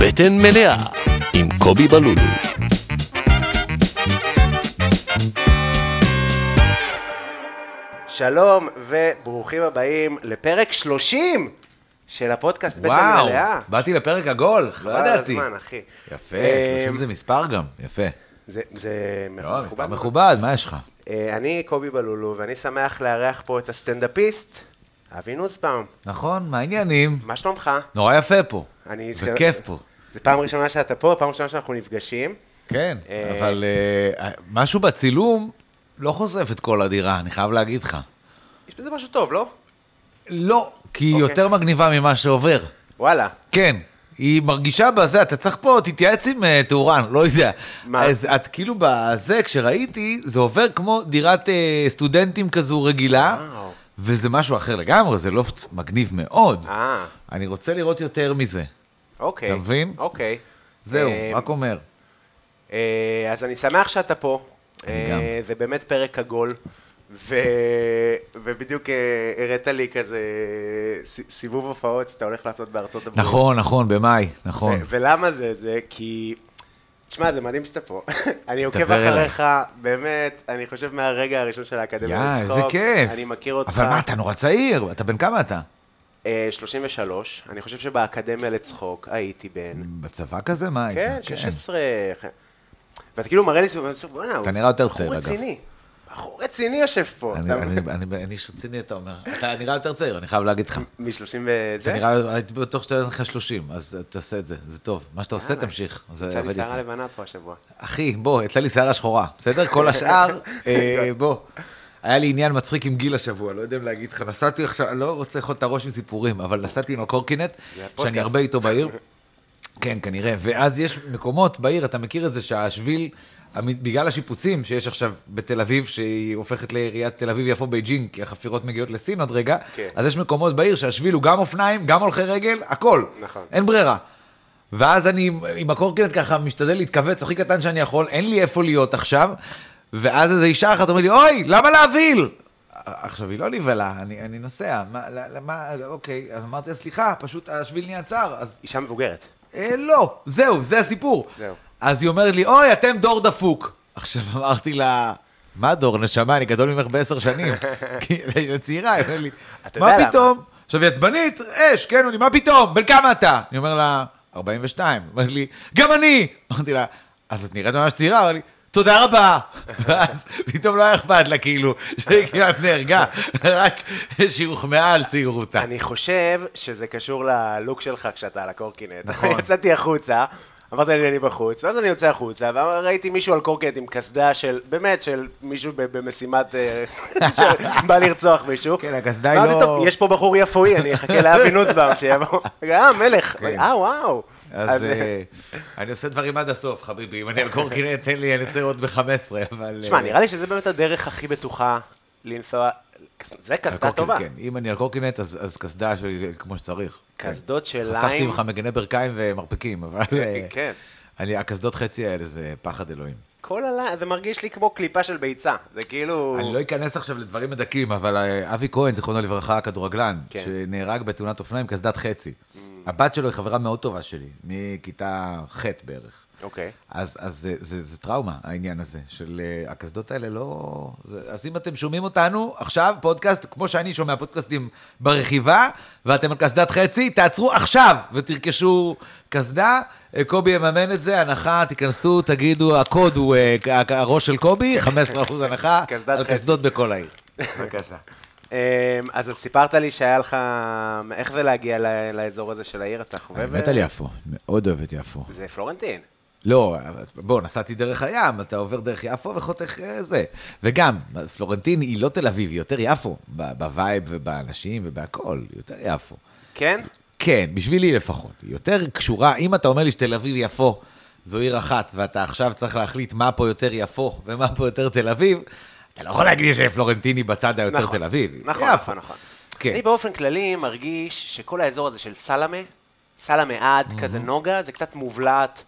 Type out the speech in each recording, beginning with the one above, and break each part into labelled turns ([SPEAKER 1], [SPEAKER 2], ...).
[SPEAKER 1] בטן מלאה עם קובי בלולו.
[SPEAKER 2] שלום וברוכים הבאים לפרק 30 של הפודקאסט בטן
[SPEAKER 3] וואו,
[SPEAKER 2] מלאה.
[SPEAKER 3] באתי לפרק עגול, לא
[SPEAKER 2] על
[SPEAKER 3] ידעתי.
[SPEAKER 2] הזמן, אחי.
[SPEAKER 3] יפה,
[SPEAKER 2] אה,
[SPEAKER 3] 30 זה מספר גם, יפה.
[SPEAKER 2] זה, זה
[SPEAKER 3] לא, מספר
[SPEAKER 2] מאוד.
[SPEAKER 3] מכובד, מה יש לך?
[SPEAKER 2] אה, אני קובי בלולו, ואני שמח לארח פה את הסטנדאפיסט, אבי נוסבאום.
[SPEAKER 3] נכון, מה העניינים?
[SPEAKER 2] מה שלומך?
[SPEAKER 3] נורא יפה פה.
[SPEAKER 2] אני-
[SPEAKER 3] וכיף פה.
[SPEAKER 2] זו פעם ראשונה שאתה פה, פעם ראשונה שאנחנו נפגשים.
[SPEAKER 3] כן,
[SPEAKER 2] אה,
[SPEAKER 3] אבל אה, משהו בצילום לא חושף את כל הדירה, אני חייב להגיד לך.
[SPEAKER 2] יש בזה משהו טוב, לא?
[SPEAKER 3] לא, כי היא
[SPEAKER 2] אוקיי.
[SPEAKER 3] יותר מגניבה ממה שעובר.
[SPEAKER 2] וואלה.
[SPEAKER 3] כן. היא מרגישה בזה, אתה צריך פה, תתייעץ עם אה, טהורן, לא יודע.
[SPEAKER 2] מה?
[SPEAKER 3] אז את כאילו בזה, כשראיתי, זה עובר כמו דירת אה, סטודנטים כזו רגילה,
[SPEAKER 2] וואו.
[SPEAKER 3] וזה משהו אחר לגמרי, זה לופט מגניב מאוד.
[SPEAKER 2] אה,
[SPEAKER 3] אני רוצה לראות יותר מזה.
[SPEAKER 2] אוקיי.
[SPEAKER 3] אתה מבין?
[SPEAKER 2] אוקיי.
[SPEAKER 3] זהו,
[SPEAKER 2] אה,
[SPEAKER 3] רק אומר.
[SPEAKER 2] אה, אז אני שמח שאתה פה.
[SPEAKER 3] אני
[SPEAKER 2] אה,
[SPEAKER 3] גם.
[SPEAKER 2] זה באמת פרק עגול, ו... ובדיוק אה, הראת לי כזה ס- סיבוב הופעות שאתה הולך לעשות בארצות הברית.
[SPEAKER 3] נכון, נכון, במאי,
[SPEAKER 2] ו-
[SPEAKER 3] נכון.
[SPEAKER 2] ולמה זה? זה כי... תשמע, זה מדהים שאתה פה. אני עוקב
[SPEAKER 3] דבר אליי.
[SPEAKER 2] אחריך, באמת, אני חושב מהרגע הראשון של האקדמיה
[SPEAKER 3] יא,
[SPEAKER 2] לצחוק.
[SPEAKER 3] איזה כיף.
[SPEAKER 2] אני מכיר אותך.
[SPEAKER 3] אבל מה, אתה נורא צעיר, אתה בן כמה אתה?
[SPEAKER 2] אה, 33, אני חושב שבאקדמיה לצחוק הייתי בן...
[SPEAKER 3] בצבא כזה? מה היית?
[SPEAKER 2] כן, 16. ואתה כאילו מראה לי, ואני אומר, "וואו,
[SPEAKER 3] אתה נראה יותר צעיר,
[SPEAKER 2] בחור
[SPEAKER 3] אגב."
[SPEAKER 2] רציני. בחור רציני יושב פה.
[SPEAKER 3] אני- אני- אני אני איש רציני, אתה אומר. אתה נראה יותר צעיר, אני חייב להגיד לך.
[SPEAKER 2] כן? מ-30
[SPEAKER 3] אתה
[SPEAKER 2] וזה? אה,
[SPEAKER 3] נראה, הייתי בטוח שאתה לך 30, אז תעשה את זה, זה טוב. מה שאתה עושה, תמשיך. זה
[SPEAKER 2] יצא לי
[SPEAKER 3] עובד
[SPEAKER 2] שערה
[SPEAKER 3] יפה.
[SPEAKER 2] לבנה פה השבוע.
[SPEAKER 3] אחי, בוא, יצא לי שערה שחורה, בסדר? כל השאר, אה, בוא. היה לי עניין מצחיק עם גיל השבוע, לא יודע אם להגיד לך. נסעתי עכשיו, אני לא רוצה לאכול את הראש עם סיפורים, אבל נסעתי עם הקורקינט,
[SPEAKER 2] זה הפודקאסט.
[SPEAKER 3] שאני הרבה איתו בעיר. כן, כנראה. ואז יש מקומות בעיר, אתה מכיר את זה, שהשביל, המ- בגלל השיפוצים שיש עכשיו בתל אביב, שהיא הופכת לעיריית תל אביב-יפו בייג'ינג, כי החפירות מגיעות לסין עוד רגע,
[SPEAKER 2] כן.
[SPEAKER 3] אז יש מקומות בעיר שהשביל הוא גם אופניים, גם הולכי רגל, הכל.
[SPEAKER 2] נכון.
[SPEAKER 3] אין ברירה. ואז אני עם- עם הקורקינט ככה משתדל להתכווץ הכי קטן שאני יכול, אין לי איפה להיות עכשיו, ואז איזו אישה אחת אומרת לי, אוי, למה להבהיל? עכשיו, היא לא נבהלה, אני, אני נוסע, מה, למה, אוקיי, אז אמרתי, "אז סליחה, פשוט השביל נהיה צר, אז
[SPEAKER 2] אישה מבוגרת.
[SPEAKER 3] אה, לא, זהו, זה הסיפור.
[SPEAKER 2] זהו.
[SPEAKER 3] אז היא אומרת לי, אוי, אתם דור דפוק. עכשיו אמרתי לה, מה דור, נשמה, אני גדול ממך בעשר שנים. כי היא צעירה, היא אומרת לי,
[SPEAKER 2] אתה
[SPEAKER 3] מה
[SPEAKER 2] יודע למה."
[SPEAKER 3] פתאום? עכשיו, היא עצבנית, אש, כן, אני, מה פתאום? בן כמה אתה? אני אומר לה, 42. היא אומרת לי, גם אני! אמרתי לה, אז את נראית ממש צעירה, אמרתי לי, תודה רבה. ואז פתאום לא היה אכפת לה, כאילו, שהיא כמעט נהרגה, רק שהיא הוחמאה על צעירותה.
[SPEAKER 2] אני חושב שזה קשור ללוק שלך כשאתה על הקורקינט.
[SPEAKER 3] נכון.
[SPEAKER 2] יצאתי החוצה, אמרת לי אני בחוץ, ואז אני יוצא החוצה, וראיתי מישהו על קורקינט עם קסדה של, באמת, של מישהו ב- במשימת, אה, שבא לרצוח מישהו.
[SPEAKER 3] כן, הקסדה היא
[SPEAKER 2] אמרתי,
[SPEAKER 3] לא-
[SPEAKER 2] "טוב, יש פה בחור יפואי, אני אחכה לאבי נוסבאום שיבוא. אה, מלך. אה, וואו.
[SPEAKER 3] כן. אז אה, אני עושה דברים עד הסוף, חביבי. אם אני על קורקינט, תן לי, אני צריך עוד ב-15, אבל...
[SPEAKER 2] תשמע, נראה לי שזה באמת הדרך הכי בטוחה לנסוע, זה קסדה טובה.
[SPEAKER 3] כן, אם אני על קורקינט, אז אז קסדה שלי כמו שצריך.
[SPEAKER 2] קסדות של
[SPEAKER 3] כן. חסכתי
[SPEAKER 2] ליים.
[SPEAKER 3] ממך מגני ברכיים ומרפקים, אבל... אה,
[SPEAKER 2] כן.
[SPEAKER 3] אני- הקסדות חצי האלה זה פחד אלוהים.
[SPEAKER 2] כל הלילה, זה מרגיש לי כמו קליפה של ביצה, זה כאילו...
[SPEAKER 3] אני לא אכנס עכשיו לדברים מדכאים, אבל אה, אבי כהן, זיכרונו לברכה, הכדורגלן,
[SPEAKER 2] כן. Mm.
[SPEAKER 3] שנהרג בתאונת אופניים, קסדת חצי. הבת שלו היא חברה מאוד טובה שלי, מכיתה ח' בערך.
[SPEAKER 2] אוקיי.
[SPEAKER 3] אז, אז זה, זה, זה טראומה, העניין הזה, של אה, הקסדות האלה לא... זה, אז אם אתם שומעים אותנו עכשיו, פודקאסט, כמו שאני שומע פודקאסטים ברכיבה, ואתם על קסדת חצי, תעצרו עכשיו ותרכשו קסדה. אה, קובי יממן את זה, הנחה, תיכנסו, תגידו, הקוד הוא אה, ה- הראש של קובי, 15% הנחה,
[SPEAKER 2] קסדת
[SPEAKER 3] על
[SPEAKER 2] חצי.
[SPEAKER 3] קסדות בכל העיר. בבקשה.
[SPEAKER 2] אמ, אז סיפרת לי שהיה לך, איך זה להגיע ל- לאזור הזה של העיר, אתה חובב?
[SPEAKER 3] אני מת על יפו, מאוד אוהב את יפו.
[SPEAKER 2] זה פלורנטין.
[SPEAKER 3] לא, בוא, נסעתי דרך הים, אתה עובר דרך יפו וחותך אה, זה. וגם, פלורנטין היא לא תל אביב, היא יותר יפו, ב- בווייב ובאנשים ובהכול, היא יותר יפו.
[SPEAKER 2] כן?
[SPEAKER 3] כן, בשבילי לפחות. היא יותר קשורה, אם אתה אומר לי שתל אביב יפו זו עיר אחת, ואתה עכשיו צריך להחליט מה פה יותר יפו ומה פה יותר תל אביב, אתה לא יכול להגיד לי שפלורנטין היא בצד היותר
[SPEAKER 2] נכון.
[SPEAKER 3] תל אביב.
[SPEAKER 2] נכון,
[SPEAKER 3] יפו.
[SPEAKER 2] נכון, נכון.
[SPEAKER 3] כן.
[SPEAKER 2] אני באופן כללי מרגיש שכל האזור הזה של סלמה, סלמה עד,
[SPEAKER 3] Mhm.
[SPEAKER 2] כזה נוגה, זה קצת מובלעת,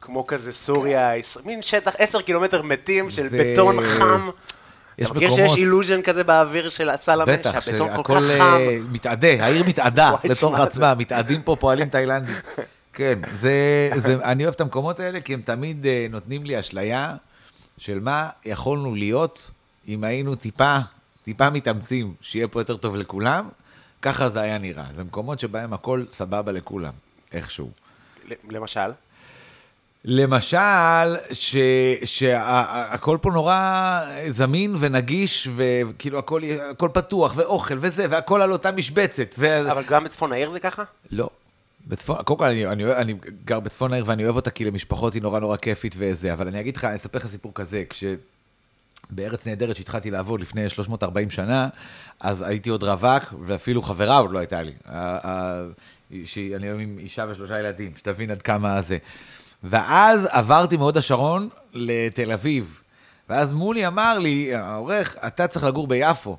[SPEAKER 2] כמו כזה סוריה, יש- מין שטח עשר קילומטר מתים של
[SPEAKER 3] אה. זה-
[SPEAKER 2] בטון חם.
[SPEAKER 3] יש
[SPEAKER 2] אתה מכיר שיש
[SPEAKER 3] מקומות-
[SPEAKER 2] אילוז'ן כזה באוויר של הסלמה?
[SPEAKER 3] בטח,
[SPEAKER 2] שהבטון כל
[SPEAKER 3] שהכל
[SPEAKER 2] כך
[SPEAKER 3] אה,
[SPEAKER 2] חם.
[SPEAKER 3] מתאדה, העיר מתאדה
[SPEAKER 2] וואי,
[SPEAKER 3] לתוך
[SPEAKER 2] שמע,
[SPEAKER 3] עצמה, מתאדים פה פועלים תאילנדים. כן, זה, זה, אני אוהב את המקומות האלה, כי הם תמיד אה, נותנים לי אשליה של מה יכולנו להיות אם היינו טיפה, טיפה מתאמצים, שיהיה פה יותר טוב לכולם, ככה זה היה נראה. זה מקומות שבהם הכל סבבה לכולם, איכשהו.
[SPEAKER 2] למשל.
[SPEAKER 3] למשל, שהכל פה נורא זמין ונגיש, וכאילו הכל, הכל פתוח, ואוכל וזה, והכל על אותה משבצת. ו...
[SPEAKER 2] אבל גם בצפון העיר זה ככה?
[SPEAKER 3] לא. בצפון, קודם כל, אני, אני, אוהב- אני גר בצפון העיר ואני אוהב אותה, כי למשפחות היא נורא נורא כיפית וזה, אבל אני אגיד לך, אני אספר לך סיפור כזה, כש... בארץ נהדרת שהתחלתי לעבוד לפני 340 שנה, אז הייתי עוד רווק, ואפילו חברה עוד לא הייתה לי. ה- ה- שאני היום עם אישה ושלושה ילדים, שתבין עד כמה זה. ואז עברתי מהוד השרון לתל אביב, ואז מולי אמר לי, העורך, אתה צריך לגור ביפו.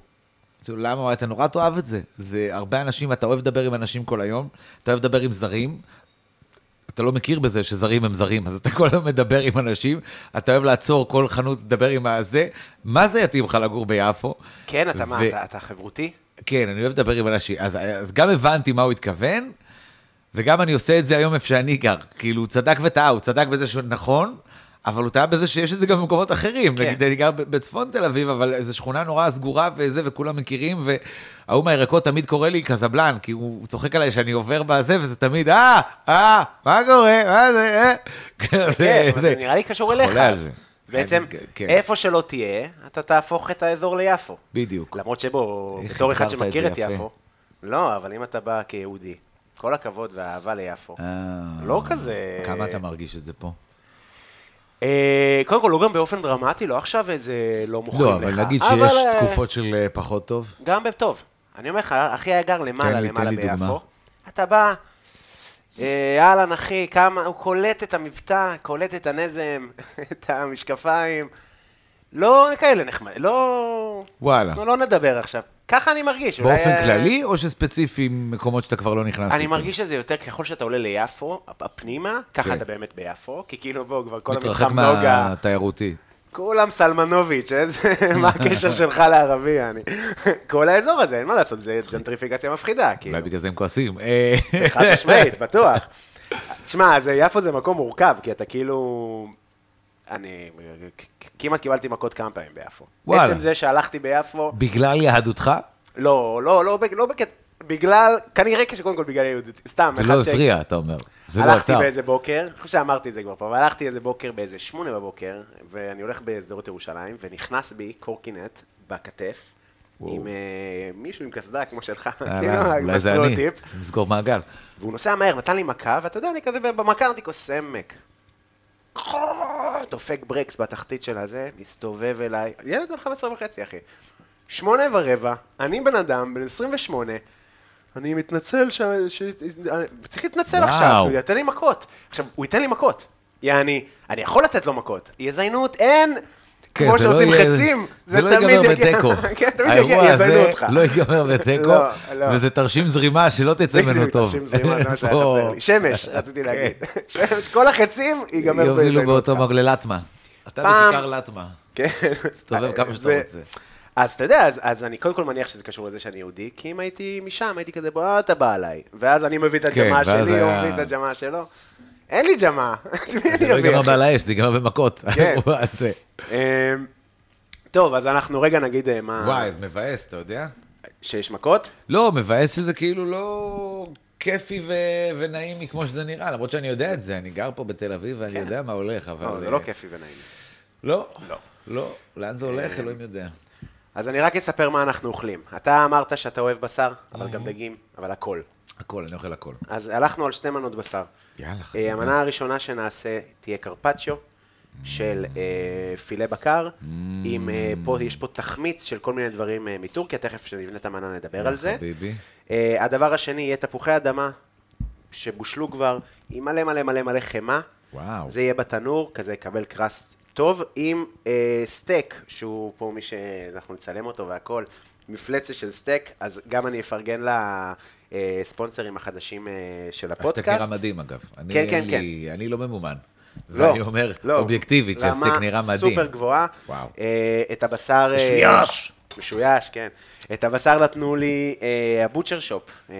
[SPEAKER 3] אמרתי לו, למה? הוא אמר, אתה נורא תאהב את זה. זה הרבה אנשים, אתה אוהב לדבר עם אנשים כל היום, אתה אוהב לדבר עם זרים, אתה לא מכיר בזה שזרים הם זרים, אז אתה כל היום מדבר עם אנשים, אתה אוהב לעצור כל חנות, לדבר עם הזה, מה זה יתאים לך לגור ביפו?
[SPEAKER 2] כן, אתה מה,
[SPEAKER 3] ו-
[SPEAKER 2] אתה- אתה חברותי?
[SPEAKER 3] כן, אני אוהב לדבר עם אנשים, אז, אז גם הבנתי מה הוא התכוון, וגם אני עושה את זה היום איפה שאני גר. כאילו, הוא צדק וטעה, הוא צדק בזה שהוא נכון, אבל הוא טעה בזה שיש את זה גם במקומות אחרים.
[SPEAKER 2] כן.
[SPEAKER 3] כן. נגיד, אני גר ב- בצפון תל אביב, אבל איזו שכונה נורא סגורה וזה, וכולם מכירים, וההוא מהירקות תמיד קורא לי קזבלן, כי הוא צוחק עליי שאני עובר בזה, וזה תמיד, אה, אה, מה קורה, מה זה, אה?
[SPEAKER 2] כן, אבל זה נראה לי קשור אליך.
[SPEAKER 3] חולה על זה.
[SPEAKER 2] בעצם,
[SPEAKER 3] אני- כן.
[SPEAKER 2] איפה שלא תהיה, אתה תהפוך את האזור ליפו.
[SPEAKER 3] בדיוק.
[SPEAKER 2] למרות שבו,
[SPEAKER 3] איך
[SPEAKER 2] בתור אחד
[SPEAKER 3] הגדרת את
[SPEAKER 2] שמכיר
[SPEAKER 3] זה
[SPEAKER 2] את
[SPEAKER 3] יפה.
[SPEAKER 2] יפו. לא, אבל אם אתה בא כיהודי, כל הכבוד והאהבה ליפו.
[SPEAKER 3] אה,
[SPEAKER 2] לא כזה-
[SPEAKER 3] כמה אתה מרגיש את זה פה?
[SPEAKER 2] אה, קודם כל, לא גם באופן דרמטי, לא עכשיו איזה לא מוכרים לך.
[SPEAKER 3] לא, אבל נגיד
[SPEAKER 2] אבל,
[SPEAKER 3] שיש
[SPEAKER 2] אה,
[SPEAKER 3] תקופות של אה, פחות טוב.
[SPEAKER 2] גם בטוב. אני אומר לך, אחי היקר למעלה,
[SPEAKER 3] תן לי-
[SPEAKER 2] למעלה
[SPEAKER 3] תן לי דוגמה.
[SPEAKER 2] ביפו. אתה בא, אה, אהלן אחי, כמה, הוא קולט את המבטא, קולט את הנזם, את המשקפיים. לא כאלה נחמד, לא...
[SPEAKER 3] וואלה.
[SPEAKER 2] אנחנו לא נדבר עכשיו. ככה אני מרגיש. אולי,
[SPEAKER 3] באופן
[SPEAKER 2] אה,
[SPEAKER 3] כללי, או שספציפי מקומות שאתה כבר לא נכנס
[SPEAKER 2] אני
[SPEAKER 3] איתם?
[SPEAKER 2] מרגיש שזה יותר ככל שאתה עולה ליפו, הפ- פנימה, ככה
[SPEAKER 3] כן.
[SPEAKER 2] אתה באמת ביפו, כי כאילו בוא, כבר כל
[SPEAKER 3] מתרחק
[SPEAKER 2] המתחם נוגה.
[SPEAKER 3] מהתיירותי.
[SPEAKER 2] כולם סלמנוביץ', איזה, מה הקשר שלך לערבי, אני? כל האזור הזה, אין מה לעשות, זה ג'נטריפיקציה מפחידה, כאילו.
[SPEAKER 3] אולי בגלל זה הם כועסים. אה,
[SPEAKER 2] חד משמעית, בטוח. תשמע, זה- יפו זה מקום מורכב, כי אתה כאילו... אני כ- כמעט קיבלתי מכות כמה פעמים ביפו.
[SPEAKER 3] וואלה.
[SPEAKER 2] עצם זה שהלכתי ביפו,
[SPEAKER 3] בגלל יהדותך?
[SPEAKER 2] לא, לא, לא, בק- לא בקטע, בגלל, כנראה כשקודם כל בגלל יהודית, סתם,
[SPEAKER 3] זה
[SPEAKER 2] אחד
[SPEAKER 3] לא
[SPEAKER 2] ש-
[SPEAKER 3] הפריע, אתה אומר. זה לא
[SPEAKER 2] הלכתי
[SPEAKER 3] עצר.
[SPEAKER 2] באיזה בוקר, אני חושב שאמרתי את זה כבר פה, אבל הלכתי איזה בוקר באיזה שמונה בבוקר, ואני הולך בשדרות ירושלים, ונכנס בי קורקינט בכתף,
[SPEAKER 3] וואו.
[SPEAKER 2] עם אה, מישהו עם קסדה כמו שלך,
[SPEAKER 3] אה,
[SPEAKER 2] כאילו,
[SPEAKER 3] אולי זה אני.
[SPEAKER 2] בסטריאוטיפ,
[SPEAKER 3] נסגור מעגל.
[SPEAKER 2] והוא נוסע מהר, נתן לי מכה, ואתה יודע, אני כזה במכה נתתי כוס עמק. דופק ברקס בתחתית של הזה, מסתובב אליי, ילד בן 15 וחצי, אחי. שמונה ורבע, אני בן אדם, בן 28, אני מתנצל ש... ש... אני- צריך להתנצל
[SPEAKER 3] וואו.
[SPEAKER 2] עכשיו, הוא ייתן לי מכות. עכשיו, הוא ייתן לי מכות. יעני, אני יכול לתת לו מכות. יזיינות, אין...
[SPEAKER 3] כן,
[SPEAKER 2] כמו
[SPEAKER 3] זה לא
[SPEAKER 2] שעושים
[SPEAKER 3] יהיה-
[SPEAKER 2] חצים,
[SPEAKER 3] זה לא ייגמר
[SPEAKER 2] תמיד יגיע-
[SPEAKER 3] בתיקו.
[SPEAKER 2] כן, תמיד
[SPEAKER 3] האירוע
[SPEAKER 2] יגיע, יזיינו
[SPEAKER 3] הזה
[SPEAKER 2] אותך.
[SPEAKER 3] לא ייגמר בתיקו,
[SPEAKER 2] לא, לא.
[SPEAKER 3] וזה תרשים זרימה שלא תצא ממנו
[SPEAKER 2] בדיוק,
[SPEAKER 3] טוב.
[SPEAKER 2] תרשים זרימה, זה מה שהיה
[SPEAKER 3] פה-
[SPEAKER 2] חסר לי. שמש, רציתי להגיד. שמש, כל החצים ייגמר
[SPEAKER 3] כן. יובילו באותו
[SPEAKER 2] אותך.
[SPEAKER 3] מגלי לטמה. אתה
[SPEAKER 2] פעם-
[SPEAKER 3] בכיכר לטמה.
[SPEAKER 2] כן.
[SPEAKER 3] תסתובב כמה שאתה
[SPEAKER 2] זה-
[SPEAKER 3] רוצה.
[SPEAKER 2] אז אתה יודע, אז, אז אני קודם כל מניח שזה קשור לזה שאני יהודי, כי אם הייתי משם, הייתי כזה, בוא, אתה בא עליי. ואז אני מביא את הג'מעה
[SPEAKER 3] כן, ואז
[SPEAKER 2] שלי, הוא
[SPEAKER 3] היה-
[SPEAKER 2] מביא את הג'מעה שלו. אין לי ג'מעה.
[SPEAKER 3] זה לא ייגמר בעל האש, זה ייגמר במכות.
[SPEAKER 2] כן.
[SPEAKER 3] האירוע הזה.
[SPEAKER 2] אמ, טוב, אז אנחנו רגע נגיד אה, מה...
[SPEAKER 3] וואי, זה מבאס, אתה יודע?
[SPEAKER 2] שיש מכות?
[SPEAKER 3] לא, מבאס שזה כאילו לא כיפי ו- ונעימי כמו שזה נראה, למרות שאני יודע את זה, אני גר פה בתל אביב ואני
[SPEAKER 2] כן.
[SPEAKER 3] יודע מה הולך, אבל...
[SPEAKER 2] לא, זה
[SPEAKER 3] אה,
[SPEAKER 2] לא כיפי ונעים.
[SPEAKER 3] לא,
[SPEAKER 2] לא. אה.
[SPEAKER 3] לא, לאן זה הולך, אלוהים יודע.
[SPEAKER 2] אז אני רק אספר מה אנחנו אוכלים. אתה אמרת שאתה אוהב בשר, אבל
[SPEAKER 3] אוקיי.
[SPEAKER 2] גם דגים, אבל הכל.
[SPEAKER 3] הכל, אני אוכל הכל.
[SPEAKER 2] אז הלכנו על שתי מנות בשר.
[SPEAKER 3] יאללה,
[SPEAKER 2] אה,
[SPEAKER 3] חתיכה.
[SPEAKER 2] המנה הראשונה שנעשה תהיה קרפצ'יו של אה, פילה בקר,
[SPEAKER 3] Mm.
[SPEAKER 2] עם, אה, פה, יש פה תחמיץ של כל מיני דברים אה, מטורקיה, תכף כשנבנה את המנה נדבר על זה.
[SPEAKER 3] חביבי.
[SPEAKER 2] אה, הדבר השני יהיה תפוחי אדמה, שבושלו כבר, עם מלא מלא מלא מלא חמאה.
[SPEAKER 3] וואו.
[SPEAKER 2] זה יהיה בתנור, כזה יקבל קרס טוב, עם אה, סטייק, שהוא פה מי שאנחנו נצלם אותו והכל, מפלצת של סטייק, אז גם אני אפרגן לספונסרים החדשים אה, של הפודקאסט.
[SPEAKER 3] הסטייק נראה מדהים, אגב. אני-
[SPEAKER 2] כן,
[SPEAKER 3] אין
[SPEAKER 2] כן,
[SPEAKER 3] לי- אני לא ממומן.
[SPEAKER 2] לא,
[SPEAKER 3] ואני אומר,
[SPEAKER 2] לא.
[SPEAKER 3] אובייקטיבית, שהסטייק
[SPEAKER 2] רמה
[SPEAKER 3] נראה מדהים.
[SPEAKER 2] סופר גבוהה.
[SPEAKER 3] וואו.
[SPEAKER 2] אה, את הבשר... אה, משויש, כן. את הבשר נתנו לי אה, הבוטשר שופ, אה,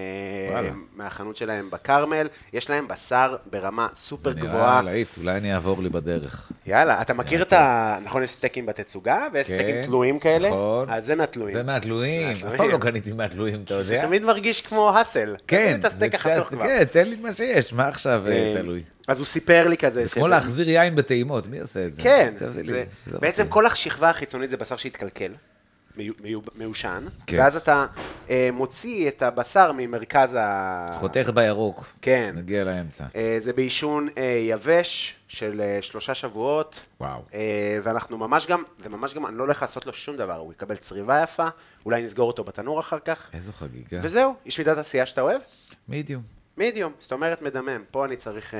[SPEAKER 3] וואלה.
[SPEAKER 2] מהחנות שלהם בכרמל. יש להם בשר ברמה סופר
[SPEAKER 3] זה נראה
[SPEAKER 2] גבוהה.
[SPEAKER 3] להיט, אולי אני אעבור לי בדרך.
[SPEAKER 2] יאללה, אתה מכיר את ה... נכון, יש סטייקים בתצוגה, ויש סטייקים
[SPEAKER 3] כן,
[SPEAKER 2] תלויים כאלה?
[SPEAKER 3] נכון.
[SPEAKER 2] אז זה מהתלויים.
[SPEAKER 3] זה מהתלויים, אף פעם
[SPEAKER 2] מהתלויים.
[SPEAKER 3] לא קניתי מהתלויים, אתה
[SPEAKER 2] זה
[SPEAKER 3] יודע?
[SPEAKER 2] תמיד מרגיש כמו האסל. תן לי
[SPEAKER 3] כן,
[SPEAKER 2] את הסטייק
[SPEAKER 3] זה קצת-
[SPEAKER 2] החתוך כבר.
[SPEAKER 3] כן, תן לי את מה שיש, מה עכשיו אה,
[SPEAKER 2] אה,
[SPEAKER 3] תלוי?
[SPEAKER 2] אז הוא סיפר לי כזה.
[SPEAKER 3] זה
[SPEAKER 2] ש-
[SPEAKER 3] כמו להחזיר יין בטעימות, מי עושה את זה?
[SPEAKER 2] כן,
[SPEAKER 3] תביא לי,
[SPEAKER 2] זה-
[SPEAKER 3] זה
[SPEAKER 2] בעצם
[SPEAKER 3] אוקיי.
[SPEAKER 2] כל השכבה החיצונית זה בשר שהתקלקל, מיו- מיו- מיושן,
[SPEAKER 3] כן.
[SPEAKER 2] ואז אתה אה, מוציא את הבשר ממרכז ה...
[SPEAKER 3] חותך בירוק.
[SPEAKER 2] כן.
[SPEAKER 3] נגיע לאמצע.
[SPEAKER 2] אה, זה בעישון אה, יבש של אה, שלושה שבועות.
[SPEAKER 3] וואו.
[SPEAKER 2] אה, ואנחנו ממש גם, זה ממש גם, אני לא הולך לעשות לו שום דבר, הוא יקבל צריבה יפה, אולי נסגור אותו בתנור אחר כך,
[SPEAKER 3] איזו חגיגה.
[SPEAKER 2] וזהו, יש מידת עשייה שאתה אוהב,
[SPEAKER 3] מידיום.
[SPEAKER 2] מדיום, זאת אומרת מדמם, פה אני צריך אה,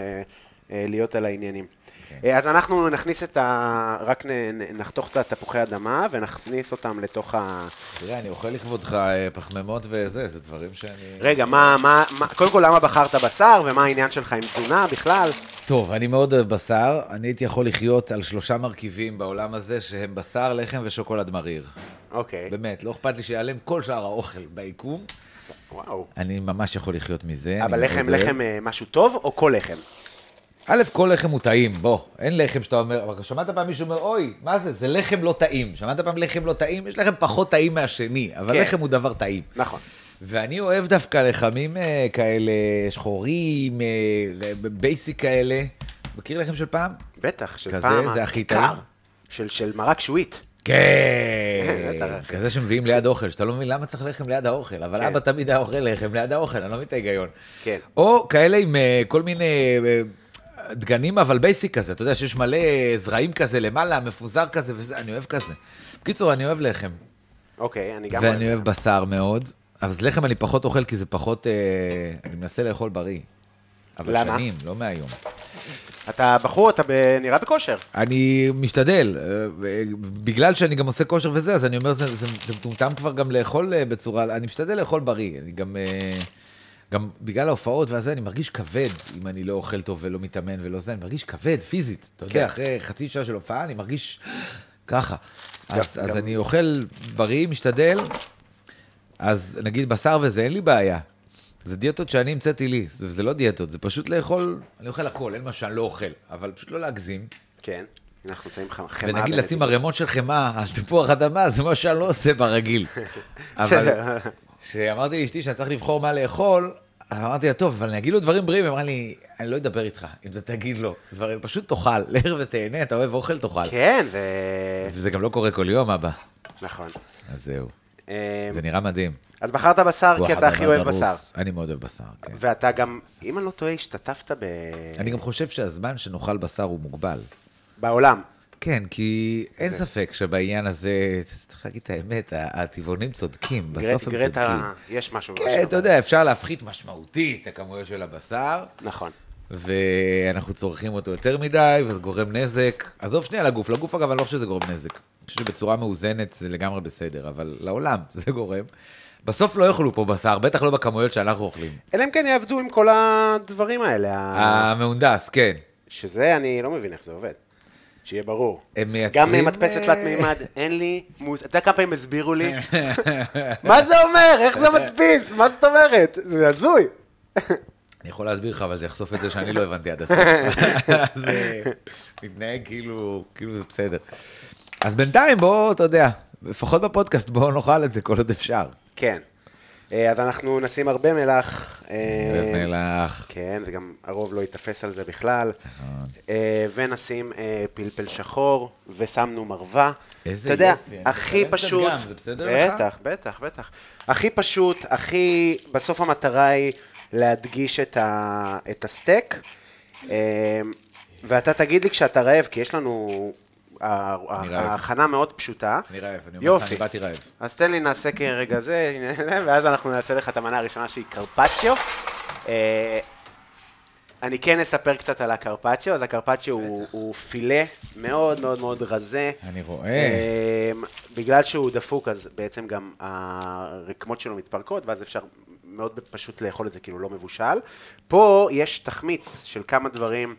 [SPEAKER 2] אה, להיות על העניינים.
[SPEAKER 3] כן.
[SPEAKER 2] אה, אז אנחנו נכניס את ה... רק נ, נ, נחתוך את התפוחי אדמה ונכניס אותם לתוך ה...
[SPEAKER 3] תראה, אני אוכל לכבודך אה, פחמימות וזה, זה דברים שאני...
[SPEAKER 2] רגע, מה, מה, מה, קודם כל למה בחרת בשר ומה העניין שלך עם תזונה בכלל?
[SPEAKER 3] טוב, אני מאוד אוהב בשר. אני הייתי יכול לחיות על שלושה מרכיבים בעולם הזה, שהם בשר, לחם ושוקולד מריר.
[SPEAKER 2] אוקיי,
[SPEAKER 3] באמת, לא אכפת לי שיעלם כל שאר האוכל ביקום.
[SPEAKER 2] וואו.
[SPEAKER 3] אני ממש יכול לחיות מזה. כן, אני
[SPEAKER 2] אבל
[SPEAKER 3] מאוד
[SPEAKER 2] לחם,
[SPEAKER 3] אוהב.
[SPEAKER 2] לחם אה, משהו טוב או כל לחם?
[SPEAKER 3] א', כל לחם הוא טעים, בוא. אין לחם שאתה אומר, אבל שמעת פעם מישהו אומר, אוי, מה זה, זה לחם לא טעים. שמעת פעם לחם לא טעים? יש לחם פחות טעים מהשני, אבל
[SPEAKER 2] כן.
[SPEAKER 3] לחם הוא דבר טעים.
[SPEAKER 2] נכון.
[SPEAKER 3] ואני אוהב דווקא לחמים אה, כאלה שחורים, אה, בייסיק כאלה. מכיר לחם של פעם?
[SPEAKER 2] בטח, של
[SPEAKER 3] כזה,
[SPEAKER 2] פעם...
[SPEAKER 3] זה הכי
[SPEAKER 2] הקר,
[SPEAKER 3] טעים?
[SPEAKER 2] של, של מרק שועית.
[SPEAKER 3] כן,
[SPEAKER 2] בטח, אחי.
[SPEAKER 3] כזה שמביאים ליד אוכל, שאתה לא מבין למה צריך לחם ליד האוכל, אבל
[SPEAKER 2] כן.
[SPEAKER 3] אבא תמיד היה אוכל לחם ליד האוכל, אני לא מבין את ההיגיון.
[SPEAKER 2] כן.
[SPEAKER 3] או כאלה עם אה, כל מיני אה, דגנים, אבל בייסיק כזה, אתה יודע שיש מלא אה, זרעים כזה למעלה, מפוזר כזה וזה, אני אוהב כזה. בקיצור, אני אוהב לחם,
[SPEAKER 2] אוקיי, אני גם
[SPEAKER 3] ואני אוהב
[SPEAKER 2] לחם.
[SPEAKER 3] בשר מאוד, אז לחם אני פחות אוכל כי זה פחות, אה, אני מנסה לאכול בריא. אבל
[SPEAKER 2] למה?
[SPEAKER 3] שנים, לא מהיום.
[SPEAKER 2] אתה בחור, אתה ב... נראה בכושר.
[SPEAKER 3] אני משתדל, אה, אה, בגלל שאני גם עושה כושר וזה, אז אני אומר, זה, זה, זה מטומטם כבר גם לאכול אה, בצורה, אני משתדל לאכול בריא, אני גם, אה, גם בגלל ההופעות והזה, אני מרגיש כבד אם אני לא אוכל טוב ולא מתאמן ולא זה, אני מרגיש כבד, פיזית, אתה
[SPEAKER 2] כן.
[SPEAKER 3] יודע, אחרי חצי שעה של הופעה, אני מרגיש ככה. אז,
[SPEAKER 2] גם-
[SPEAKER 3] אז
[SPEAKER 2] גם-
[SPEAKER 3] אני אוכל בריא, משתדל, אז נגיד בשר וזה, אין לי בעיה. זה דיאטות שאני המצאתי לי, זה, זה לא דיאטות, זה פשוט לאכול, אני אוכל הכל, אין מה שאני לא אוכל, אבל פשוט לא להגזים.
[SPEAKER 2] כן. אנחנו שמים לך חמאה.
[SPEAKER 3] ונגיד
[SPEAKER 2] בלב.
[SPEAKER 3] לשים ערימות של חמאה על תפוח אדמה, זה מה שאני לא עושה ברגיל. אבל
[SPEAKER 2] בסדר.
[SPEAKER 3] כשאמרתי לאשתי שאני צריך לבחור מה לאכול, אז אמרתי לה, טוב, אבל אני אגיד לו דברים בריאים, היא אמרה לי, אני לא אדבר איתך, אם אתה תגיד לו. דברים, פשוט תאכל, לך ותהנה, אתה אוהב אוכל, תאכל.
[SPEAKER 2] כן, ו...
[SPEAKER 3] וזה גם לא קורה כל יום, אבא.
[SPEAKER 2] נכון.
[SPEAKER 3] אז זהו,
[SPEAKER 2] אה,
[SPEAKER 3] זה נראה מדהים.
[SPEAKER 2] אז בחרת בשר
[SPEAKER 3] כוח
[SPEAKER 2] כי אתה
[SPEAKER 3] אדם
[SPEAKER 2] הכי אוהב
[SPEAKER 3] עמוס.
[SPEAKER 2] בשר.
[SPEAKER 3] אני מאוד אוהב בשר, כן.
[SPEAKER 2] ואתה גם, אם אני לא טועה, השתתפת ב...
[SPEAKER 3] אני גם חושב שהזמן שנאכל בשר הוא מוגבל.
[SPEAKER 2] בעולם.
[SPEAKER 3] כן, כי אין ספק שבעניין הזה, צריך להגיד את האמת, ה- הטבעונים צודקים, בסוף הם
[SPEAKER 2] גר- גרטה,
[SPEAKER 3] צודקים.
[SPEAKER 2] יש משהו.
[SPEAKER 3] כן,
[SPEAKER 2] בבשר.
[SPEAKER 3] אתה יודע, אפשר להפחית משמעותית את הכמויות של הבשר,
[SPEAKER 2] נכון.
[SPEAKER 3] ואנחנו צורכים אותו יותר מדי, וזה גורם נזק. עזוב שנייה לגוף, לגוף אגב, אני לא חושב שזה גורם נזק. אני חושב שבצורה מאוזנת זה לגמרי בסדר, אבל לעולם זה גורם. בסוף לא יאכלו פה בשר, בטח לא בכמויות שאנחנו אוכלים.
[SPEAKER 2] אלא אם כן יעבדו עם כל הדברים האלה. ה-
[SPEAKER 3] המהונדס, כן.
[SPEAKER 2] שזה, אני לא מבין איך זה עובד. שיהיה ברור.
[SPEAKER 3] הם
[SPEAKER 2] גם
[SPEAKER 3] מייצרים...
[SPEAKER 2] מדפסת
[SPEAKER 3] אה,
[SPEAKER 2] תלת מימד, אין לי מוז... אתה יודע כמה פעמים הסבירו לי? מה זה אומר? איך זה מדפיס? מה זאת אומרת? זה הזוי.
[SPEAKER 3] אני יכול להסביר לך, אבל זה יחשוף את זה שאני לא הבנתי עד הסוף. אז אה, מתנהג כאילו, כאילו זה בסדר. אז בינתיים, בוא, אתה יודע, לפחות בפודקאסט, בואו נאכל את זה כל עוד אפשר.
[SPEAKER 2] כן. אה, אז אנחנו נשים הרבה מלח. אה,
[SPEAKER 3] ומלח.
[SPEAKER 2] כן, וגם הרוב לא ייתפס על זה בכלל.
[SPEAKER 3] נכון.
[SPEAKER 2] אה, ונשים אה, פלפל שחור, ושמנו מרווה.
[SPEAKER 3] איזה
[SPEAKER 2] אתה יודע,
[SPEAKER 3] יופי, אני
[SPEAKER 2] הכי
[SPEAKER 3] מתכוון קצת
[SPEAKER 2] פשוט...
[SPEAKER 3] גם, זה בסדר לך?
[SPEAKER 2] בטח, בטח, בטח. הכי פשוט, הכי... בסוף המטרה היא להדגיש את, ה... את הסטייק. אה, ואתה תגיד לי כשאתה רעב, כי יש לנו... ה-
[SPEAKER 3] אני
[SPEAKER 2] ה-
[SPEAKER 3] רעב.
[SPEAKER 2] ההכנה מאוד פשוטה.
[SPEAKER 3] אני רעב, אני אומר לך,
[SPEAKER 2] יופי.
[SPEAKER 3] אני באתי רעב.
[SPEAKER 2] אז תן לי נעשה כרגע זה, ואז אנחנו נעשה לך את המנה הראשונה שהיא קרפצ'יו. אה, אני כן אספר קצת על הקרפצ'יו, אז הקרפצ'יו הוא, הוא פילה מאוד מאוד מאוד רזה.
[SPEAKER 3] אני רואה.
[SPEAKER 2] אמ, בגלל שהוא דפוק, אז בעצם גם הרקמות שלו מתפרקות, ואז אפשר מאוד פשוט לאכול את זה, כאילו לא מבושל. פה יש תחמיץ של כמה דברים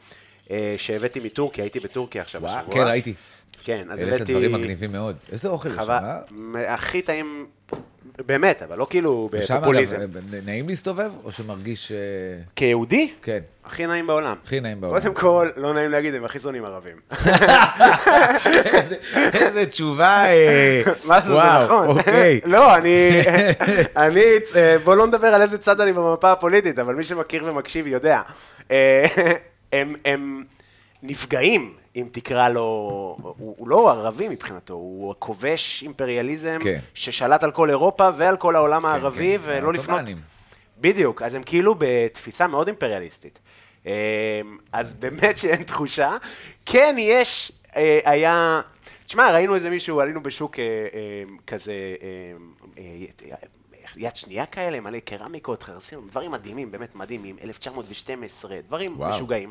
[SPEAKER 2] אה, שהבאתי מטורקיה, הייתי בטורקיה עכשיו
[SPEAKER 3] וואו,
[SPEAKER 2] השבוע.
[SPEAKER 3] כן, ראיתי.
[SPEAKER 2] כן, אז
[SPEAKER 3] העלית
[SPEAKER 2] הבאתי...
[SPEAKER 3] דברים מגניבים מאוד. איזה אוכל יש שם, אה?
[SPEAKER 2] חווה, מ- הכי טעים, באמת, אבל לא כאילו
[SPEAKER 3] ושם,
[SPEAKER 2] בפופוליזם.
[SPEAKER 3] אגב, אה, נעים להסתובב, או שמרגיש... אה,
[SPEAKER 2] כיהודי,
[SPEAKER 3] כן.
[SPEAKER 2] הכי נעים בעולם.
[SPEAKER 3] הכי נעים בעולם.
[SPEAKER 2] קודם כל, לא נעים להגיד, הם הכי זונים ערבים.
[SPEAKER 3] איזה- איזה תשובה, אה,
[SPEAKER 2] מה זה, זה
[SPEAKER 3] וואו,
[SPEAKER 2] נכון.
[SPEAKER 3] אוקיי.
[SPEAKER 2] לא, אני... אני... אה, בוא לא נדבר על איזה צד אני במפה הפוליטית, אבל מי שמכיר ומקשיב יודע. אה, הם- הם נפגעים, אם תקרא לו... הוא הוא לא ערבי מבחינתו, הוא כובש אימפריאליזם
[SPEAKER 3] כן.
[SPEAKER 2] ששלט על כל אירופה ועל כל העולם
[SPEAKER 3] כן,
[SPEAKER 2] הערבי,
[SPEAKER 3] כן,
[SPEAKER 2] ולא לפנות...
[SPEAKER 3] העות'מאנים.
[SPEAKER 2] בדיוק, אז הם כאילו בתפיסה מאוד אימפריאליסטית. אמ, אז באמת שאין תחושה. כן, יש, אה, היה... תשמע, ראינו איזה מישהו, עלינו בשוק אה, אה, כזה, אה, אה, יד שנייה כאלה, מלא קרמיקות, חרסינים, דברים מדהימים, באמת מדהימים, 1912, דברים
[SPEAKER 3] וואו.
[SPEAKER 2] משוגעים.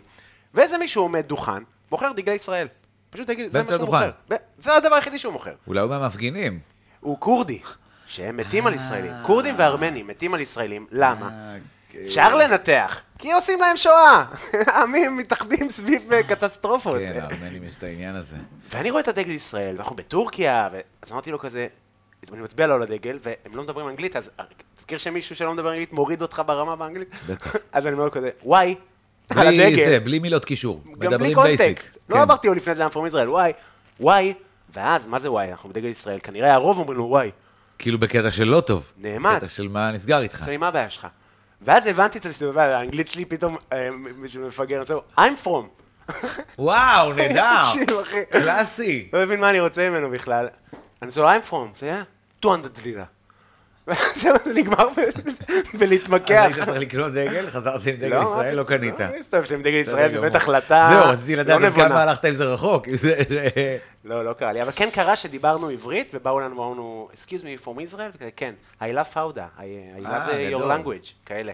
[SPEAKER 2] ואיזה מישהו עומד דוכן, מוכר דגלי ישראל. פשוט תגיד, זה מה
[SPEAKER 3] באמצע
[SPEAKER 2] שהוא
[SPEAKER 3] הדוכן.
[SPEAKER 2] מוכר. ב- זה הדבר היחידי שהוא מוכר.
[SPEAKER 3] אולי הוא מהמפגינים.
[SPEAKER 2] הוא כורדי, שהם מתים על ישראלים.
[SPEAKER 3] אה.
[SPEAKER 2] כורדים וארמנים מתים על ישראלים, למה?
[SPEAKER 3] אה, כן.
[SPEAKER 2] אפשר לנתח, כי עושים להם שואה. העמים מתאחדים סביב אה, קטסטרופות.
[SPEAKER 3] כן, לארמנים יש את העניין הזה.
[SPEAKER 2] ואני רואה את הדגל ישראל, ואנחנו בטורקיה, ו- אז אמרתי לו כזה, אני מצביע לו על הדגל, והם לא מדברים אנגלית, אז אה, אתה מכיר שמישהו שלא מדבר אנגלית מוריד אותך ברמה באנגלית?
[SPEAKER 3] בטח.
[SPEAKER 2] אז אני אומר לו כזה, וואי, על
[SPEAKER 3] בלי
[SPEAKER 2] הדגל.
[SPEAKER 3] זה, בלי מילות קישור.
[SPEAKER 2] גם בלי
[SPEAKER 3] מדברים
[SPEAKER 2] קונטקסט.
[SPEAKER 3] basic.
[SPEAKER 2] לא
[SPEAKER 3] כן.
[SPEAKER 2] אמרתי לו לפני זה, I'm from Israel, וואי, וואי, ואז, מה זה וואי? אנחנו בדגל ישראל, כנראה הרוב אומרים לו וואי.
[SPEAKER 3] כאילו בקטע של לא טוב.
[SPEAKER 2] נעמד.
[SPEAKER 3] בקטע של מה נסגר איתך.
[SPEAKER 2] עושה לי, מה הבעיה שלך? ואז הבנתי את הסיבובה, האנגלית שלי פתאום, אה, מישהו מפגר, עושה לו, I'm from.
[SPEAKER 3] וואו, נהדר.
[SPEAKER 2] תקשיב, אחי.
[SPEAKER 3] קלאסי.
[SPEAKER 2] לא הבין מה אני רוצה ממנו בכלל. אני עושה לו, I'm from, זה היה 200 לירה. וזהו, זה נגמר ב-
[SPEAKER 3] אז
[SPEAKER 2] בלהתמקח.
[SPEAKER 3] היית צריך לקנות דגל, חזרת עם דגל
[SPEAKER 2] כן. לא,
[SPEAKER 3] ישראל,
[SPEAKER 2] אמרתי,
[SPEAKER 3] לא קנית.
[SPEAKER 2] לא, אני מסתובב עם דגל
[SPEAKER 3] בסדר
[SPEAKER 2] ישראל, זו
[SPEAKER 3] גמור.
[SPEAKER 2] באמת החלטה
[SPEAKER 3] זהו, רציתי
[SPEAKER 2] לא
[SPEAKER 3] לדעת עד
[SPEAKER 2] נבונה.
[SPEAKER 3] כמה הלכת עם זה רחוק. זה-
[SPEAKER 2] לא, לא קרה לי, אבל כן קרה שדיברנו עברית, ובאו לנו, אמרנו, excuse me from Israel, וכזה, כן, I love Fauda, I, I
[SPEAKER 3] אה,
[SPEAKER 2] love your
[SPEAKER 3] גדול.
[SPEAKER 2] language, כאלה.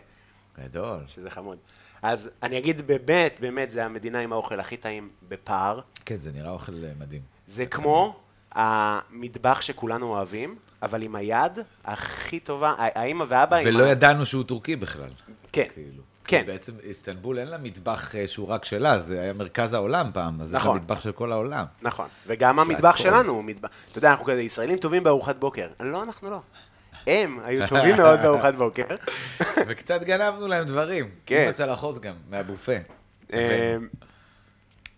[SPEAKER 3] גדול.
[SPEAKER 2] שזה חמוד. אז אני אגיד באמת, באמת, זה המדינה עם האוכל הכי טעים בפער.
[SPEAKER 3] כן, זה נראה אוכל אה, מדהים.
[SPEAKER 2] זה כמו המטבח שכולנו אוהבים, אבל עם היד הכי טובה, ה- האמא והאבא עם
[SPEAKER 3] ולא
[SPEAKER 2] ה-
[SPEAKER 3] ידענו שהוא טורקי בכלל.
[SPEAKER 2] כן.
[SPEAKER 3] כאילו.
[SPEAKER 2] אה, כן.
[SPEAKER 3] כי בעצם איסטנבול אין לה מטבח אה, שהוא רק שלה, זה היה מרכז העולם פעם, אז יש לה
[SPEAKER 2] נכון.
[SPEAKER 3] מטבח של כל העולם.
[SPEAKER 2] נכון. וגם
[SPEAKER 3] יש לה
[SPEAKER 2] המטבח
[SPEAKER 3] הכל.
[SPEAKER 2] שלנו הוא מטבח... אתה יודע, אנחנו כזה ישראלים טובים בארוחת בוקר. לא, אנחנו לא. הם היו טובים מאוד בארוחת בוקר.
[SPEAKER 3] וקצת גנבנו להם דברים.
[SPEAKER 2] כן. אה,
[SPEAKER 3] עם הצלחות גם, מהבופה.
[SPEAKER 2] אמ,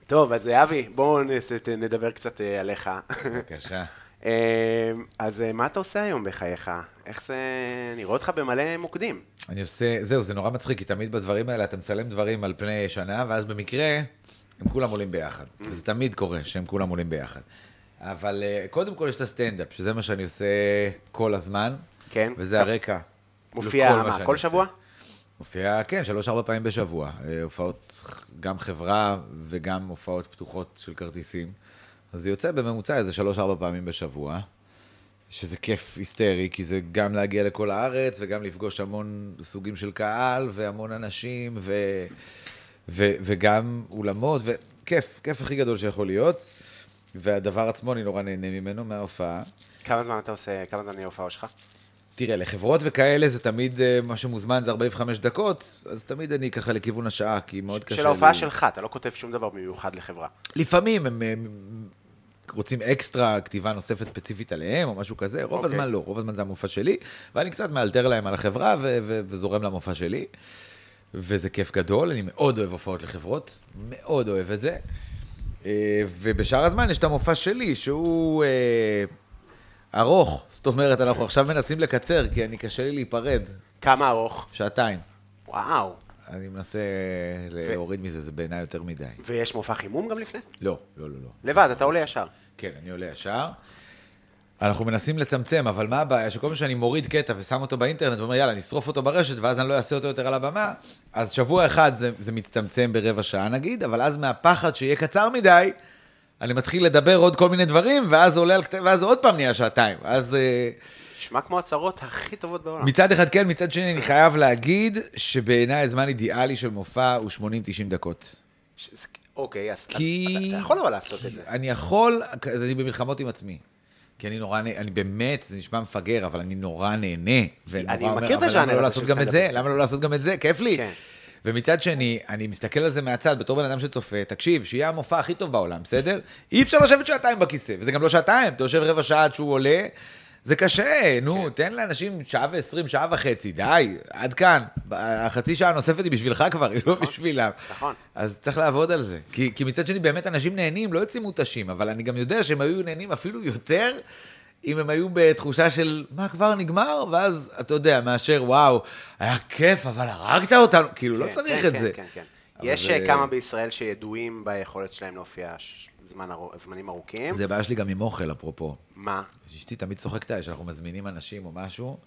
[SPEAKER 2] טוב, אז אה, אבי, בואו נס- ת- נדבר קצת אה, עליך.
[SPEAKER 3] בבקשה.
[SPEAKER 2] אמ, אז אה, מה אתה עושה היום בחייך? איך זה... אני רואה אותך במלא מוקדים.
[SPEAKER 3] אני עושה, זהו, זה נורא מצחיק, כי תמיד בדברים האלה אתה מצלם דברים על פני שנה, ואז במקרה, הם כולם עולים ביחד.
[SPEAKER 2] Mm.
[SPEAKER 3] זה תמיד קורה שהם כולם עולים ביחד. אבל אה, קודם כל יש את הסטנדאפ, שזה מה שאני עושה כל הזמן.
[SPEAKER 2] כן.
[SPEAKER 3] וזה הרקע.
[SPEAKER 2] מופיע,
[SPEAKER 3] לכל מה
[SPEAKER 2] מה,
[SPEAKER 3] שאני
[SPEAKER 2] כל
[SPEAKER 3] עושה.
[SPEAKER 2] שבוע?
[SPEAKER 3] מופיע, כן, שלוש-ארבע פעמים בשבוע. אה, הופעות, גם חברה וגם הופעות פתוחות של כרטיסים. אז זה יוצא בממוצע איזה שלוש-ארבע פעמים בשבוע, שזה כיף היסטרי, כי זה גם להגיע לכל הארץ וגם לפגוש המון סוגים של קהל והמון אנשים ו... ו... וגם אולמות, וכיף, כיף הכי גדול שיכול להיות. והדבר עצמו, אני נורא נהנה ממנו, מההופעה.
[SPEAKER 2] כמה זמן אתה עושה, כמה זמן ההופעה שלך?
[SPEAKER 3] תראה, לחברות וכאלה זה תמיד, אה, מה שמוזמן זה 45 דקות, אז תמיד אני ככה לכיוון השעה, כי מאוד קשה
[SPEAKER 2] של ההופעה
[SPEAKER 3] לי.
[SPEAKER 2] שלך, אתה לא כותב שום דבר מיוחד לחברה.
[SPEAKER 3] לפעמים הם אה, רוצים אקסטרה כתיבה נוספת ספציפית עליהם, או משהו כזה, רוב
[SPEAKER 2] אוקיי.
[SPEAKER 3] הזמן לא, רוב הזמן זה המופע שלי, ואני קצת מאלתר להם על החברה ו- ו- וזורם למופע שלי, וזה כיף גדול, אני מאוד אוהב הופעות לחברות, מאוד אוהב את זה. אה, ובשאר הזמן יש את המופע שלי, שהוא אה, ארוך, זאת אומרת, אנחנו עכשיו מנסים לקצר, כי אני קשה לי להיפרד,
[SPEAKER 2] כמה ארוך?
[SPEAKER 3] שעתיים.
[SPEAKER 2] וואו.
[SPEAKER 3] אני מנסה להוריד מזה, זה בעיניי יותר מדי.
[SPEAKER 2] ויש מופע חימום גם לפני?
[SPEAKER 3] לא, לא, לא, לא.
[SPEAKER 2] לבד, אתה עולה ישר.
[SPEAKER 3] כן, אני עולה ישר. אנחנו מנסים לצמצם, אבל מה הבעיה? שכל פעם שאני מוריד קטע ושם אותו באינטרנט ואומר, יאללה, נשרוף אותו ברשת, ואז אני לא אעשה אותו יותר על הבמה, אז שבוע אחד זה, זה מצטמצם ברבע שעה נגיד, אבל אז מהפחד שיהיה קצר מדי, אני מתחיל לדבר עוד כל מיני דברים, ואז עולה על קטע, ואז עוד פעם נהיה שעתיים. אז... אה,
[SPEAKER 2] נשמע כמו הצהרות הכי טובות בעולם.
[SPEAKER 3] מצד אחד כן, מצד שני אני חייב להגיד שבעיניי הזמן אידיאלי של מופע הוא 80-90 דקות.
[SPEAKER 2] ש- זה- אוקיי, אז אז-
[SPEAKER 3] כי... כן,
[SPEAKER 2] אתה אתה יכול אבל לעשות
[SPEAKER 3] כי
[SPEAKER 2] את זה.
[SPEAKER 3] אני יכול, אז אני במלחמות עם עצמי. כי אני נורא נהנה, אני באמת, זה נשמע מפגר, אבל אני נורא נהנה. ונורא
[SPEAKER 2] אני
[SPEAKER 3] אומר,
[SPEAKER 2] מכיר את
[SPEAKER 3] "אבל
[SPEAKER 2] הז'אנר
[SPEAKER 3] למה לא
[SPEAKER 2] הזה
[SPEAKER 3] לעשות
[SPEAKER 2] של
[SPEAKER 3] גם את זה?
[SPEAKER 2] סטנדאפיסט".
[SPEAKER 3] למה לא לעשות גם את זה? כיף לי.
[SPEAKER 2] כן.
[SPEAKER 3] ומצד שני, אני מסתכל על זה מהצד, בתור בן אדם שצופה, תקשיב, שיהיה המופע הכי טוב בעולם, בסדר? אי אפשר לשבת שעתיים בכיסא, וזה גם לא שעתיים, אתה יושב רבע שעה עד שהוא עולה, זה קשה, נו, כן. תן לאנשים שעה ועשרים, שעה וחצי, די, עד כאן. החצי שעה הנוספת היא בשבילך כבר, היא לא בשבילם.
[SPEAKER 2] נכון.
[SPEAKER 3] אז צריך לעבוד על זה. כי, כי מצד שני, באמת אנשים נהנים, לא יוצאים מותשים, אבל אני גם יודע שהם היו נהנים אפילו יותר אם הם היו בתחושה של, מה, כבר נגמר? ואז, אתה יודע, מאשר, וואו, היה כיף, אבל הרגת אותנו, כאילו, לא
[SPEAKER 2] כן,
[SPEAKER 3] צריך
[SPEAKER 2] כן,
[SPEAKER 3] את
[SPEAKER 2] כן,
[SPEAKER 3] זה.
[SPEAKER 2] כן, כן.
[SPEAKER 3] אבל
[SPEAKER 2] יש
[SPEAKER 3] זה-
[SPEAKER 2] אה, כמה בישראל שידועים ביכולת שלהם להופיע ש- זמן ארוך- זמנים ארוכים.
[SPEAKER 3] זה בעיה שלי גם עם אוכל, אפרופו.
[SPEAKER 2] מה?
[SPEAKER 3] אז אשתי תמיד צוחקת עליי שאנחנו מזמינים אנשים או משהו,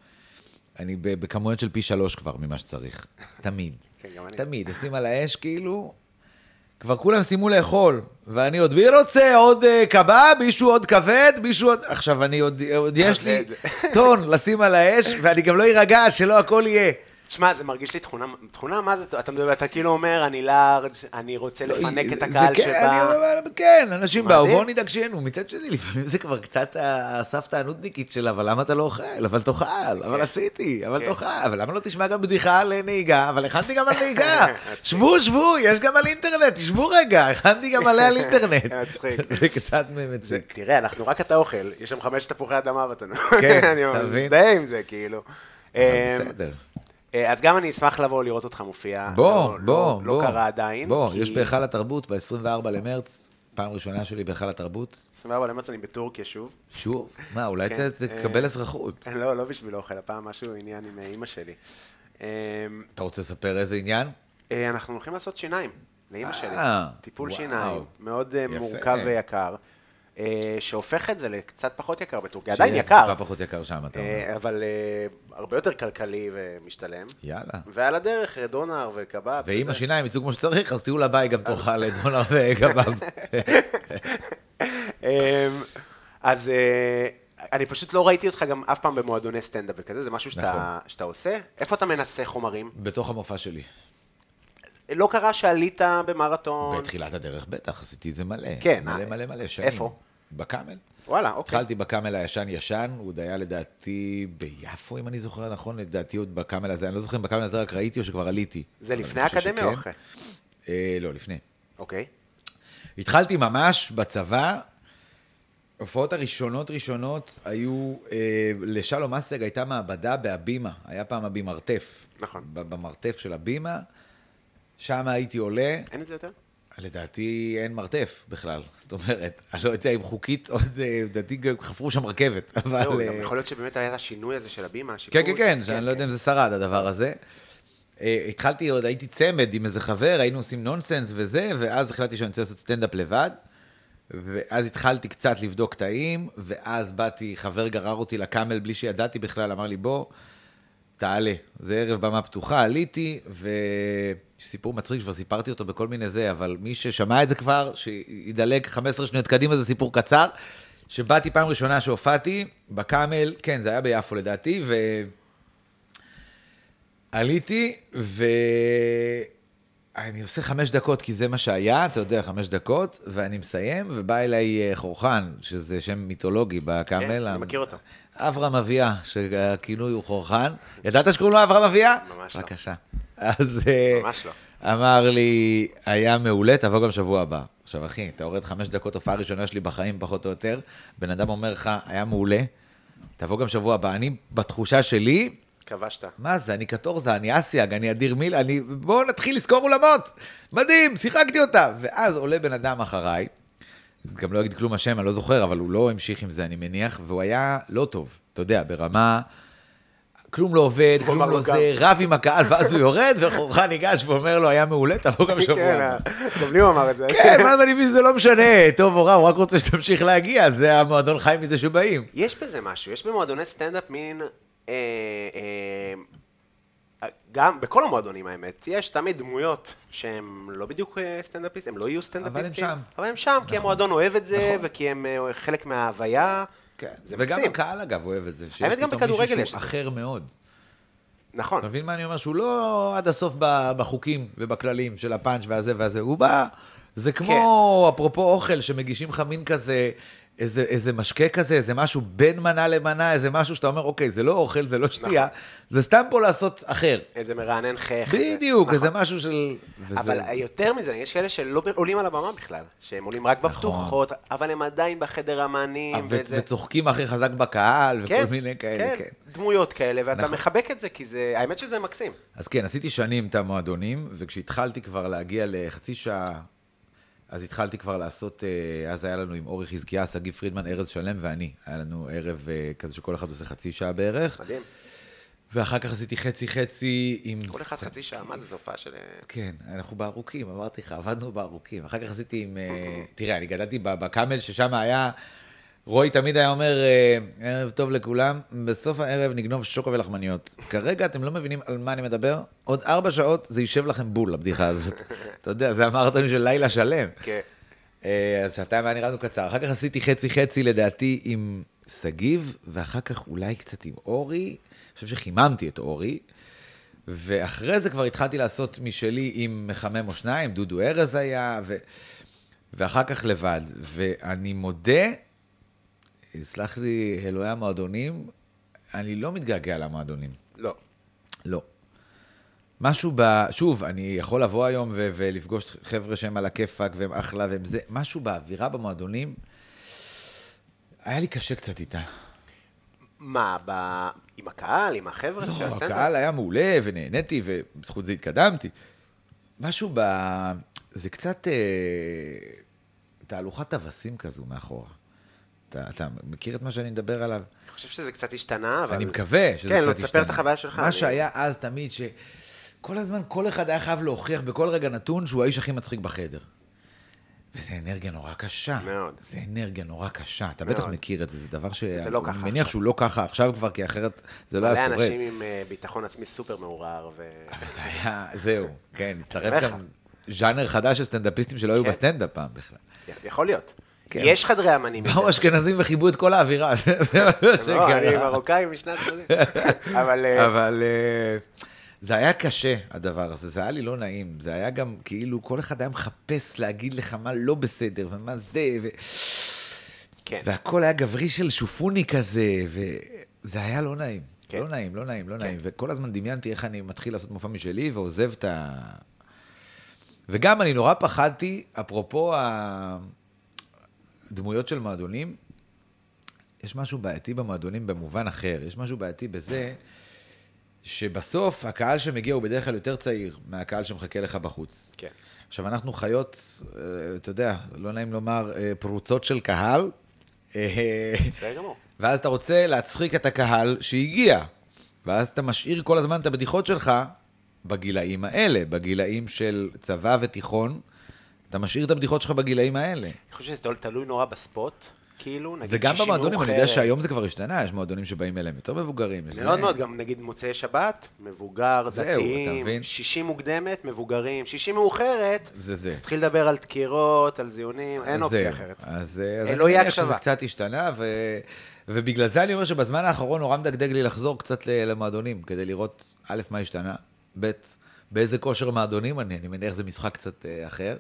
[SPEAKER 3] אני ב- בכמויות של פי שלוש כבר ממה שצריך. תמיד.
[SPEAKER 2] כן, גם אני.
[SPEAKER 3] תמיד. עושים על האש כאילו, כבר כולם סיימו לאכול, ואני עוד, מי רוצה עוד אה, קבב, מישהו עוד כבד, מישהו עוד... עכשיו, אני עוד, עוד יש לי טון לשים על האש, ואני גם לא אירגע שלא הכל יהיה.
[SPEAKER 2] תשמע, זה מרגיש לי תכונה, תכונה, מה זה, אתה מדבר, אתה כאילו אומר, אני לארג', אני רוצה לפנק את
[SPEAKER 3] לא, זה
[SPEAKER 2] הקהל
[SPEAKER 3] כן, אני
[SPEAKER 2] שבא.
[SPEAKER 3] אומר, כן, אנשים
[SPEAKER 2] מדהים.
[SPEAKER 3] באו, בואו נדאג שיהנו. מצד שני, לפעמים זה כבר קצת ה- הסבתא הנודניקית של, אבל למה אתה לא אוכל? אבל תאכל, אבל עשיתי, אבל
[SPEAKER 2] כן.
[SPEAKER 3] תאכל, אבל למה לא תשמע גם בדיחה על נהיגה? אבל הכנתי גם על נהיגה. שבו, שבו, יש גם על אינטרנט, תשבו רגע, הכנתי גם עליה על אינטרנט.
[SPEAKER 2] מצחיק.
[SPEAKER 3] זה קצת
[SPEAKER 2] זה,
[SPEAKER 3] מציק.
[SPEAKER 2] תראה, אנחנו רק את האוכל, יש שם חמש תפוחי אדמה בתנור.
[SPEAKER 3] כן,
[SPEAKER 2] אני
[SPEAKER 3] אתה מבין?
[SPEAKER 2] מזדהה עם זה, כאילו. אה,
[SPEAKER 3] בסדר.
[SPEAKER 2] אה, אז גם אני אשמח לבוא לראות אותך מופיע.
[SPEAKER 3] בוא,
[SPEAKER 2] לא-
[SPEAKER 3] בוא,
[SPEAKER 2] לא-
[SPEAKER 3] בוא.
[SPEAKER 2] לא קרה עדיין.
[SPEAKER 3] בוא,
[SPEAKER 2] כי-
[SPEAKER 3] יש בהיכל התרבות ב-24 למרץ, פעם ראשונה שלי בהיכל התרבות.
[SPEAKER 2] 24 למרץ אני בטורקיה שוב.
[SPEAKER 3] שוב, מה, אולי
[SPEAKER 2] כן,
[SPEAKER 3] ת-
[SPEAKER 2] אה,
[SPEAKER 3] תקבל אזרחות.
[SPEAKER 2] לא, לא בשביל אוכל, הפעם משהו עניין עם אימא שלי. אה,
[SPEAKER 3] אתה רוצה לספר איזה עניין?
[SPEAKER 2] אה, אנחנו הולכים לעשות שיניים, לאימא
[SPEAKER 3] אה,
[SPEAKER 2] שלי. טיפול
[SPEAKER 3] וואו.
[SPEAKER 2] שיניים, מאוד אה,
[SPEAKER 3] יפה.
[SPEAKER 2] מורכב ויקר, אה, שהופך את זה לקצת פחות יקר בטורקיה,
[SPEAKER 3] שיהיה
[SPEAKER 2] עדיין יקר,
[SPEAKER 3] טיפה פחות יקר שם, אתה אומר.
[SPEAKER 2] אה, אבל אה, הרבה יותר כלכלי ומשתלם.
[SPEAKER 3] יאללה.
[SPEAKER 2] ועל הדרך אה, דונר וקבב.
[SPEAKER 3] ואם
[SPEAKER 2] וזה.
[SPEAKER 3] השיניים יצאו כמו שצריך, אז טיול הבא היא גם
[SPEAKER 2] אה.
[SPEAKER 3] תאכל דונר וגבב.
[SPEAKER 2] אמ, אז אה, אני פשוט לא ראיתי אותך גם אף פעם במועדוני סטנדאפ וכזה, זה משהו שאתה,
[SPEAKER 3] נכון.
[SPEAKER 2] שאתה עושה. איפה אתה מנסה חומרים?
[SPEAKER 3] בתוך המופע שלי.
[SPEAKER 2] לא קרה שעלית במרתון?
[SPEAKER 3] בתחילת הדרך בטח, עשיתי את זה מלא.
[SPEAKER 2] כן, אה,
[SPEAKER 3] מלא מלא מלא שנים.
[SPEAKER 2] איפה?
[SPEAKER 3] בקאמל.
[SPEAKER 2] וואלה, אוקיי.
[SPEAKER 3] התחלתי בקאמל הישן ישן, הוא עוד היה לדעתי ביפו, אם אני זוכר נכון, לדעתי עוד בקאמל הזה, אני לא זוכר אם בקאמל הזה רק ראיתי או שכבר עליתי.
[SPEAKER 2] זה
[SPEAKER 3] אבל
[SPEAKER 2] לפני
[SPEAKER 3] אני חושב
[SPEAKER 2] האקדמיה או
[SPEAKER 3] שכן.
[SPEAKER 2] אחרי?
[SPEAKER 3] אה, לא, לפני.
[SPEAKER 2] אוקיי.
[SPEAKER 3] התחלתי ממש בצבא, ההופעות הראשונות ראשונות היו, אה, לשלום אסג הייתה מעבדה בהבימה, היה פעם הבימרתף.
[SPEAKER 2] נכון.
[SPEAKER 3] ב- במרתף של הבימה, שם הייתי עולה,
[SPEAKER 2] אין את זה יותר?
[SPEAKER 3] לדעתי אין מרתף בכלל, זאת אומרת, אני לא יודע אם חוקית עוד, אה, לדעתי גם חפרו שם רכבת, אבל...
[SPEAKER 2] זהו,
[SPEAKER 3] אה,
[SPEAKER 2] גם יכול להיות שבאמת היה את השינוי הזה של הבימה,
[SPEAKER 3] כן,
[SPEAKER 2] השיפוץ.
[SPEAKER 3] כן, כן, שאני לא יודע אם זה שרד, הדבר הזה. אה, התחלתי, עוד הייתי צמד עם איזה חבר, היינו עושים נונסנס וזה, ואז החלטתי שאני רוצה לעשות סטנדאפ לבד. ואז התחלתי קצת לבדוק תאים, ואז באתי, חבר גרר אותי לקאמל בלי שידעתי בכלל, אמר לי, בוא, תעלה. זה ערב במה פתוחה, עליתי, וסיפור מצחיק שכבר סיפרתי אותו בכל מיני זה, אבל מי ששמע את זה כבר, שידלג 15 שניות קדימה, זה סיפור קצר. שבאתי פעם ראשונה שהופעתי בקאמל, כן, זה היה ביפו לדעתי, ו... עליתי, ואני עושה חמש דקות, כי זה מה שהיה, אתה יודע, חמש דקות, ואני מסיים, ובא אליי אה, חורחן, שזה שם מיתולוגי בקאמל.
[SPEAKER 2] כן, אני
[SPEAKER 3] ה-
[SPEAKER 2] מכיר אותו.
[SPEAKER 3] אברהם אביה, שהכינוי הוא חורחן. ידעת שקוראים לו אברהם אביה?
[SPEAKER 2] ממש לא.
[SPEAKER 3] בבקשה. אז אה,
[SPEAKER 2] ממש לא.
[SPEAKER 3] אמר לי, היה מעולה, תבוא גם שבוע הבא. עכשיו, אחי, אתה יורד חמש דקות, הופעה ראשונה שלי בחיים, פחות או יותר, בן אדם אומר לך, היה מעולה, תבוא גם שבוע הבא. אני, בתחושה שלי,
[SPEAKER 2] כן, כבשת.
[SPEAKER 3] מה זה, אני קטורזה, אני אסיאג, אני אדיר מיל, אני... בואו נתחיל לזכור אולמות. מדהים, שיחקתי אותה. ואז עולה בן אדם אחריי, גם לא אגיד כלום השם, אני לא זוכר, אבל הוא לא המשיך עם זה, אני מניח, והוא היה לא טוב, אתה יודע, ברמה... כלום לא עובד, כלום
[SPEAKER 2] אמר
[SPEAKER 3] לא
[SPEAKER 2] לו גם.
[SPEAKER 3] זה, רב עם הקהל, ואז הוא יורד, וחורחה ניגש ואומר לו, היה מעולה, תבוא גם שבוע
[SPEAKER 2] כן,
[SPEAKER 3] הבא.
[SPEAKER 2] גם לי הוא אמר את זה.
[SPEAKER 3] כן, ואז אני מבין שזה לא משנה, טוב או רע, הוא רק רוצה שתמשיך להגיע, זה המועדון חי מזה שבאים.
[SPEAKER 2] יש בזה משהו, יש במועדוני סטנדאפ מין... אה, אה, גם בכל המועדונים האמת, יש תמיד דמויות שהם לא בדיוק אה, סטנדאפיסטים, הם לא יהיו סטנדאפיסטים.
[SPEAKER 3] אבל הם שם.
[SPEAKER 2] אבל הם שם, כי
[SPEAKER 3] נכון.
[SPEAKER 2] המועדון אוהב את זה,
[SPEAKER 3] נכון.
[SPEAKER 2] וכי הם אה, חלק מההוויה.
[SPEAKER 3] כן,
[SPEAKER 2] זה
[SPEAKER 3] וגם
[SPEAKER 2] מקסים.
[SPEAKER 3] הקהל אגב אוהב את זה. שיש
[SPEAKER 2] האמת, גם
[SPEAKER 3] פתאום מישהו
[SPEAKER 2] בכדורגל יש
[SPEAKER 3] שהוא
[SPEAKER 2] את זה.
[SPEAKER 3] אחר מאוד.
[SPEAKER 2] נכון.
[SPEAKER 3] אתה מבין מה אני אומר? שהוא לא עד הסוף ב- בחוקים ובכללים של
[SPEAKER 2] כן.
[SPEAKER 3] הפאנץ' והזה והזה, הוא בא, זה כמו, אפרופו אוכל, שמגישים לך מין כזה איזה, איזה משקה כזה, איזה משהו בין מנה למנה, איזה משהו שאתה אומר, אוקיי, זה לא אוכל, זה לא
[SPEAKER 2] נכון.
[SPEAKER 3] שתייה, זה סתם פה לעשות אחר.
[SPEAKER 2] איזה מרענן חייך. כזה.
[SPEAKER 3] בדיוק,
[SPEAKER 2] נכון.
[SPEAKER 3] איזה משהו של... וזה-
[SPEAKER 2] אבל יותר מזה, יש כאלה שלא ב- עולים על הבמה בכלל, שהם עולים רק
[SPEAKER 3] נכון.
[SPEAKER 2] בפתוחות, אבל הם עדיין בחדר אמנים,
[SPEAKER 3] ו-
[SPEAKER 2] וזה...
[SPEAKER 3] וצוחקים הכי חזק בקהל, וכל מיני כאלה, כן.
[SPEAKER 2] דמויות כאלה, ואתה
[SPEAKER 3] נכון.
[SPEAKER 2] מחבק את זה, כי זה, האמת שזה מקסים.
[SPEAKER 3] אז כן, עשיתי שנים את המועדונים, וכשהתחלתי כבר להגיע לחצי שעה, אז התחלתי כבר לעשות, אה, אז היה לנו עם אורי חזקיה, שגיא פרידמן, ארז שלם ואני. היה לנו ערב אה, כזה שכל אחד עושה חצי שעה בערך,
[SPEAKER 2] מדהים.
[SPEAKER 3] ואחר כך עשיתי חצי-חצי עם...
[SPEAKER 2] כל אחד
[SPEAKER 3] שג-
[SPEAKER 2] חצי שעה, מה זה, זו הופעה של... אה,
[SPEAKER 3] כן, אנחנו בארוכים, אמרתי לך, עבדנו בארוכים. אחר כך עשיתי עם... אה, תראה, אני גדלתי ב- בקאמל, ששם היה... רועי תמיד היה אומר, אה, ערב טוב לכולם, בסוף הערב נגנוב שוקו ולחמניות. כרגע אתם לא מבינים על מה אני מדבר, עוד ארבע שעות זה יישב לכם בול, הבדיחה הזאת. אתה יודע, זה המרתון של לילה שלם.
[SPEAKER 2] כן.
[SPEAKER 3] אה, אז שעתיים היה נראה לנו קצר. אחר כך עשיתי חצי-חצי לדעתי עם שגיב, ואחר כך אולי קצת עם אורי. אני חושב שחיממתי את אורי. ואחרי זה כבר התחלתי לעשות משלי עם מחמם או שניים, דודו ארז היה, ו... ואחר כך לבד. ואני מודה, יסלח לי אלוהי המועדונים, אני לא מתגעגע למועדונים.
[SPEAKER 2] לא.
[SPEAKER 3] לא. משהו ב... שוב, אני יכול לבוא היום ו- ולפגוש חבר'ה שהם על הכיפאק והם אחלה והם זה, משהו באווירה במועדונים, היה לי קשה קצת איתה.
[SPEAKER 2] מה, ב- עם הקהל, עם החבר'ה
[SPEAKER 3] לא,
[SPEAKER 2] של הסטנדאפ?
[SPEAKER 3] הקהל היה מעולה ונהניתי ובזכות זה התקדמתי. משהו ב... זה קצת אה, תהלוכת טווסים כזו מאחורה. אתה, אתה מכיר את מה שאני מדבר עליו?
[SPEAKER 2] אני חושב שזה קצת השתנה, אבל...
[SPEAKER 3] אני מקווה שזה
[SPEAKER 2] כן,
[SPEAKER 3] קצת
[SPEAKER 2] לא,
[SPEAKER 3] ישתנה.
[SPEAKER 2] תספר את החוויה שלך,
[SPEAKER 3] מה
[SPEAKER 2] אני-
[SPEAKER 3] שהיה אז תמיד, שכל הזמן כל אחד היה חייב להוכיח בכל רגע נתון שהוא האיש הכי מצחיק בחדר. וזה אנרגיה נורא קשה.
[SPEAKER 2] מאוד.
[SPEAKER 3] זה אנרגיה נורא קשה. אתה
[SPEAKER 2] מאוד.
[SPEAKER 3] בטח מכיר את זה, זה דבר ש...
[SPEAKER 2] זה לא ככה
[SPEAKER 3] אני מניח
[SPEAKER 2] עכשיו.
[SPEAKER 3] שהוא לא ככה עכשיו כבר, כי אחרת זה לא
[SPEAKER 2] מלא
[SPEAKER 3] היה שורד.
[SPEAKER 2] אנשים עם אה, ביטחון עצמי סופר מעורער, ו...
[SPEAKER 3] אבל זה היה, זהו, כן, הצטרף
[SPEAKER 2] אומר
[SPEAKER 3] גם ז'אנר חדש של סטנדאפיסטים שלא היו
[SPEAKER 2] כן.
[SPEAKER 3] בסטנדאפ פעם בכלל.
[SPEAKER 2] יכול להיות.
[SPEAKER 3] כן.
[SPEAKER 2] יש חדרי אמנים.
[SPEAKER 3] באו אשכנזים וחיבו את כל האווירה, זה זה מה
[SPEAKER 2] לא, אני
[SPEAKER 3] שקרה.
[SPEAKER 2] מרוקאי משנת... אבל... אה,
[SPEAKER 3] כן. אבל אה, זה היה קשה, הדבר הזה, זה היה לי לא נעים. זה היה גם כאילו, כל אחד היה מחפש להגיד לך מה לא בסדר ומה זה, ו...
[SPEAKER 2] כן.
[SPEAKER 3] והכל היה גברי של שופוני כזה, וזה היה לא נעים.
[SPEAKER 2] כן.
[SPEAKER 3] לא נעים, לא נעים, לא נעים. וכל הזמן דמיינתי איך אני מתחיל לעשות מופע משלי ועוזב את ה... וגם אני נורא פחדתי, אפרופו הדמויות של מועדונים, יש משהו בעייתי במועדונים במובן אחר. יש משהו בעייתי בזה שבסוף הקהל שמגיע הוא בדרך כלל יותר צעיר מהקהל שמחכה לך בחוץ.
[SPEAKER 2] כן.
[SPEAKER 3] עכשיו, אנחנו חיות, אה, אתה יודע, לא נעים לומר, אה, פרוצות של קהל, אה,
[SPEAKER 2] בסדר גמור.
[SPEAKER 3] ואז אתה רוצה להצחיק את הקהל שהגיע, ואז אתה משאיר כל הזמן את הבדיחות שלך בגילאים האלה, בגילאים של צבא ותיכון, אתה משאיר את הבדיחות שלך בגילאים האלה.
[SPEAKER 2] אני חושב שזה תלוי נורא בספוט, כאילו, נגיד
[SPEAKER 3] וגם
[SPEAKER 2] ששינו
[SPEAKER 3] במועדונים, אני
[SPEAKER 2] חרם.
[SPEAKER 3] יודע שהיום זה כבר השתנה, יש מועדונים שבאים אליהם יותר מבוגרים. יש
[SPEAKER 2] מאוד
[SPEAKER 3] זה.
[SPEAKER 2] מאוד, גם נגיד מוצאי שבת, מבוגר,
[SPEAKER 3] זהו, אתה
[SPEAKER 2] דתיים,
[SPEAKER 3] מבין?
[SPEAKER 2] שישי מוקדמת, מבוגרים, שישי מאוחרת,
[SPEAKER 3] זה זה.
[SPEAKER 2] תתחיל לדבר על דקירות, על זיונים, אין
[SPEAKER 3] אז
[SPEAKER 2] אופציה
[SPEAKER 3] זהו.
[SPEAKER 2] אחרת.
[SPEAKER 3] אז, אה, אז אני
[SPEAKER 2] אלוהי
[SPEAKER 3] מניח
[SPEAKER 2] הקשבה.
[SPEAKER 3] שזה קצת השתנה, ו... ובגלל זה אני אומר שבזמן האחרון נורא מדגדג לי לחזור קצת ל- למועדונים, כדי לראות, א', מה השתנה, ב', באיזה כושר מועדונים אני, אני מניח זה משחק קצת אה, אחר.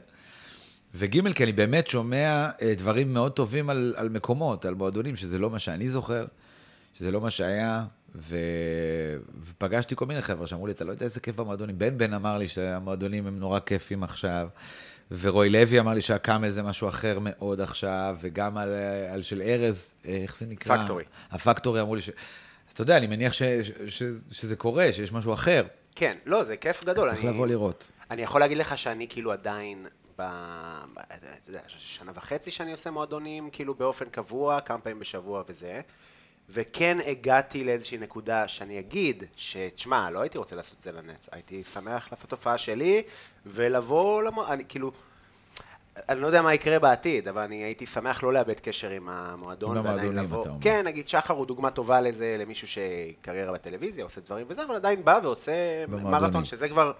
[SPEAKER 3] וג', כי אני באמת שומע אה, דברים מאוד טובים על, על מקומות, על מועדונים, שזה לא מה שאני זוכר, שזה לא מה שהיה, ו... ופגשתי כל מיני חבר'ה שאמרו לי, אתה לא יודע איזה כיף במועדונים. בן בן אמר לי שהמועדונים הם נורא כיפים עכשיו, ורוי לוי אמר לי שהקאמל זה משהו אחר מאוד עכשיו, וגם על, על של ארז, אה, איך זה נקרא?
[SPEAKER 2] פקטורי.
[SPEAKER 3] הפקטורי אמרו לי ש... אז אתה יודע, אני מניח ש... ש... ש... שזה קורה, שיש משהו אחר.
[SPEAKER 2] כן, לא, זה כיף גדול.
[SPEAKER 3] אז צריך
[SPEAKER 2] אני-
[SPEAKER 3] לבוא לראות.
[SPEAKER 2] אני יכול להגיד לך שאני כאילו עדיין, ב... ב- אתה יודע, שנה וחצי שאני עושה מועדונים, כאילו באופן קבוע, כמה פעמים בשבוע וזה, וכן הגעתי לאיזושהי נקודה שאני אגיד, שתשמע, לא הייתי רוצה לעשות את זה לנץ, הייתי שמח לעשות תופעה שלי, ולבוא למ... אני כאילו... אני לא יודע מה יקרה בעתיד, אבל אני הייתי שמח לא לאבד קשר עם המועדון.
[SPEAKER 3] עם
[SPEAKER 2] ועדיין
[SPEAKER 3] המועדונים,
[SPEAKER 2] לבוא.
[SPEAKER 3] אתה אומר.
[SPEAKER 2] כן, נגיד שחר הוא דוגמה טובה לזה, למישהו שקריירה בטלוויזיה, עושה דברים וזה, אבל עדיין בא ועושה
[SPEAKER 3] במועדונים.
[SPEAKER 2] מרתון, שזה כבר,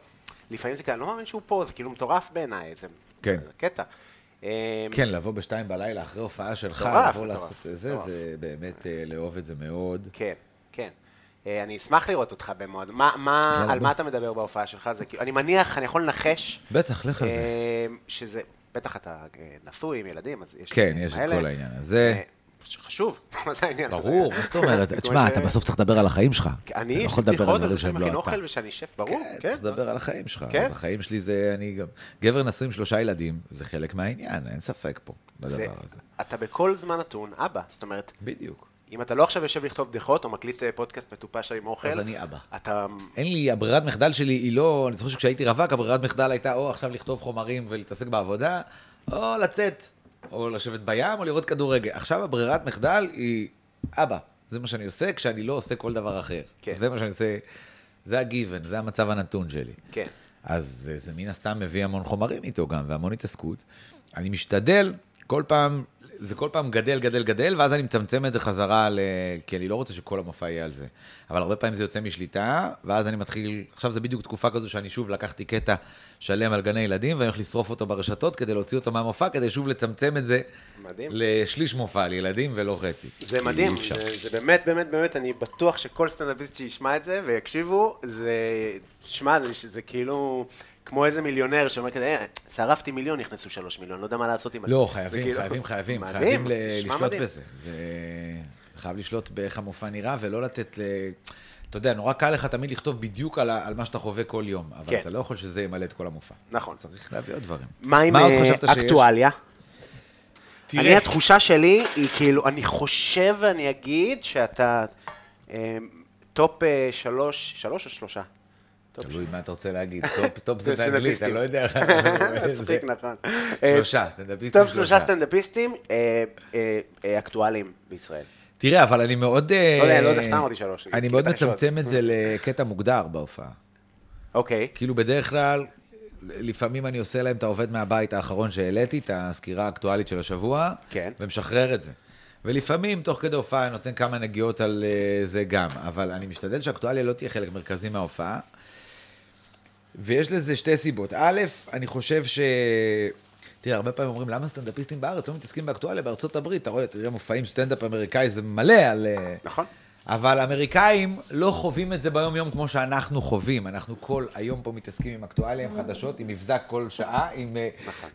[SPEAKER 2] לפעמים זה כאלה, לא מאמין שהוא פה, זה כאילו מטורף בעיניי, זה
[SPEAKER 3] כן.
[SPEAKER 2] זה קטע. אמ,
[SPEAKER 3] כן, לבוא בשתיים בלילה אחרי הופעה שלך,
[SPEAKER 2] מטורף,
[SPEAKER 3] לבוא
[SPEAKER 2] מטורף,
[SPEAKER 3] לעשות את זה,
[SPEAKER 2] מטורף.
[SPEAKER 3] זה באמת אה, לאהוב את זה מאוד.
[SPEAKER 2] כן, כן. אה, אני אשמח לראות אותך במועד, מה, מה,
[SPEAKER 3] יאללה,
[SPEAKER 2] על
[SPEAKER 3] בוא.
[SPEAKER 2] מה אתה מדבר בהופעה שלך? זה כאילו, אני מניח, אני יכול לנחש,
[SPEAKER 3] בטח, לך על זה.
[SPEAKER 2] אמ, שזה בטח אתה אה, נשוי עם ילדים, אז יש...
[SPEAKER 3] כן, יש את
[SPEAKER 2] האלה.
[SPEAKER 3] כל העניין הזה.
[SPEAKER 2] אה, חשוב, מה זה העניין הזה?
[SPEAKER 3] ברור, מה זאת אומרת?
[SPEAKER 2] כמו
[SPEAKER 3] תשמע,
[SPEAKER 2] ש-
[SPEAKER 3] אתה בסוף צריך לדבר על החיים שלך.
[SPEAKER 2] אני,
[SPEAKER 3] אתה לא יכול
[SPEAKER 2] יש לי
[SPEAKER 3] לדבר על
[SPEAKER 2] חודש,
[SPEAKER 3] דברים
[SPEAKER 2] אני
[SPEAKER 3] שהם
[SPEAKER 2] מכין
[SPEAKER 3] לא אתה.
[SPEAKER 2] אוכל ושאני שף, ברור,
[SPEAKER 3] כן,
[SPEAKER 2] כן.
[SPEAKER 3] צריך לדבר על החיים שלך.
[SPEAKER 2] כן.
[SPEAKER 3] אז החיים שלי זה, אני גם... גבר נשוי עם שלושה ילדים, זה חלק מהעניין, אין ספק פה,
[SPEAKER 2] זה-
[SPEAKER 3] בדבר הזה.
[SPEAKER 2] אתה בכל זמן נתון אבא, זאת אומרת,
[SPEAKER 3] בדיוק.
[SPEAKER 2] אם אתה לא עכשיו יושב לכתוב בדיחות או מקליט אה, פודקאסט מטופש עם אוכל,
[SPEAKER 3] אז אני אבא.
[SPEAKER 2] אתה...
[SPEAKER 3] אין לי, הברירת מחדל שלי היא לא, אני זוכר שכשהייתי רווק, הברירת מחדל הייתה או עכשיו לכתוב חומרים ולהתעסק בעבודה, או לצאת, או לשבת בים, או לראות כדורגל. עכשיו הברירת מחדל היא אבא. זה מה שאני עושה כשאני לא עושה כל דבר אחר.
[SPEAKER 2] כן.
[SPEAKER 3] זה מה שאני עושה, זה הגיוון, זה המצב הנתון שלי.
[SPEAKER 2] כן.
[SPEAKER 3] אז אה, זה, זה מן הסתם מביא המון חומרים איתו גם, והמון התעסקות. אני משתדל, כל פעם, זה כל פעם גדל, גדל, גדל, ואז אני מצמצם את זה חזרה, ל... כי אני לא רוצה שכל המופע יהיה על זה. אבל הרבה פעמים זה יוצא משליטה, ואז אני מתחיל, עכשיו זה בדיוק תקופה כזו שאני שוב לקחתי קטע שלם על גני ילדים, ואני הולך לשרוף אותו ברשתות כדי להוציא אותו מהמופע, כדי שוב לצמצם את זה
[SPEAKER 2] מדהים.
[SPEAKER 3] לשליש מופע, לילדים ולא חצי.
[SPEAKER 2] זה
[SPEAKER 3] כי
[SPEAKER 2] מדהים,
[SPEAKER 3] אי אפשר.
[SPEAKER 2] זה, זה באמת, באמת, באמת, אני בטוח שכל סטנדאפיסט שישמע את זה ויקשיבו, זה, שמע, זה, זה כאילו כמו איזה מיליונר שאומר כזה, "אה, שרפתי מיליון, נכנסו שלוש מיליון, לא יודע מה לעשות עם זה.
[SPEAKER 3] לא,
[SPEAKER 2] זה
[SPEAKER 3] חייבים,
[SPEAKER 2] כאילו-
[SPEAKER 3] חייבים, חייבים,
[SPEAKER 2] מדהים,
[SPEAKER 3] חייבים ל-
[SPEAKER 2] נשמע
[SPEAKER 3] לשלוט
[SPEAKER 2] מדהים.
[SPEAKER 3] בזה. זה... חייב לשלוט באיך המופע נראה, ולא לתת ל... אתה יודע, נורא קל לך תמיד לכתוב בדיוק על, ה- על מה שאתה חווה כל יום, אבל
[SPEAKER 2] כן.
[SPEAKER 3] אתה לא יכול שזה ימלא את כל המופע.
[SPEAKER 2] נכון.
[SPEAKER 3] צריך להביא עוד דברים.
[SPEAKER 2] מה עם
[SPEAKER 3] עוד
[SPEAKER 2] אה,
[SPEAKER 3] חשבת שיש?
[SPEAKER 2] אקטואליה?
[SPEAKER 3] תראה.
[SPEAKER 2] אני, התחושה שלי היא כאילו, אני חושב ואני אגיד שאתה אה, טופ אה, שלוש, שלוש או שלושה? טופ
[SPEAKER 3] תלוי מה אתה רוצה להגיד, טופ, טופ זה
[SPEAKER 2] זה
[SPEAKER 3] באנגלית,
[SPEAKER 2] סטנדאפיסטים.
[SPEAKER 3] אני לא יודע.
[SPEAKER 2] מצחיק, נכון.
[SPEAKER 3] שלושה, סטנדאפיסטים
[SPEAKER 2] טוב, שלושה סטנדאפיסטים אה, אה, אה, אקטואליים בישראל.
[SPEAKER 3] תראה, אבל אני מאוד... לא
[SPEAKER 2] יודע, לא יודע, סתם אמרתי שלוש, אני
[SPEAKER 3] אני
[SPEAKER 2] מכיר
[SPEAKER 3] מאוד
[SPEAKER 2] את הראשון.
[SPEAKER 3] מצמצם את זה לקטע מוגדר בהופעה.
[SPEAKER 2] אוקיי.
[SPEAKER 3] כאילו בדרך כלל, לפעמים אני עושה להם את העובד מהבית האחרון שהעליתי, את הסקירה האקטואלית של השבוע,
[SPEAKER 2] כן.
[SPEAKER 3] ומשחרר את זה. ולפעמים, תוך כדי הופעה, אני נותן כמה נגיעות על אה, זה גם, אבל אני משתדל שהאקטואליה לא תהיה חלק מרכזי מההופעה. ויש לזה שתי סיבות. א', אני חושב ש... תראה, הרבה פעמים אומרים, למה סטנדאפיסטים בארץ לא מתעסקים באקטואליה בארצות הברית? אתה רואה, תראה מופעים סטנדאפ אמריקאי, זה מלא על... אה,
[SPEAKER 2] נכון.
[SPEAKER 3] אבל האמריקאים לא חווים את זה ביום-יום כמו שאנחנו חווים. אנחנו כל היום פה מתעסקים עם אקטואליה, עם חדשות, עם מבזק כל שעה, עם אה,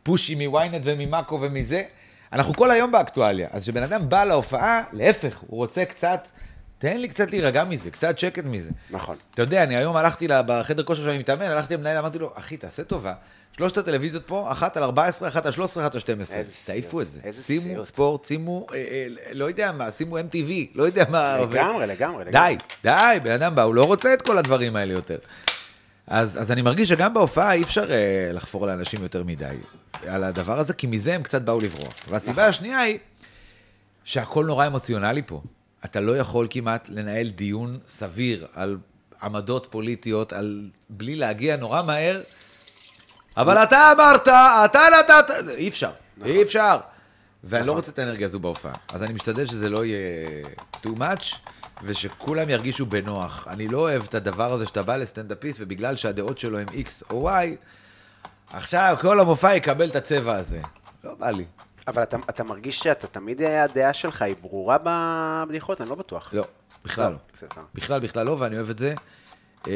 [SPEAKER 3] פושים מוויינט וממאקו ומזה. אנחנו כל היום באקטואליה. אז כשבן אדם בא להופעה, להפך, הוא רוצה קצת, תן לי קצת להירגע מזה, קצת שקט מזה.
[SPEAKER 2] נכון.
[SPEAKER 3] אתה יודע, אני היום הלכתי לה- בחדר כושר שאני מתאמן, הלכתי למנהל, אמרתי לו, אחי, תעשה טובה. שלושת הטלוויזיות פה, אחת על 14, אחת על 13, אחת על 12.
[SPEAKER 2] איזה
[SPEAKER 3] תעיפו
[SPEAKER 2] סיוט.
[SPEAKER 3] את זה.
[SPEAKER 2] איזה
[SPEAKER 3] שימו
[SPEAKER 2] סיוט.
[SPEAKER 3] ספורט, שימו, אה, אה, לא יודע מה, שימו MTV, לא יודע מה. עובד.
[SPEAKER 2] לגמרי, לגמרי,
[SPEAKER 3] די,
[SPEAKER 2] לגמרי.
[SPEAKER 3] די, בן אדם בא, הוא לא רוצה את כל הדברים האלה יותר. אז, אז אני מרגיש שגם בהופעה אי אפשר אה, לחפור לאנשים יותר מדי על הדבר הזה, כי מזה הם קצת באו לברוח.
[SPEAKER 2] נכון.
[SPEAKER 3] והסיבה השנייה היא שהכל נורא אמוציונלי פה. אתה לא יכול כמעט לנהל דיון סביר על עמדות פוליטיות, על... בלי להגיע נורא מהר. אבל אתה אמרת, אתה נתת, זה- אי אפשר,
[SPEAKER 2] נכון.
[SPEAKER 3] אי אפשר. ואני לא רוצה את האנרגיה הזו בהופעה. אז אני משתדל שזה לא יהיה too much, ושכולם ירגישו בנוח. אני לא אוהב את הדבר הזה שאתה בא לסטנדאפיסט, ובגלל שהדעות שלו הם X או Y, עכשיו כל המופע יקבל את הצבע הזה. לא בא לי.
[SPEAKER 2] אבל אתה, אתה מרגיש שאתה תמיד, אה, הדעה שלך היא ברורה בבדיחות? אני לא בטוח.
[SPEAKER 3] לא, בכלל לא.
[SPEAKER 2] בסדר.
[SPEAKER 3] בכלל, בכלל לא, ואני אוהב את זה. אה,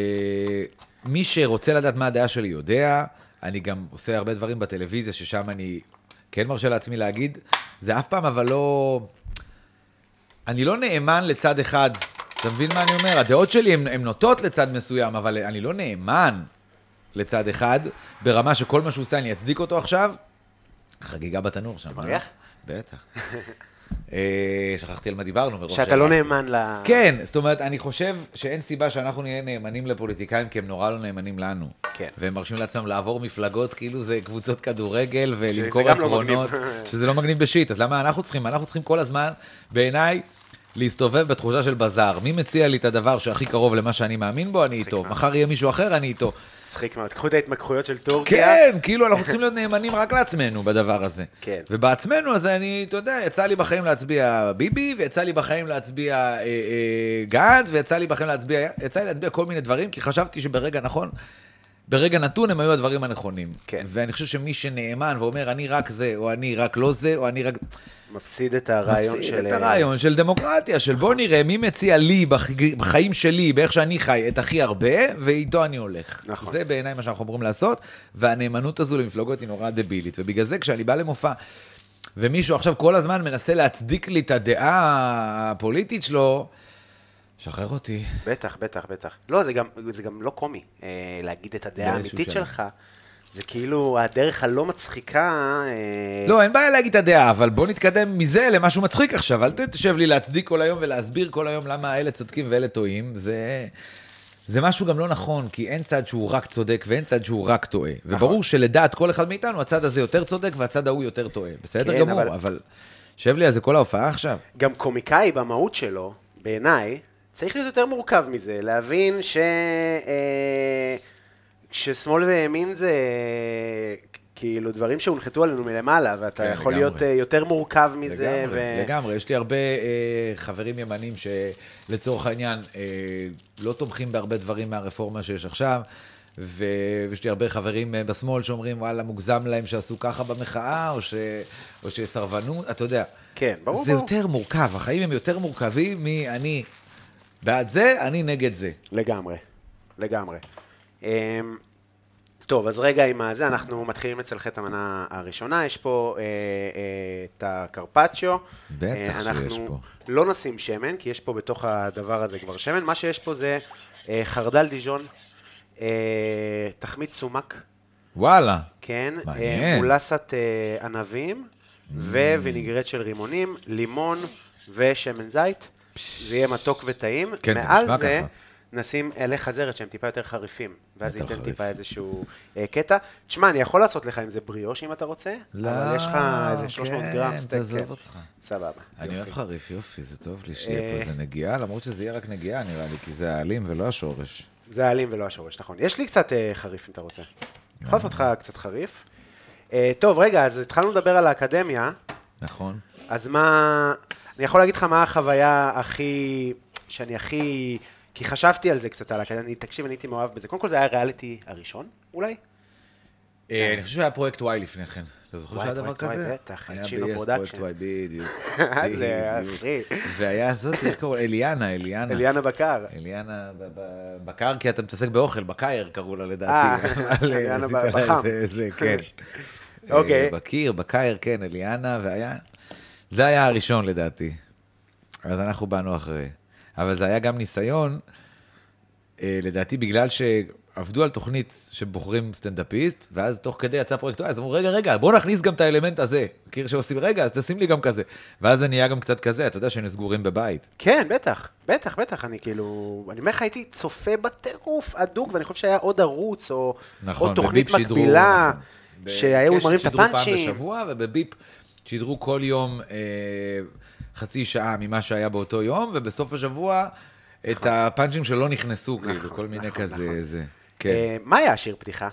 [SPEAKER 3] מי שרוצה לדעת מה הדעה שלי יודע, אני גם עושה הרבה דברים בטלוויזיה, ששם אני כן מרשה לעצמי להגיד, זה אף פעם, אבל לא... אני לא נאמן לצד אחד. אתה מבין מה אני אומר? הדעות שלי הן- הן נוטות לצד מסוים, אבל אני לא נאמן לצד אחד, ברמה שכל מה שהוא עושה אני אצדיק אותו עכשיו. חגיגה בתנור שם. אה?
[SPEAKER 2] מריח?
[SPEAKER 3] בטח. אה, שכחתי על מה דיברנו מרוב
[SPEAKER 2] שאתה לא
[SPEAKER 3] שהלכתי.
[SPEAKER 2] נאמן ל...
[SPEAKER 3] כן, זאת אומרת, אני חושב שאין סיבה שאנחנו נהיה נאמנים לפוליטיקאים, כי הם נורא לא נאמנים לנו.
[SPEAKER 2] כן.
[SPEAKER 3] והם מרשים לעצמם לעבור מפלגות, כאילו זה קבוצות כדורגל, ולמכור
[SPEAKER 2] גם לא
[SPEAKER 3] עקרונות,
[SPEAKER 2] מגניב.
[SPEAKER 3] שזה לא מגניב בשיט, אז למה אנחנו צריכים, אנחנו צריכים כל הזמן, בעיניי, להסתובב בתחושה של בזאר. מי מציע לי את הדבר שהכי קרוב למה שאני מאמין בו, אני איתו.
[SPEAKER 2] מאוד.
[SPEAKER 3] מחר יהיה מישהו אחר, אני איתו.
[SPEAKER 2] מצחיק מאוד. קחו את ההתמקחויות של טורקיה.
[SPEAKER 3] כן, כאילו אנחנו צריכים להיות נאמנים רק לעצמנו בדבר הזה.
[SPEAKER 2] אוקיי? כן.
[SPEAKER 3] ובעצמנו, אז אני, אתה יודע, יצא לי בחיים להצביע ביבי, ויצא לי בחיים להצביע אה, אה, גנץ, ויצא לי בחיים להצביע, יצא לי להצביע כל מיני דברים, כי חשבתי שברגע נכון, ברגע נתון הם היו הדברים הנכונים.
[SPEAKER 2] כן.
[SPEAKER 3] ואני חושב שמי שנאמן ואומר, אני רק זה, או אני רק לא זה, או אני רק...
[SPEAKER 2] מפסיד את הרעיון של... אה,
[SPEAKER 3] מפסיד את הרעיון של דמוקרטיה, של בוא נראה מי מציע לי בח- בחיים שלי, באיך שאני חי, את הכי הרבה, ואיתו אני הולך.
[SPEAKER 2] נכון.
[SPEAKER 3] זה בעיניי מה שאנחנו אמורים לעשות, והנאמנות הזו למפלגות היא נורא דבילית, ובגלל זה כשאני בא למופע... ומישהו עכשיו כל הזמן מנסה להצדיק לי את הדעה הפוליטית שלו, שחרר אותי.
[SPEAKER 2] בטח, בטח, בטח. לא, זה גם, זה גם לא קומי אה, להגיד את הדעה
[SPEAKER 3] באיזשהו
[SPEAKER 2] האמיתית
[SPEAKER 3] שלב.
[SPEAKER 2] שלך. זה כאילו הדרך הלא מצחיקה... אה,
[SPEAKER 3] לא, אין בעיה להגיד את הדעה, אבל בוא נתקדם מזה למשהו מצחיק עכשיו. אל תשב לי להצדיק כל היום ולהסביר כל היום למה אלה צודקים ואלה טועים. זה... זה משהו גם לא נכון, כי אין צד שהוא רק צודק ואין צד שהוא רק טועה.
[SPEAKER 2] נכון.
[SPEAKER 3] וברור שלדעת כל אחד מאיתנו, הצד הזה יותר צודק והצד ההוא יותר טועה. בסדר
[SPEAKER 2] כן,
[SPEAKER 3] גמור,
[SPEAKER 2] אבל-
[SPEAKER 3] אבל... שב לי על זה כל ההופעה עכשיו.
[SPEAKER 2] גם קומיקאי במהות שלו, בעיניי, צריך להיות יותר מורכב מזה, להבין ש... אה, ששמאל וימין זה כ- כאילו דברים שהונחתו עלינו מלמעלה, ואתה
[SPEAKER 3] כן,
[SPEAKER 2] יכול
[SPEAKER 3] לגמרי.
[SPEAKER 2] להיות אה, יותר מורכב מזה.
[SPEAKER 3] לגמרי,
[SPEAKER 2] ו-
[SPEAKER 3] לגמרי. יש לי הרבה אה, חברים ימנים שלצורך העניין אה, לא תומכים בהרבה דברים מהרפורמה שיש עכשיו, ו- ויש לי הרבה חברים אה, בשמאל שאומרים, וואלה, מוגזם להם שעשו ככה במחאה, או, ש- או שסרבנות, אתה יודע.
[SPEAKER 2] כן, ברור,
[SPEAKER 3] זה
[SPEAKER 2] ברור.
[SPEAKER 3] יותר מורכב, החיים הם יותר מורכבים מ"אני בעד זה, אני נגד זה".
[SPEAKER 2] לגמרי, לגמרי. אמ, טוב, אז רגע עם הזה, אנחנו מתחילים אצל חטא המנה הראשונה, יש פה אה, אה, את הקרפצ'יו.
[SPEAKER 3] בטח
[SPEAKER 2] אה,
[SPEAKER 3] שיש פה.
[SPEAKER 2] אנחנו לא נשים שמן, כי יש פה בתוך הדבר הזה כבר שמן, מה שיש פה זה אה, חרדל דיז'ון, אה, תחמית סומק,
[SPEAKER 3] וואלה.
[SPEAKER 2] כן, אה,
[SPEAKER 3] מעניין. Mm.
[SPEAKER 2] מולסת אה, ענבים, ווינגרט של רימונים, לימון ושמן זית. זה יהיה מתוק וטעים.
[SPEAKER 3] כן, זה נשמע
[SPEAKER 2] מעל זה
[SPEAKER 3] ככה.
[SPEAKER 2] נשים אלי חזרת שהם טיפה יותר חריפים, ואז זה
[SPEAKER 3] יותר
[SPEAKER 2] ייתן
[SPEAKER 3] חריף.
[SPEAKER 2] טיפה איזשהו אה, קטע. תשמע, אני יכול לעשות לך עם זה בריאוש אם אתה רוצה, אבל יש לך איזה 300
[SPEAKER 3] לא, כן,
[SPEAKER 2] גרם סטייק.
[SPEAKER 3] תעזוב
[SPEAKER 2] כן.
[SPEAKER 3] אותך.
[SPEAKER 2] סבבה.
[SPEAKER 3] אני
[SPEAKER 2] יופי.
[SPEAKER 3] אוהב חריף, יופי, זה טוב לי שיהיה פה
[SPEAKER 2] אה.
[SPEAKER 3] איזה נגיעה, למרות שזה יהיה רק נגיעה, נראה לי, כי זה העלים ולא השורש.
[SPEAKER 2] זה העלים ולא השורש, נכון. יש לי קצת אה, חריף אם אתה רוצה. אני יכול לעשות לך קצת חריף. אה, טוב, רגע, אז התחלנו לדבר על האקדמיה.
[SPEAKER 3] נכון.
[SPEAKER 2] אז מה, אני יכול להגיד לך מה החוויה הכי, שאני הכי, כי חשבתי על זה קצת, על הקטע, אני, תקשיב, אני הייתי מאוהב בזה. קודם כל זה היה הריאליטי הראשון, אולי?
[SPEAKER 3] אה, אני חושב שהיה פרויקט Y לפני כן. אתה זוכר
[SPEAKER 2] וואי,
[SPEAKER 3] שהיה דבר
[SPEAKER 2] פרויקט כן. Y,
[SPEAKER 3] כזה?
[SPEAKER 2] בטח,
[SPEAKER 3] היה
[SPEAKER 2] את שינו
[SPEAKER 3] ב-yes
[SPEAKER 2] פרודקשן.
[SPEAKER 3] פרויקט Y, בדיוק.
[SPEAKER 2] אה,
[SPEAKER 3] אה,
[SPEAKER 2] זה,
[SPEAKER 3] בדיוק.
[SPEAKER 2] אחי,
[SPEAKER 3] והיה זאת, איך קראו? אליאנה, אליאנה.
[SPEAKER 2] אליאנה בקר.
[SPEAKER 3] אה, אליאנה ב- ב- בקר, כי אתה מתעסק באוכל, בקייר קראו לה לדעתי.
[SPEAKER 2] אה,
[SPEAKER 3] אבל, אה,
[SPEAKER 2] אליאנה
[SPEAKER 3] עשית לה
[SPEAKER 2] בחם.
[SPEAKER 3] איזה- זה, כן.
[SPEAKER 2] אוקיי.
[SPEAKER 3] אה, בקיר, בקייר, כן, אליאנה, והיה... זה היה הראשון לדעתי. אז אנחנו באנו אחרי. אבל זה היה גם ניסיון, אה, לדעתי, בגלל שעבדו על תוכנית שבוחרים סטנדאפיסט, ואז תוך כדי יצא פרויקט, אה, אז אמרו, רגע, רגע, בואו נכניס גם את האלמנט הזה. מכיר שעושים, רגע, אז תשים לי גם כזה. ואז זה נהיה גם קצת כזה, אתה יודע שהיינו סגורים בבית.
[SPEAKER 2] כן, בטח, בטח, בטח, אני כאילו, אני אומר לך, הייתי צופה בטירוף אדוק, ואני חושב שהיה עוד ערוץ, או
[SPEAKER 3] נכון,
[SPEAKER 2] עוד תוכנית
[SPEAKER 3] בביפ שידרו,
[SPEAKER 2] מקבילה,
[SPEAKER 3] נכון.
[SPEAKER 2] שהיו
[SPEAKER 3] בקשת
[SPEAKER 2] מראים את
[SPEAKER 3] שידרו פעם
[SPEAKER 2] הפאנצ'ים.
[SPEAKER 3] בשבוע, ובביפ שידרו כל יום אה, חצי שעה ממה שהיה באותו יום, ובסוף השבוע את הפאנצ'ים שלא נכנסו, כאילו, כל מיני
[SPEAKER 2] נכון,
[SPEAKER 3] כזה,
[SPEAKER 2] נכון.
[SPEAKER 3] זה. כן.
[SPEAKER 2] אה, מה היה השיר פתיחה?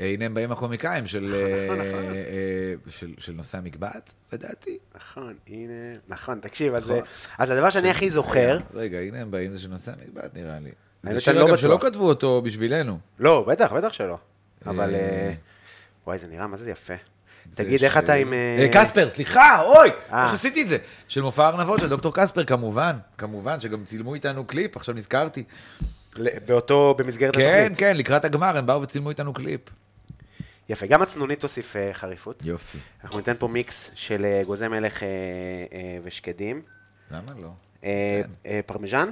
[SPEAKER 3] אה, הנה הם באים הקומיקאים של,
[SPEAKER 2] נכון,
[SPEAKER 3] אה,
[SPEAKER 2] נכון.
[SPEAKER 3] אה, של- של נושא המקבעת, לדעתי.
[SPEAKER 2] נכון, הנה, נכון, תקשיב, אז
[SPEAKER 3] נכון. לא
[SPEAKER 2] אה, אז הדבר שאני הכי זוכר,
[SPEAKER 3] רגע, הנה הם באים, זה של נושא המקבעת, נראה לי. זה
[SPEAKER 2] האמת,
[SPEAKER 3] שיר,
[SPEAKER 2] אני לא
[SPEAKER 3] אגב, שלא
[SPEAKER 2] בטוח.
[SPEAKER 3] כתבו אותו בשבילנו.
[SPEAKER 2] לא, בטח, בטח שלא. אבל...
[SPEAKER 3] אה,
[SPEAKER 2] אה, וואי, זה נראה מה זה יפה.
[SPEAKER 3] זה
[SPEAKER 2] תגיד,
[SPEAKER 3] של-
[SPEAKER 2] איך אתה עם... אה,
[SPEAKER 3] אה, קספר, סליחה, אוי!
[SPEAKER 2] אה.
[SPEAKER 3] איך עשיתי את זה? של מופע ארנבות של דוקטור קספר, כמובן. כמובן, שגם צילמו איתנו קליפ, עכשיו נזכרתי.
[SPEAKER 2] ל- באותו, במסגרת
[SPEAKER 3] כן,
[SPEAKER 2] התוכנית.
[SPEAKER 3] כן, לקראת הגמר הם באו וצילמו איתנו קליפ.
[SPEAKER 2] יפה, גם הצנונית תוסיף אה, חריפות.
[SPEAKER 3] יופי.
[SPEAKER 2] אנחנו ניתן פה מיקס של אה, גוזי מלך אה, אה, ושקדים.
[SPEAKER 3] למה לא?
[SPEAKER 2] אה, אה, פרמיז'ן?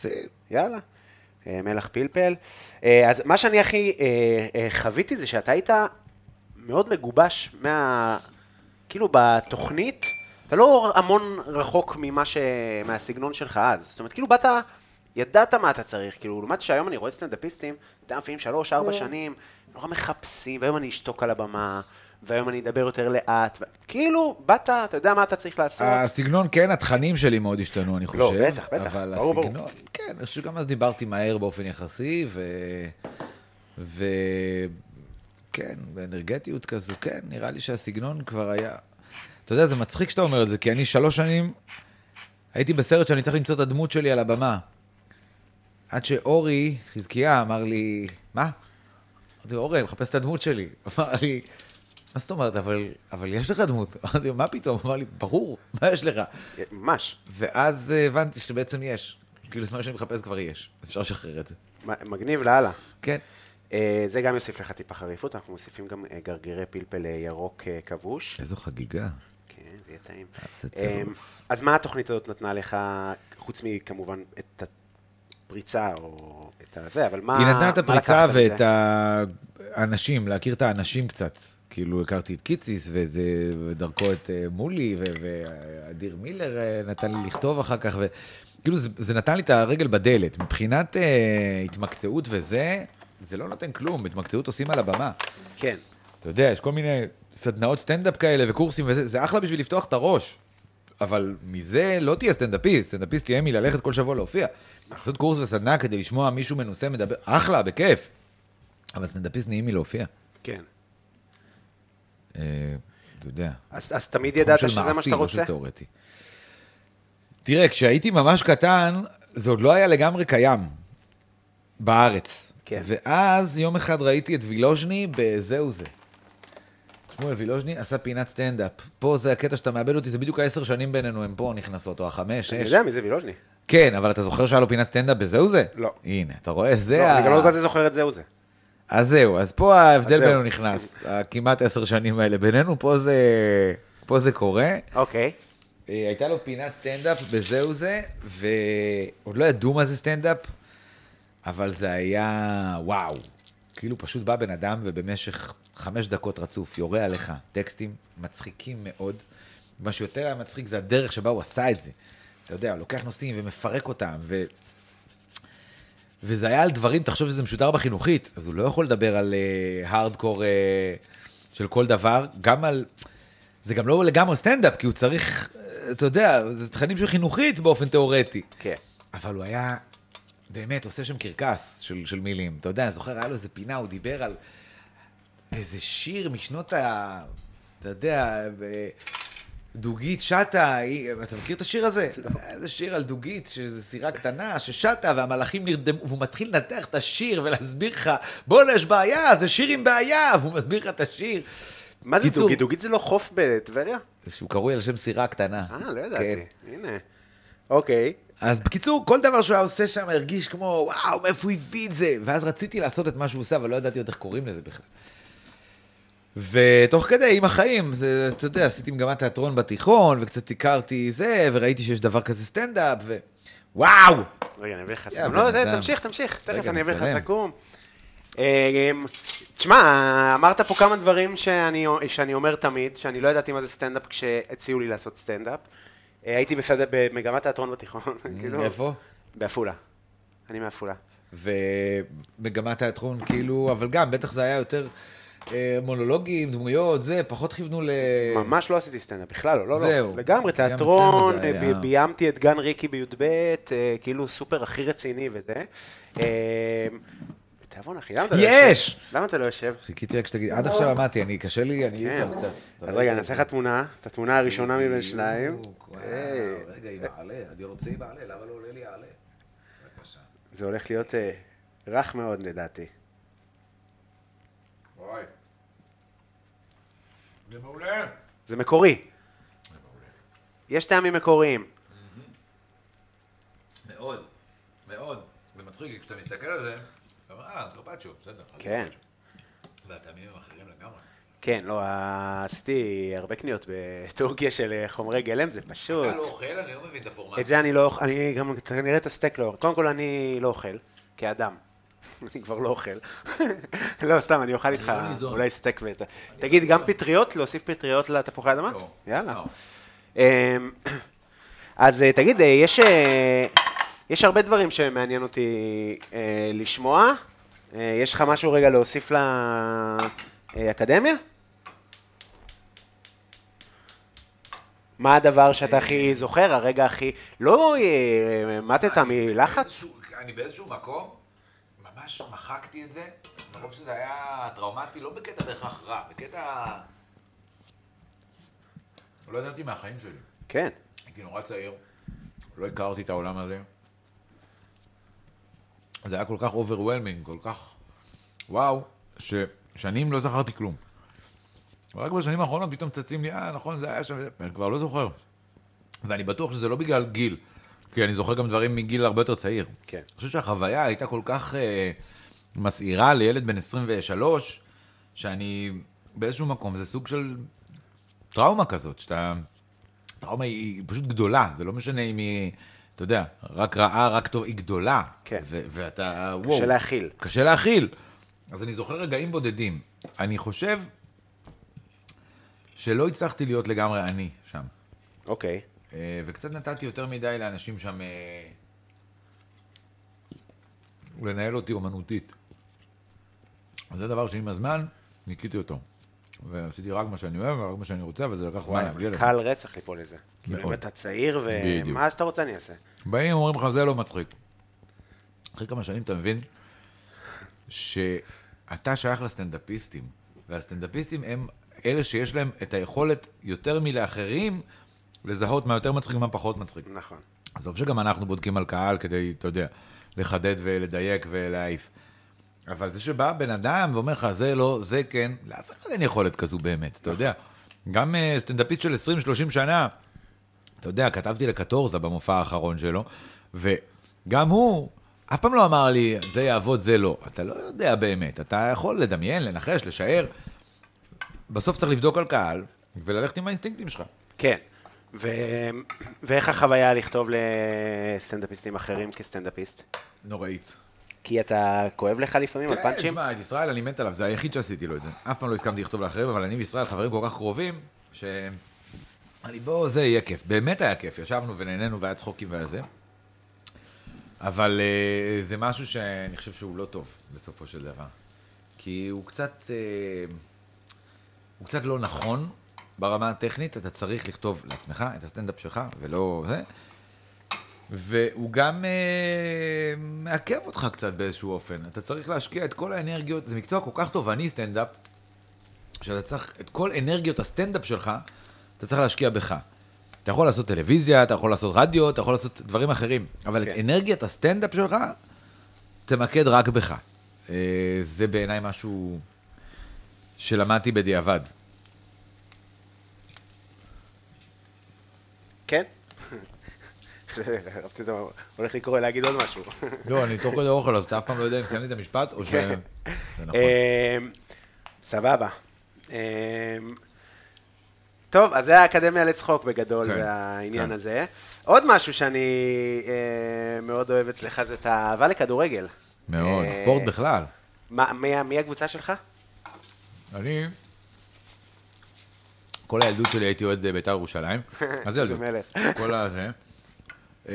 [SPEAKER 3] זה-
[SPEAKER 2] יאללה. אה, מלח פלפל. אה, אז מה שאני הכי אה, אה, חוויתי זה שאתה היית מאוד מגובש מה... כאילו בתוכנית, אתה לא המון רחוק ממה ש... מהסגנון שלך אז. זאת אומרת, כאילו באת, ידעת מה אתה צריך. כאילו, לעומת שהיום אני רואה סטנדאפיסטים, אתה יודע, לפעמים שלוש, ארבע שנים, נורא מחפשים, והיום אני אשתוק על הבמה, והיום אני אדבר יותר לאט. ו... כאילו, באת, אתה יודע מה אתה צריך לעשות.
[SPEAKER 3] הסגנון, כן, התכנים שלי מאוד השתנו, אני חושב.
[SPEAKER 2] לא, בטח, בטח.
[SPEAKER 3] אבל
[SPEAKER 2] ברור, ברור.
[SPEAKER 3] הסגנון, כן, אני חושב שגם אז דיברתי מהר באופן יחסי, ו... ו... כן, באנרגטיות כזו, כן, נראה לי שהסגנון כבר היה... אתה יודע, זה מצחיק שאתה אומר את זה, כי אני שלוש שנים הייתי בסרט שאני צריך למצוא את הדמות שלי על הבמה. עד שאורי, חזקיה, אמר לי, מה? אמרתי לו, אורי, אני מחפש את הדמות שלי. אמר לי, מה זאת אומרת, אבל, אבל יש לך דמות. אמרתי לו, מה פתאום? אמר לי, ברור, מה יש לך?
[SPEAKER 2] ממש,
[SPEAKER 3] ואז אה, הבנתי שבעצם יש. כאילו, זמן שאני מחפש כבר יש. אפשר לשחרר את זה.
[SPEAKER 2] מ- מגניב לאללה.
[SPEAKER 3] כן.
[SPEAKER 2] אה, זה גם יוסיף לך טיפה חריפות, אנחנו מוסיפים גם אה, גרגירי פלפל אה, ירוק אה, כבוש.
[SPEAKER 3] איזו חגיגה.
[SPEAKER 2] כן, זה יהיה טעים.
[SPEAKER 3] איזה
[SPEAKER 2] אה,
[SPEAKER 3] טירוף.
[SPEAKER 2] אז מה התוכנית הזאת נתנה לך, חוץ מכמובן את הפריצה או את הזה, אבל מה...
[SPEAKER 3] אה, היא נתנה את
[SPEAKER 2] מה
[SPEAKER 3] הפריצה
[SPEAKER 2] לקחת
[SPEAKER 3] ואת
[SPEAKER 2] מזה?
[SPEAKER 3] האנשים, להכיר את האנשים קצת. כאילו, הכרתי את קיציס, ואת, אה, ודרכו את אה, מולי, ו- ואדיר מילר אה, נתן לי לכתוב אחר כך, וכאילו, זה, זה נתן לי את הרגל בדלת. מבחינת אה, התמקצעות וזה, זה לא נותן כלום, התמקצעות עושים על הבמה.
[SPEAKER 2] כן,
[SPEAKER 3] אתה יודע, יש כל מיני סדנאות סטנדאפ כאלה וקורסים וזה, זה אחלה בשביל לפתוח את הראש. אבל מזה לא תהיה סטנדאפיסט, סטנדאפיסט יהיה מללכת כל שבוע להופיע. לעשות קורס וסדנה כדי לשמוע מישהו מנוסה מדבר, אחלה, בכיף. אבל סטנדאפיסט נהיים מלהופיע.
[SPEAKER 2] כן.
[SPEAKER 3] אה, אתה יודע.
[SPEAKER 2] אז אז תמיד
[SPEAKER 3] תחום
[SPEAKER 2] ידעת
[SPEAKER 3] של
[SPEAKER 2] שזה מה
[SPEAKER 3] מעשי,
[SPEAKER 2] שאתה
[SPEAKER 3] לא של
[SPEAKER 2] רוצה?
[SPEAKER 3] תיאורטי. תראה, כשהייתי ממש קטן, זה עוד לא היה לגמרי קיים בארץ.
[SPEAKER 2] כן.
[SPEAKER 3] ואז יום אחד ראיתי את וילוז'ני ב"זהו זה". שמואל וילוז'ני עשה פינת סטנדאפ. פה זה הקטע שאתה מאבד אותי, זה בדיוק העשר שנים בינינו, הם פה נכנסות, או החמש,
[SPEAKER 2] אני
[SPEAKER 3] שש.
[SPEAKER 2] יודע מי זה וילוז'ני.
[SPEAKER 3] כן, אבל אתה זוכר שהיה לו פינת סטנדאפ ב"זהו זה"?
[SPEAKER 2] לא.
[SPEAKER 3] הנה, אתה רואה, זה
[SPEAKER 2] לא,
[SPEAKER 3] ה...
[SPEAKER 2] אני גם לא כזה זוכר את זהו זה.
[SPEAKER 3] אז זהו, אז פה ההבדל
[SPEAKER 2] אז זהו.
[SPEAKER 3] בינינו נכנס. הכמעט עשר שנים האלה בינינו, פה זה... פה זה קורה.
[SPEAKER 2] אוקיי.
[SPEAKER 3] אה, הייתה לו פינת סטנדאפ בזהו זה, ועוד לא ידעו מה זה סטנדאפ, אבל זה היה וואו. כאילו פשוט בא בן אדם ובמשך חמש דקות רצוף יורה עליך טקסטים מצחיקים מאוד. מה שיותר היה מצחיק זה הדרך שבה הוא עשה את זה. אתה יודע, הוא לוקח נושאים ומפרק אותם, ו... וזה היה על דברים, תחשוב שזה משודר בחינוכית, אז הוא לא יכול לדבר על אה, הארדקור אה, של כל דבר, גם על... זה גם לא לגמרי סטנדאפ, כי הוא צריך, אה, אתה יודע, זה תכנים של חינוכית באופן תיאורטי.
[SPEAKER 2] כן.
[SPEAKER 3] אבל הוא היה באמת עושה שם קרקס של, של מילים. אתה יודע, אני זוכר, היה לו איזה פינה, הוא דיבר על איזה שיר משנות ה... אתה יודע, ב- דוגית שטה, היא- אתה מכיר את השיר הזה?
[SPEAKER 2] לא.
[SPEAKER 3] איזה שיר על דוגית, שזו סירה קטנה, ששטה, והמלאכים נרדמו, והוא מתחיל לנתח את השיר ולהסביר לך, בואנה, יש בעיה, זה שיר עם בעיה, והוא מסביר לך את השיר.
[SPEAKER 2] מה זה
[SPEAKER 3] קיצור,
[SPEAKER 2] דוגית? דוגית זה לא חוף בטבריה?
[SPEAKER 3] שהוא קרוי על שם סירה קטנה.
[SPEAKER 2] אה, לא
[SPEAKER 3] כן.
[SPEAKER 2] ידעתי. הנה. אוקיי.
[SPEAKER 3] אז בקיצור, כל דבר שהוא היה עושה שם הרגיש כמו, וואו, מאיפה הוא הביא את זה? ואז רציתי לעשות את מה שהוא עושה, אבל לא ידעתי עוד איך קוראים לזה בכלל. ותוך כדי, עם החיים, זה, אתה יודע, עשיתי מגמת תיאטרון בתיכון, וקצת הכרתי זה, וראיתי שיש דבר כזה סטנדאפ, ו... וואו!
[SPEAKER 2] רגע, אני אביא לך
[SPEAKER 3] יא
[SPEAKER 2] סיכום. לא,
[SPEAKER 3] בן
[SPEAKER 2] זה,
[SPEAKER 3] אדם.
[SPEAKER 2] תמשיך, תמשיך.
[SPEAKER 3] רגע,
[SPEAKER 2] תכף אני אביא לך
[SPEAKER 3] נצלם.
[SPEAKER 2] סיכום. אה, אמ, תשמע, אמרת פה כמה דברים שאני, שאני אומר תמיד, שאני לא ידעתי מה זה סטנדאפ כשהציעו לי לעשות סטנדאפ. אה, הייתי בסדר במגמת תיאטרון בתיכון, כאילו...
[SPEAKER 3] איפה?
[SPEAKER 2] בעפולה. אני מעפולה.
[SPEAKER 3] ומגמת תיאטרון, כאילו, אבל גם, בטח זה היה יותר אה, מונולוגים, דמויות, זה, פחות כיוונו ל...
[SPEAKER 2] ממש לא עשיתי סטנדאפ, בכלל לא, לא,
[SPEAKER 3] אה. זהו.
[SPEAKER 2] לא. לגמרי,
[SPEAKER 3] גם אצלנו
[SPEAKER 2] תיאטרון, אה,
[SPEAKER 3] זה היה.
[SPEAKER 2] ב- ביימתי את גן ריקי בי"ב, אה, כאילו סופר הכי רציני וזה. אה, בתיאבון אחי, למה אתה לא יושב?
[SPEAKER 3] יש!
[SPEAKER 2] למה אתה לא יושב?
[SPEAKER 3] חיכיתי רק שתגיד, עד עכשיו עמדתי, אני, קשה לי, אני
[SPEAKER 2] לא. כן.
[SPEAKER 3] יותר כאילו קצת.
[SPEAKER 2] אז רגע, אני אעשה לך תמונה, את התמונה הראשונה מבין שניים. אה.
[SPEAKER 3] בדיוק, אה, וואו,
[SPEAKER 2] היי,
[SPEAKER 3] רגע, היא מעלה, אני רוצה היא מעלה, למה לא עולה לי העלה?
[SPEAKER 2] זה הולך להיות אה, רך מאוד לדעתי.
[SPEAKER 3] אוי. זה מעולה.
[SPEAKER 2] זה מקורי. יש טעמים מקוריים.
[SPEAKER 3] מאוד, מאוד. זה מצחיק, כי כשאתה מסתכל על זה, אתה אומר, אה, גרבצ'ו, בסדר.
[SPEAKER 2] כן.
[SPEAKER 3] גרבצ'ו." והטעמים הם אחרים לגמרי.
[SPEAKER 2] כן, לא, אה, עשיתי הרבה קניות בטורקיה של אה, חומרי גלם, זה פשוט.
[SPEAKER 3] אתה לא אוכל, אני לא מבין את הפורמט.
[SPEAKER 2] את זה אני לא אוכל, אני גם כנראה את הסטייק לא אוכל. קודם כל אני לא אוכל, כאדם. אני כבר לא אוכל. לא, סתם, אני אוכל איתך
[SPEAKER 3] לא ניזון.
[SPEAKER 2] אולי סטייק ואת... תגיד, גם פטריות? להוסיף פטריות לתפוחי אדמה?
[SPEAKER 3] לא.
[SPEAKER 2] יאללה.
[SPEAKER 3] לא.
[SPEAKER 2] אמ, אז אה, תגיד, אה, יש, אה, יש הרבה דברים שמעניין אותי אה, לשמוע. אה, יש לך משהו רגע להוסיף אה, לאקדמיה? מה הדבר שאתה הכי זוכר, הרגע הכי... לא אה, מתת מלחץ?
[SPEAKER 3] באיזשהו- אני באיזשהו מקום, ממש מחקתי את זה, מרוב שזה היה טראומטי, לא בקטע בהכרח רע, בקטע... לא ידעתי מהחיים שלי.
[SPEAKER 2] כן,
[SPEAKER 3] הייתי נורא צעיר, לא הכרתי את העולם הזה. זה היה כל כך אוברוולמינג, כל כך וואו, ששנים לא זכרתי כלום. רק בשנים האחרונות פתאום צצים לי, אה, נכון, זה היה שם, וזה", אני כבר לא זוכר. ואני בטוח שזה לא בגלל גיל, כי אני זוכר גם דברים מגיל הרבה יותר צעיר.
[SPEAKER 2] כן.
[SPEAKER 3] אני חושב שהחוויה הייתה כל כך אה, מסעירה לילד בן 23, שאני באיזשהו מקום, זה סוג של טראומה כזאת, שאתה... טראומה היא- היא פשוט גדולה, זה לא משנה אם היא, אתה יודע, רק רעה, רק טוב, היא גדולה.
[SPEAKER 2] כן.
[SPEAKER 3] ו- ואתה, וואו.
[SPEAKER 2] קשה להכיל.
[SPEAKER 3] קשה להכיל. אז אני זוכר רגעים בודדים. אני חושב שלא הצלחתי להיות לגמרי אני שם.
[SPEAKER 2] אוקיי.
[SPEAKER 3] אה, וקצת נתתי יותר מדי לאנשים שם אה, לנהל אותי אומנותית. אז זה דבר שעם הזמן ניקיתי אותו. ועשיתי רק מה שאני אוהב ורק מה שאני רוצה, אבל זה לקח זמן
[SPEAKER 2] וואי,
[SPEAKER 3] להגיע
[SPEAKER 2] אבל
[SPEAKER 3] לזה.
[SPEAKER 2] קל רצח ליפול לזה. כאילו,
[SPEAKER 3] מאוד.
[SPEAKER 2] אם אתה צעיר,
[SPEAKER 3] בדיוק.
[SPEAKER 2] ומה שאתה רוצה אני אעשה.
[SPEAKER 3] באים ואומרים לך, זה לא מצחיק. אחרי כמה שנים אתה מבין שאתה שייך לסטנדאפיסטים, והסטנדאפיסטים הם אלה שיש להם את היכולת יותר מלאחרים לזהות מה יותר מצחיק ומה פחות מצחיק.
[SPEAKER 2] נכון.
[SPEAKER 3] עזוב שגם אנחנו בודקים על קהל כדי, אתה יודע, לחדד ולדייק ולהעיף. אבל זה שבא בן אדם ואומר לך, זה לא, זה כן, לאף אחד אין יכולת כזו באמת, אתה יודע. גם אה, סטנדאפיסט של 20-30 שנה, אתה יודע, כתבתי לקטורזה במופע האחרון שלו, וגם הוא אף פעם לא אמר לי, זה יעבוד, זה לא. אתה לא יודע באמת, אתה יכול לדמיין, לנחש, לשער. בסוף צריך לבדוק על קהל וללכת עם האינסטינקטים שלך.
[SPEAKER 2] כן. ו- ואיך החוויה לכתוב לסטנדאפיסטים אחרים כסטנדאפיסט?
[SPEAKER 3] נוראית.
[SPEAKER 2] כי אתה כואב לך לפעמים על פאנצ'ים?
[SPEAKER 3] כן, תשמע, את ישראל אני מת עליו, זה היחיד שעשיתי לו את זה. אף פעם לא הסכמתי לכתוב לאחרים, אבל אני וישראל חברים כל כך קרובים, ש... אמר לי, בוא, זה יהיה כיף. באמת היה כיף, ישבנו ונהנינו והיה צחוקים והיה זה. אבל אה, זה משהו שאני חושב שהוא לא טוב, בסופו של דבר. כי הוא קצת... אה, הוא קצת לא נכון ברמה הטכנית, אתה צריך לכתוב לעצמך את הסטנדאפ שלך, ולא זה. והוא גם אה, מעכב אותך קצת באיזשהו אופן. אתה צריך להשקיע את כל האנרגיות, זה מקצוע כל כך תובעני סטנדאפ, שאתה צריך, את כל אנרגיות הסטנדאפ שלך, אתה צריך להשקיע בך. אתה יכול לעשות טלוויזיה, אתה יכול לעשות רדיו, אתה יכול לעשות דברים אחרים, אבל כן. את
[SPEAKER 2] כן.
[SPEAKER 3] אנרגיית הסטנדאפ שלך, תמקד רק בך. אה, זה בעיניי משהו שלמדתי בדיעבד.
[SPEAKER 2] כן? אהבתי את ה... הולך לקרוא להגיד עוד משהו.
[SPEAKER 3] לא, אני תוך כדי אוכל, אז אתה אף פעם לא יודע אם סיימתי את המשפט, או ש... זה
[SPEAKER 2] כן.
[SPEAKER 3] נכון.
[SPEAKER 2] אמ, סבבה. אמ, טוב, אז זה האקדמיה לצחוק בגדול,
[SPEAKER 3] כן,
[SPEAKER 2] והעניין
[SPEAKER 3] כן.
[SPEAKER 2] הזה. עוד משהו שאני אה, מאוד אוהב אצלך זה את האהבה לכדורגל.
[SPEAKER 3] מאוד,
[SPEAKER 2] אה,
[SPEAKER 3] ספורט בכלל.
[SPEAKER 2] מה- מי- מי הקבוצה שלך?
[SPEAKER 3] אני... כל הילדות שלי הייתי אוהד אה, בית"ר ירושלים. מה זה
[SPEAKER 2] איזה
[SPEAKER 3] ילדות?
[SPEAKER 2] מלך.
[SPEAKER 3] כל הזה. אה,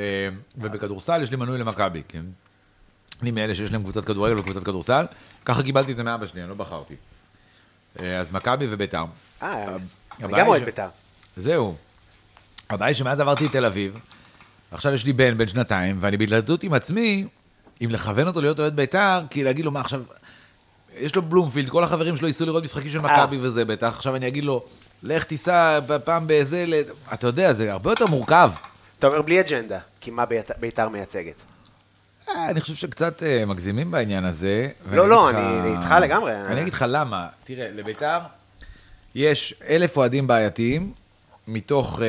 [SPEAKER 3] ובכדורסל יש לי מנוי למכבי, כן? אני מאלה שיש להם קבוצת כדורגל וקבוצת כדורסל. ככה קיבלתי את זה מאבא שלי, אני לא בחרתי. אה, אז מכבי ובית"ר.
[SPEAKER 2] אה, אני
[SPEAKER 3] הבעיה
[SPEAKER 2] גם
[SPEAKER 3] היא
[SPEAKER 2] אוהד
[SPEAKER 3] ש-
[SPEAKER 2] בית"ר.
[SPEAKER 3] זהו. הבעיה היא שמאז עברתי לתל אביב, עכשיו יש לי בן, בן שנתיים, ואני בהתלבטות עם עצמי, אם לכוון אותו להיות אוהד בית"ר, כי להגיד לו, מה עכשיו, יש לו בלומפילד, כל החברים שלו ייסעו לראות משחקים של מכבי וזה בטח, עכשיו אני אגיד לו, לך תיסע פעם באיזה, ל-" אתה יודע, זה הרבה יותר מורכב.
[SPEAKER 2] אתה אומר בלי אג'נדה, כי מה בית"ר- בית"ר מייצגת.
[SPEAKER 3] אה, אני חושב שקצת אה, מגזימים בעניין הזה. ואני
[SPEAKER 2] לא, לא,
[SPEAKER 3] אגיד לך-
[SPEAKER 2] אני איתך לגמרי.
[SPEAKER 3] אני אגיד לך למה. תראה, לביתר יש אלף אוהדים בעייתיים, מתוך, אה,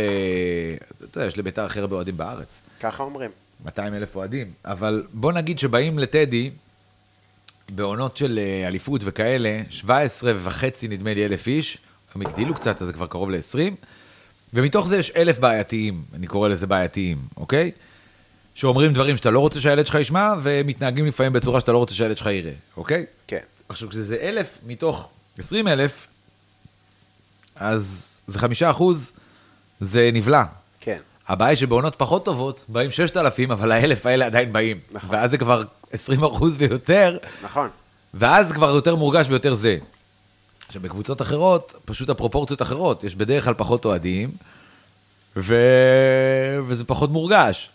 [SPEAKER 3] אתה יודע, יש לביתר הכי הרבה אוהדים בארץ.
[SPEAKER 2] ככה אומרים.
[SPEAKER 3] 200 אלף אוהדים, אבל בוא נגיד שבאים לטדי, בעונות של אה, אליפות וכאלה, 17 וחצי נדמה לי אלף איש, הם הגדילו קצת, אז זה כבר קרוב ל-20, ומתוך זה יש אלף בעייתיים, אני קורא לזה בעייתיים, אוקיי? שאומרים דברים שאתה לא רוצה שהילד שלך ישמע, ומתנהגים לפעמים בצורה שאתה לא רוצה שהילד שלך יראה, אוקיי?
[SPEAKER 2] כן.
[SPEAKER 3] עכשיו, כשזה אלף מתוך עשרים אלף, אז זה חמישה אחוז, זה נבלע,
[SPEAKER 2] כן.
[SPEAKER 3] הבעיה היא שבעונות פחות טובות, באים 6,000, אבל האלף האלה עדיין באים.
[SPEAKER 2] נכון.
[SPEAKER 3] ואז זה כבר 20 אחוז ויותר,
[SPEAKER 2] נכון.
[SPEAKER 3] ואז כבר יותר מורגש ויותר זה. עכשיו, בקבוצות אחרות, פשוט הפרופורציות אחרות, יש בדרך כלל פחות אוהדים, ו... וזה פחות מורגש.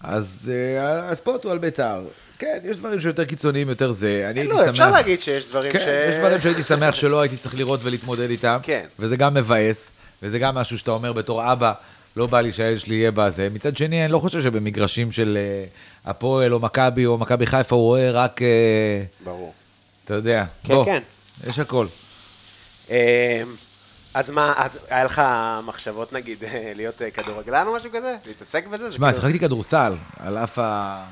[SPEAKER 3] אז אה, הספורט הוא על בית"ר. כן, יש דברים שיותר קיצוניים, יותר זה. אני הייתי שמח...
[SPEAKER 2] לא, אפשר להגיד שיש דברים ש...
[SPEAKER 3] כן, יש דברים שהייתי שמח שלא הייתי צריך לראות ולהתמודד איתם.
[SPEAKER 2] כן.
[SPEAKER 3] וזה גם מבאס, וזה גם משהו שאתה אומר בתור אבא, לא בא לי שהילד שלי יהיה בזה. מצד שני, אני לא חושב שבמגרשים של אה, הפועל או מכבי או מכבי חיפה הוא רואה רק, אה,
[SPEAKER 2] ברור.
[SPEAKER 3] אתה יודע,
[SPEAKER 2] כן,
[SPEAKER 3] בוא,
[SPEAKER 2] כן.
[SPEAKER 3] יש הכל.
[SPEAKER 2] אמ, אז מה, את- היה לך מחשבות נגיד אה, להיות אה, כדורגלן או משהו כזה? להתעסק בזה? זה
[SPEAKER 3] שמע,
[SPEAKER 2] כאילו-
[SPEAKER 3] שיחקתי כדורסל, על אף ה...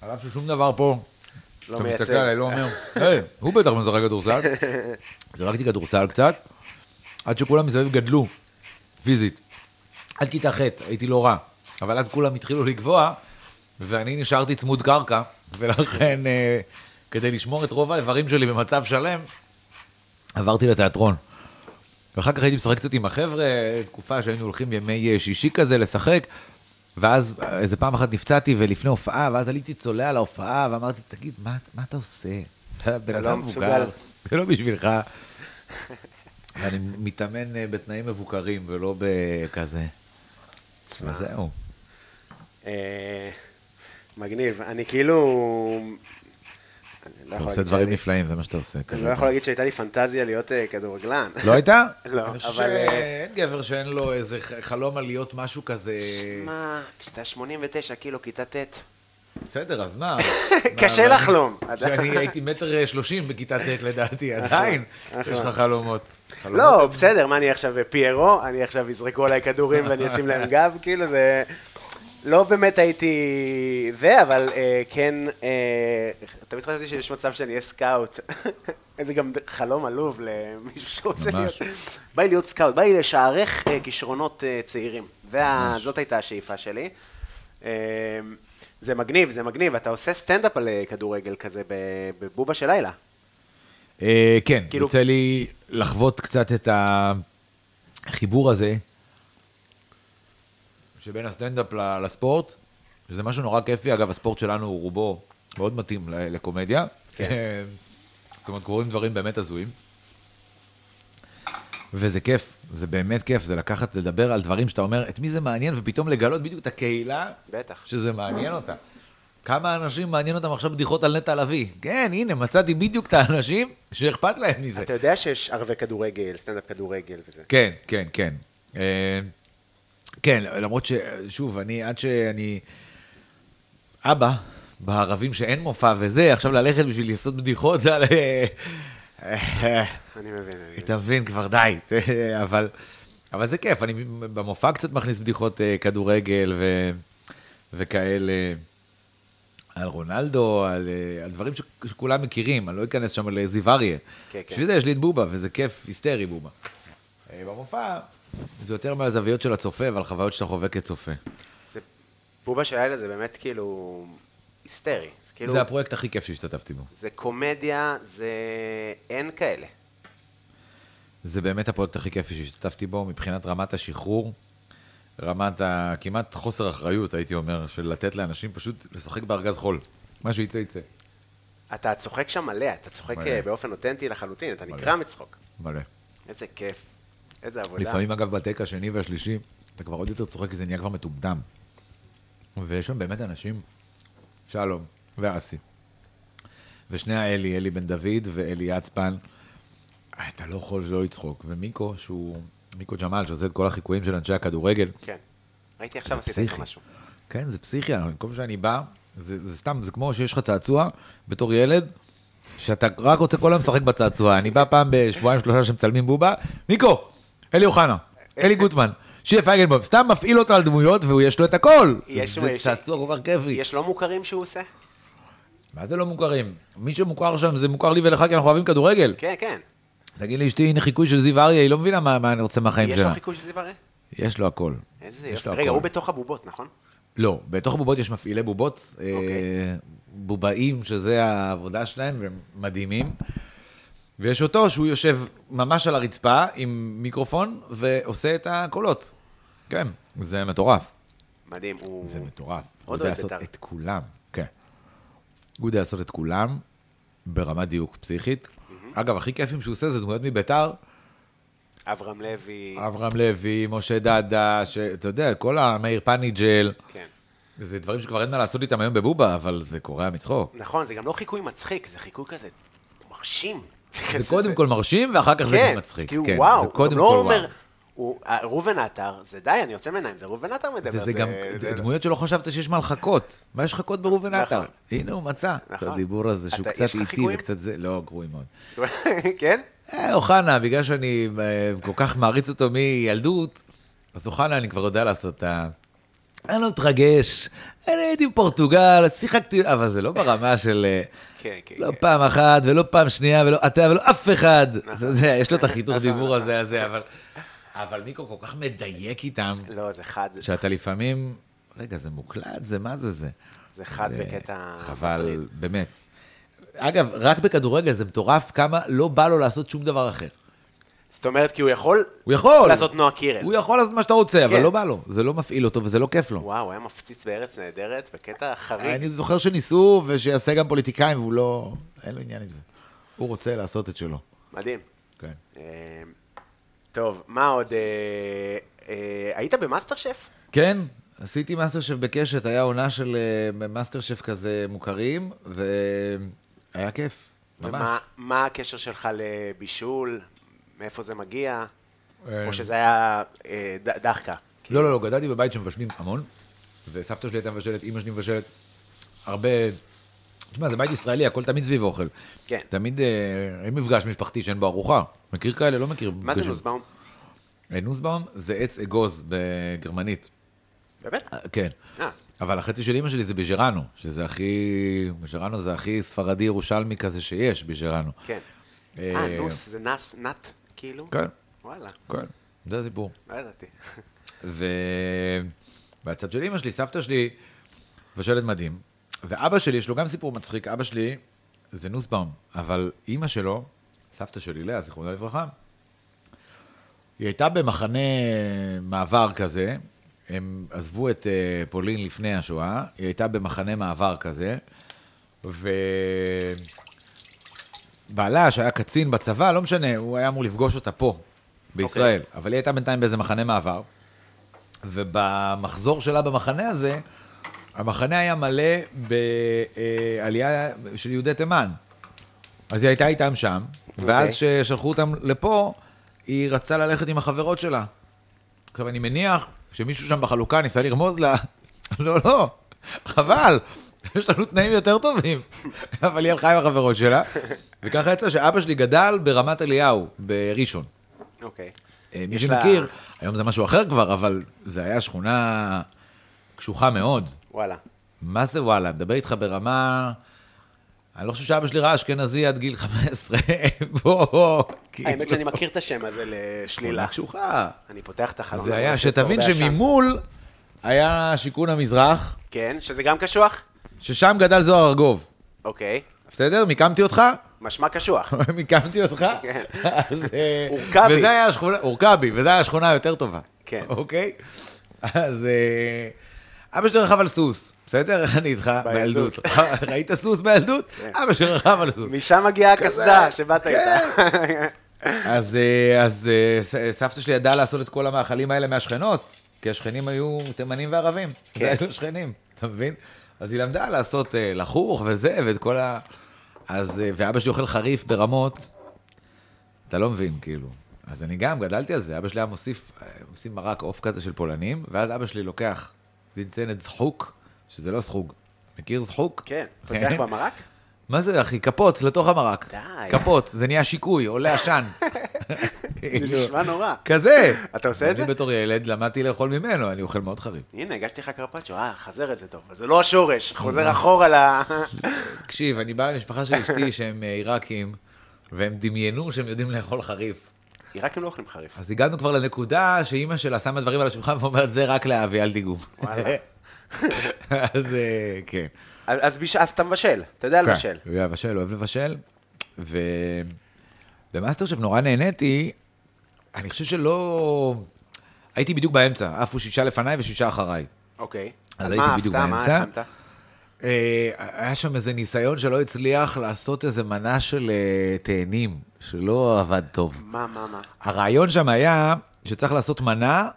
[SPEAKER 3] על אף ששום דבר פה,
[SPEAKER 2] לא
[SPEAKER 3] כשאתה
[SPEAKER 2] מייצג.
[SPEAKER 3] מסתכל עליי, לא אומר, היי, הוא בטח משחק כדורסל. זרקתי כדורסל קצת, עד שכולם מסביב גדלו, פיזית. עד כיתה ח', הייתי לא רע, אבל אז כולם התחילו לגבוה, ואני נשארתי צמוד קרקע, ולכן, אה, כדי לשמור את רוב האיברים שלי במצב שלם, עברתי לתיאטרון. ואחר כך הייתי משחק קצת עם החבר'ה, תקופה שהיינו הולכים ימי אה, שישי כזה לשחק, ואז אה, איזה פעם אחת נפצעתי ולפני הופעה, ואז עליתי צולע להופעה, ואמרתי, תגיד, מה, מה אתה עושה? אתה בן
[SPEAKER 2] לא
[SPEAKER 3] אדם
[SPEAKER 2] מסוגל."
[SPEAKER 3] מבוגר, זה לא בשבילך. ואני מתאמן אה, בתנאים מבוקרים, ולא בכזה.
[SPEAKER 2] תשמע,
[SPEAKER 3] וזהו.
[SPEAKER 2] אה, מגניב. אני כאילו... אני לא
[SPEAKER 3] אתה
[SPEAKER 2] יכול
[SPEAKER 3] עושה
[SPEAKER 2] להגיד
[SPEAKER 3] דברים
[SPEAKER 2] שאני-
[SPEAKER 3] נפלאים, זה מה שאתה עושה.
[SPEAKER 2] אני
[SPEAKER 3] כרגע.
[SPEAKER 2] לא יכול להגיד שהייתה לי פנטזיה להיות אה, כדורגלן.
[SPEAKER 3] לא הייתה?
[SPEAKER 2] לא,
[SPEAKER 3] אני חושב
[SPEAKER 2] אבל, אה,
[SPEAKER 3] שאין גבר שאין לו איזה ח- חלום על להיות משהו כזה...
[SPEAKER 2] מה, כשאתה 89 קילו, כאילו, כיתה ט'.
[SPEAKER 3] בסדר, אז מה?
[SPEAKER 2] קשה
[SPEAKER 3] מה, אבל-
[SPEAKER 2] לחלום.
[SPEAKER 3] שאני הייתי מטר אה, שלושים בכיתה ט' לדעתי, עדיין יש לך חלומות. חלומות
[SPEAKER 2] נכון, לא,
[SPEAKER 3] הם-
[SPEAKER 2] בסדר, מה, אני עכשיו אה, פיירו? אני עכשיו יזרקו עליי כדורים ואני אשים להם גב? כאילו, זה... לא באמת הייתי זה, אבל אה, כן, אה, תמיד חשבתי שיש מצב שאני אהיה סקאוט. זה גם חלום עלוב למישהו שרוצה להיות...
[SPEAKER 3] ממש.
[SPEAKER 2] בא לי להיות סקאוט, בא לי לשערך אה, כישרונות אה, צעירים. זה ה- זאת הייתה השאיפה שלי. אה, זה מגניב, זה מגניב. אתה עושה סטנדאפ על אה, כדורגל כזה בב- בבובה של לילה.
[SPEAKER 3] אה, כן,
[SPEAKER 2] כאילו-
[SPEAKER 3] יוצא לי לחוות קצת את החיבור הזה שבין הסטנדאפ ל- לספורט, שזה משהו נורא כיפי. אגב, הספורט שלנו הוא רובו מאוד מתאים ל- לקומדיה.
[SPEAKER 2] כן.
[SPEAKER 3] אה, זאת אומרת, קורים דברים באמת הזויים. וזה כיף, זה באמת כיף, זה לקחת, לדבר על דברים שאתה אומר, את מי זה מעניין, ופתאום לגלות בדיוק את הקהילה
[SPEAKER 2] בטח.
[SPEAKER 3] שזה מעניין אותה. כמה אנשים מעניין אותם עכשיו בדיחות על נטע לביא? כן, הנה, מצאתי בדיוק את האנשים שאכפת להם מזה.
[SPEAKER 2] אתה יודע שיש ערבי כדורגל, סטנדאפ כדורגל וזה.
[SPEAKER 3] כן, כן, כן. אה, כן, למרות ששוב, אני, עד שאני אבא, בערבים שאין מופע וזה, עכשיו ללכת בשביל לעשות בדיחות על... אה,
[SPEAKER 2] אני מבין. אני מבין.
[SPEAKER 3] אתה מבין, כבר די, אבל, אבל זה כיף, אני במופע קצת מכניס בדיחות אה, כדורגל ו, וכאלה על רונלדו, על, אה, על דברים ש, שכולם מכירים, אני לא אכנס שם לזיו אריה.
[SPEAKER 2] כן, כן.
[SPEAKER 3] בשביל זה יש לי את בובה, וזה כיף, היסטרי בובה. אה, במופע זה יותר מהזוויות של הצופה ועל חוויות שאתה חווה כצופה.
[SPEAKER 2] זה- בובה של לילה זה באמת כאילו היסטרי. זה כאילו,
[SPEAKER 3] זה הפרויקט הכי כיף שהשתתפתי בו.
[SPEAKER 2] זה קומדיה, זה... אין כאלה.
[SPEAKER 3] זה באמת הפרויקט הכי כיפי שהשתתפתי בו מבחינת רמת השחרור, רמת ה... כמעט חוסר אחריות, הייתי אומר, של לתת לאנשים פשוט לשחק בארגז חול. מה שיצא יצא.
[SPEAKER 2] אתה צוחק שם מלא, אתה צוחק
[SPEAKER 3] מלא.
[SPEAKER 2] אה, באופן אותנטי לחלוטין, אתה
[SPEAKER 3] מלא.
[SPEAKER 2] נקרע מצחוק.
[SPEAKER 3] מלא.
[SPEAKER 2] איזה כיף, איזה עבודה.
[SPEAKER 3] לפעמים, אגב, בטייק השני והשלישי, אתה כבר עוד יותר צוחק, כי זה נהיה כבר מטומטם. ויש שם באמת אנשים, שלום ואסי, ושני האלי, אלי בן דוד ואלי יצפן, אה, אתה לא יכול שלא לצחוק. ומיקו, שהוא... מיקו ג'מאל, שעושה את כל החיקויים של אנשי הכדורגל,
[SPEAKER 2] כן. ראיתי עכשיו
[SPEAKER 3] זה
[SPEAKER 2] עשית איתו
[SPEAKER 3] פסיכי.
[SPEAKER 2] משהו.
[SPEAKER 3] כן, זה פסיכי, אבל במקום שאני בא, זה, זה סתם, זה כמו שיש לך צעצוע בתור ילד, שאתה רק רוצה כל היום לשחק בצעצוע. אני בא פעם בשבועיים שלושה שמצלמים בובה, ניקו, אלי אוחנה, אלי גוטמן, שיהיה פייגנבום, סתם מפעיל אותו על דמויות ויש לו את הכל.
[SPEAKER 2] יש-
[SPEAKER 3] זה
[SPEAKER 2] יש-
[SPEAKER 3] צעצוע כל כך כיפי.
[SPEAKER 2] יש לא מוכרים שהוא עושה?
[SPEAKER 3] כן. מה זה לא מוכרים? מי שמוכר שם זה מוכר לי ולך, כי אנחנו אוהבים כדורגל.
[SPEAKER 2] כן, כן.
[SPEAKER 3] תגיד לי, אשתי, הנה חיקוי של זיו אריה, היא לא מבינה מה מה אני רוצה מהחיים
[SPEAKER 2] יש לו
[SPEAKER 3] שלה.
[SPEAKER 2] חיקוי של זה בריא?
[SPEAKER 3] יש לו הכל.
[SPEAKER 2] איזה
[SPEAKER 3] יש
[SPEAKER 2] יופי.
[SPEAKER 3] לו
[SPEAKER 2] רגע,
[SPEAKER 3] הכל.
[SPEAKER 2] הוא בתוך הבובות, נכון?
[SPEAKER 3] לא, בתוך הבובות יש מפעילי בובות,
[SPEAKER 2] אוקיי.
[SPEAKER 3] אה, בובאים, שזה העבודה שלהם, והם מדהימים. ויש אותו שהוא יושב ממש על הרצפה עם מיקרופון ועושה את הקולות. כן, זה מטורף.
[SPEAKER 2] מדהים, הוא...
[SPEAKER 3] זה מטורף. הוא
[SPEAKER 2] עוד
[SPEAKER 3] יודע
[SPEAKER 2] אוהד
[SPEAKER 3] לעשות
[SPEAKER 2] בית"ר.
[SPEAKER 3] את כולם. כן. הוא יודע לעשות את כולם ברמת דיוק פסיכית. אגב, הכי כיפים שהוא עושה זה דמויות מביתר,
[SPEAKER 2] אברהם לוי,
[SPEAKER 3] אברהם לוי, משה דדה, שאתה יודע, כל המאיר פניג'ל.
[SPEAKER 2] כן.
[SPEAKER 3] זה דברים שכבר אין מה לעשות איתם היום בבובה, אבל זה קורע מצחוק.
[SPEAKER 2] נכון, זה גם לא חיקוי מצחיק, זה חיקוי כזה מרשים.
[SPEAKER 3] זה קודם כל מרשים, ואחר כך זה
[SPEAKER 2] כן,
[SPEAKER 3] גם מצחיק.
[SPEAKER 2] כאילו
[SPEAKER 3] כן,
[SPEAKER 2] וואו, הוא
[SPEAKER 3] זה
[SPEAKER 2] גם
[SPEAKER 3] קודם
[SPEAKER 2] לא
[SPEAKER 3] כל
[SPEAKER 2] אומר,
[SPEAKER 3] וואו.
[SPEAKER 2] הוא- אה, ראובן עטר, זה די, אני יוצא מעיניים, זה ראובן עטר מדבר.
[SPEAKER 3] וזה גם
[SPEAKER 2] זה-
[SPEAKER 3] דמויות שלא חשבת שיש מה לחכות. מה יש לחכות בראובן עטר?
[SPEAKER 2] נכון.
[SPEAKER 3] הנה, הוא מצא. את
[SPEAKER 2] נכון.
[SPEAKER 3] הדיבור הזה שהוא
[SPEAKER 2] אתה-
[SPEAKER 3] קצת
[SPEAKER 2] יש לך
[SPEAKER 3] איטי
[SPEAKER 2] חיקויים?
[SPEAKER 3] וקצת זה, לא, גרועים מאוד.
[SPEAKER 2] כן?
[SPEAKER 3] אה, אוחנה, בגלל שאני אה, כל כך מעריץ אותו מילדות, אז אוחנה, אני כבר יודע לעשות את ה... אני לא מתרגש, אני הייתי עם פורטוגל, אז שיחקתי, אבל זה לא ברמה של... אה,
[SPEAKER 2] כן, כן,
[SPEAKER 3] לא
[SPEAKER 2] כן. נכון.
[SPEAKER 3] פעם אחת, ולא פעם שנייה, ולא אתה, ולא אף אחד. אתה יודע, יש לו את החיתוך דיבור הזה, הזה, אבל... אבל מיקו כל כך מדייק איתם,
[SPEAKER 2] לא, זה חד,
[SPEAKER 3] שאתה לפעמים... רגע, זה מוקלט? זה מה זה זה?
[SPEAKER 2] זה חד
[SPEAKER 3] זה
[SPEAKER 2] בקטע... מטריד.
[SPEAKER 3] חבל, באמת. אגב, רק בכדורגל זה מטורף כמה לא בא לו לעשות שום דבר אחר.
[SPEAKER 2] זאת אומרת, כי הוא יכול...
[SPEAKER 3] הוא יכול.
[SPEAKER 2] לעשות נועה קירל.
[SPEAKER 3] הוא יכול לעשות מה שאתה רוצה, אבל
[SPEAKER 2] כן.
[SPEAKER 3] לא בא לו. זה לא מפעיל אותו וזה לא כיף לו.
[SPEAKER 2] וואו, הוא היה מפציץ בארץ נהדרת, בקטע חריג.
[SPEAKER 4] אני זוכר שניסו ושיעשה גם פוליטיקאים, והוא לא... אין לו עניין עם זה. הוא רוצה לעשות את שלו.
[SPEAKER 2] מדהים.
[SPEAKER 4] כן.
[SPEAKER 2] אה, טוב, מה עוד? אה, אה, היית במאסטר שף?
[SPEAKER 3] כן, עשיתי מאסטר שף בקשת, היה עונה של אה, מאסטר שף כזה מוכרים, והיה כיף, ממש.
[SPEAKER 2] ומה- מה הקשר שלך לבישול? מאיפה זה מגיע?
[SPEAKER 3] אה,
[SPEAKER 2] או שזה היה אה, ד- דחקה?
[SPEAKER 3] לא, לא, לא, גדלתי בבית שמבשלים המון, וסבתא שלי הייתה מבשלת, אימא שלי מבשלת, הרבה... תשמע, זה בית ישראלי, הכל תמיד סביב אוכל.
[SPEAKER 2] כן.
[SPEAKER 3] תמיד אה, אין מפגש משפחתי שאין בו ארוחה. מכיר כאלה? לא מכיר.
[SPEAKER 2] מה זה
[SPEAKER 3] מפגשים.
[SPEAKER 2] נוסבאום?
[SPEAKER 3] אה, נוסבאום זה עץ אגוז בגרמנית.
[SPEAKER 2] באמת?
[SPEAKER 3] אה, כן.
[SPEAKER 2] אה.
[SPEAKER 3] אבל החצי של אימא שלי זה בג'רנו, שזה הכי... בג'רנו זה הכי ספרדי ירושלמי כזה שיש, בג'רנו.
[SPEAKER 2] כן.
[SPEAKER 3] אה,
[SPEAKER 2] אה, נוס, זה נס, נט, כאילו?
[SPEAKER 3] כן.
[SPEAKER 2] וואלה,
[SPEAKER 3] כן, זה הסיפור.
[SPEAKER 2] לא ידעתי.
[SPEAKER 3] ו... והצד של אימא שלי, סבתא שלי, מבשלת מדהים. ואבא שלי, יש לו גם סיפור מצחיק, אבא שלי זה נוסבאום, אבל אימא שלו, סבתא שלי, לאה, זיכרונה לברכה, היא הייתה במחנה מעבר כזה, הם עזבו את אה, פולין לפני השואה, היא הייתה במחנה מעבר כזה, ו... בעלה, שהיה קצין בצבא, לא משנה, הוא היה אמור לפגוש אותה פה, בישראל. Okay. אבל היא הייתה בינתיים באיזה מחנה מעבר, ובמחזור שלה במחנה הזה, המחנה היה מלא בעלייה של יהודי תימן. אז היא הייתה איתם שם, okay. ואז כששלחו אותם לפה, היא רצתה ללכת עם החברות שלה. עכשיו, אני מניח שמישהו שם בחלוקה ניסה לרמוז לה, לא, לא, חבל, יש לנו תנאים יותר טובים. אבל היא הלכה עם החברות שלה, וככה יצא שאבא שלי גדל ברמת אליהו, בראשון.
[SPEAKER 2] אוקיי.
[SPEAKER 3] אה, מי
[SPEAKER 2] יש לה-
[SPEAKER 3] שמכיר, היום זה משהו אחר כבר, אבל זה היה שכונה קשוחה מאוד.
[SPEAKER 2] וואלה.
[SPEAKER 3] מה זה וואלה? מדבר איתך ברמה... אני לא חושב שאבא שלי ראה אשכנזי עד גיל 15, בוא, כאילו.
[SPEAKER 2] האמת שאני לא, מכיר את השם הזה לשלילה.
[SPEAKER 3] שכונה קשוחה.
[SPEAKER 2] אני פותח את החלום.
[SPEAKER 3] כן, זה
[SPEAKER 2] אני
[SPEAKER 3] היה,
[SPEAKER 2] רואה שאתה
[SPEAKER 3] שתבין
[SPEAKER 2] הרבה עשן.
[SPEAKER 3] שממול היה שיכון המזרח,
[SPEAKER 2] כן, שזה גם קשוח?
[SPEAKER 3] ששם גדל זוהר ארגוב.
[SPEAKER 2] אוקיי.
[SPEAKER 3] בסדר? מיקמתי אותך?
[SPEAKER 2] משמע קשוח.
[SPEAKER 3] מיקמתי אותך?
[SPEAKER 2] כן.
[SPEAKER 3] אז, אה,
[SPEAKER 2] אורקבי.
[SPEAKER 3] וזה היה השכונה, אורקבי, וזו הייתה השכונה היותר טובה.
[SPEAKER 2] כן.
[SPEAKER 3] אוקיי? אז אה, אבא שלי רכב על סוס, בסדר? אני איתך
[SPEAKER 2] בילדות. כן.
[SPEAKER 3] בילדות. ראית סוס בילדות? אבא שלי רכב על סוס.
[SPEAKER 2] משם מגיעה הקסדה
[SPEAKER 3] כן.
[SPEAKER 2] שבאת איתה.
[SPEAKER 3] אז, אה, אז אה, ס- סבתא שלי ידעה לעשות את כל המאכלים האלה מהשכנות, כי השכנים היו תימנים וערבים. כן. היו שכנים, אתה מבין? אז היא למדה לעשות אה, לחוך וזה, ואת כל ה... אז, אה, ואבא שלי אוכל חריף ברמות, אתה לא מבין, כאילו. אז אני גם גדלתי על זה, אבא שלי היה מוסיף, אה, עושים מרק עוף כזה של פולנים, ואז אבא שלי לוקח זינצנת זחוק, שזה לא זחוק. מכיר זחוק?
[SPEAKER 2] כן, פותח במרק?
[SPEAKER 3] מה זה, אחי? קפוץ לתוך המרק.
[SPEAKER 2] די.
[SPEAKER 3] קפוץ, זה נהיה שיקוי, עולה עשן. כאילו-
[SPEAKER 2] זה נשמע נורא.
[SPEAKER 3] כזה.
[SPEAKER 2] אתה עושה את זה?
[SPEAKER 3] אני בתור ילד למדתי לאכול ממנו, אני אוכל מאוד חריף.
[SPEAKER 2] הנה, הגשתי לך קרפצ'ו, אה, חזר את זה טוב. זה לא השורש,
[SPEAKER 3] נכון.
[SPEAKER 2] חוזר אחורה ל...
[SPEAKER 3] תקשיב, אני בא למשפחה של אשתי שהם אה, עיראקים, והם דמיינו שהם יודעים לאכול חריף.
[SPEAKER 2] עיראקים לא אוכלים חריף.
[SPEAKER 3] אז הגענו כבר לנקודה שאימא שלה שמה דברים על השולחן ואומרת, זה רק לאבי, אל תיגעו.
[SPEAKER 2] וואלה.
[SPEAKER 3] אז אה, כן.
[SPEAKER 2] אז אז ביש- אז אתה מבשל, אתה יודע לבשל.
[SPEAKER 3] כן, הוא יודע לבשל, הוא אוהב לבשל. ובמאסטר שף נורא נהניתי, אני חושב שלא... הייתי בדיוק באמצע, עפו שישה לפניי ושישה אחריי.
[SPEAKER 2] אוקיי.
[SPEAKER 3] אז
[SPEAKER 2] אז
[SPEAKER 3] הייתי
[SPEAKER 2] מה
[SPEAKER 3] בדיוק
[SPEAKER 2] ההפתעה? מה
[SPEAKER 3] באמצע.
[SPEAKER 2] הכנת?
[SPEAKER 3] אה, היה שם איזה ניסיון שלא הצליח לעשות איזה מנה של אה, תאנים, שלא עבד טוב.
[SPEAKER 2] מה, מה, מה?
[SPEAKER 3] הרעיון שם היה שצריך לעשות מנה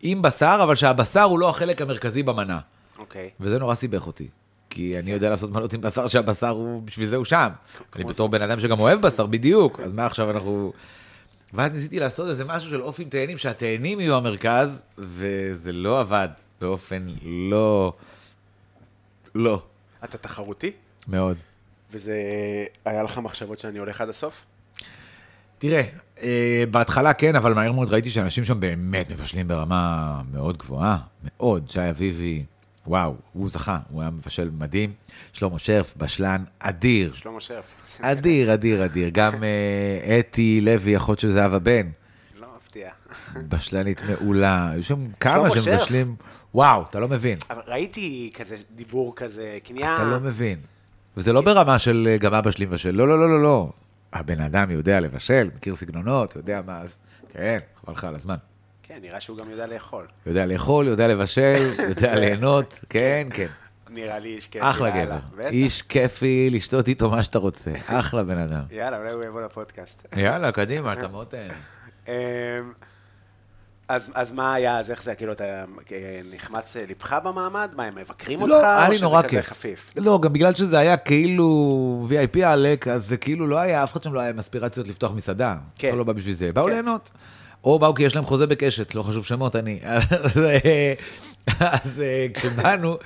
[SPEAKER 3] עם בשר, אבל שהבשר הוא לא החלק המרכזי במנה.
[SPEAKER 2] אוקיי.
[SPEAKER 3] וזה נורא סיבך אותי. כי אני יודע לעשות מנות עם בשר שהבשר הוא, בשביל זה הוא שם. אני בתור בן אדם שגם אוהב בשר, בדיוק. אז מה עכשיו אנחנו... ואז ניסיתי לעשות איזה משהו של עוף עם תאנים, שהתאנים יהיו המרכז, וזה לא עבד באופן לא... לא.
[SPEAKER 2] אתה תחרותי?
[SPEAKER 3] מאוד.
[SPEAKER 2] וזה... היה לך מחשבות שאני הולך עד הסוף?
[SPEAKER 3] תראה, אה, בהתחלה כן, אבל מהר מאוד ראיתי שאנשים שם באמת מבשלים ברמה מאוד גבוהה, מאוד. שי אביבי, וואו, הוא זכה, הוא היה מבשל מדהים. שלמה שרף, בשלן אדיר.
[SPEAKER 2] שלמה שרף.
[SPEAKER 3] אדיר, אדיר, אדיר. גם אה, אתי לוי, אחות של זהבה בן,
[SPEAKER 2] לא מפתיע.
[SPEAKER 3] בשלנית מעולה. היו שם כמה
[SPEAKER 2] שלמה שרף.
[SPEAKER 3] שמבשלים, וואו, אתה לא מבין.
[SPEAKER 2] אבל ראיתי כזה דיבור כזה, קנייה...
[SPEAKER 3] אתה לא מבין. וזה לא ברמה של אה, גם אבא שלי מבשל, לא, לא, לא, לא, לא. הבן אדם יודע לבשל, מכיר סגנונות, יודע מה אז... כן, חבל לך על הזמן.
[SPEAKER 2] כן, נראה שהוא גם יודע לאכול.
[SPEAKER 3] יודע לאכול, יודע לבשל, יודע ליהנות, כן, כן.
[SPEAKER 2] נראה לי איש כיף.
[SPEAKER 3] אחלה
[SPEAKER 2] יאללה.
[SPEAKER 3] גבר.
[SPEAKER 2] בטח.
[SPEAKER 3] איש כיפי, לשתות איתו מה שאתה רוצה. אחלה בן אדם.
[SPEAKER 2] יאללה, אולי הוא יבוא לפודקאסט.
[SPEAKER 3] יאללה, קדימה, אתה מאוד... אה,
[SPEAKER 2] אמ, אז, אז מה היה, אז איך זה, כאילו, אתה אה, נחמץ אה, ליבך במעמד? מה, הם מבקרים אותך?
[SPEAKER 3] לא, היה
[SPEAKER 2] או
[SPEAKER 3] לי
[SPEAKER 2] שזה
[SPEAKER 3] נורא
[SPEAKER 2] כזה
[SPEAKER 3] כיף.
[SPEAKER 2] חפיף?
[SPEAKER 3] לא, גם בגלל שזה היה כאילו VIP עלק, אז זה כאילו לא היה, אף אחד שם לא היה עם אספירציות לפתוח מסעדה.
[SPEAKER 2] כן.
[SPEAKER 3] כן. לא בא בשביל זה, באו
[SPEAKER 2] כן.
[SPEAKER 3] ליהנות. או באו כי יש להם חוזה בקשת, לא חשוב שמות, אני. אז, אה, אז אה, כשבאנו,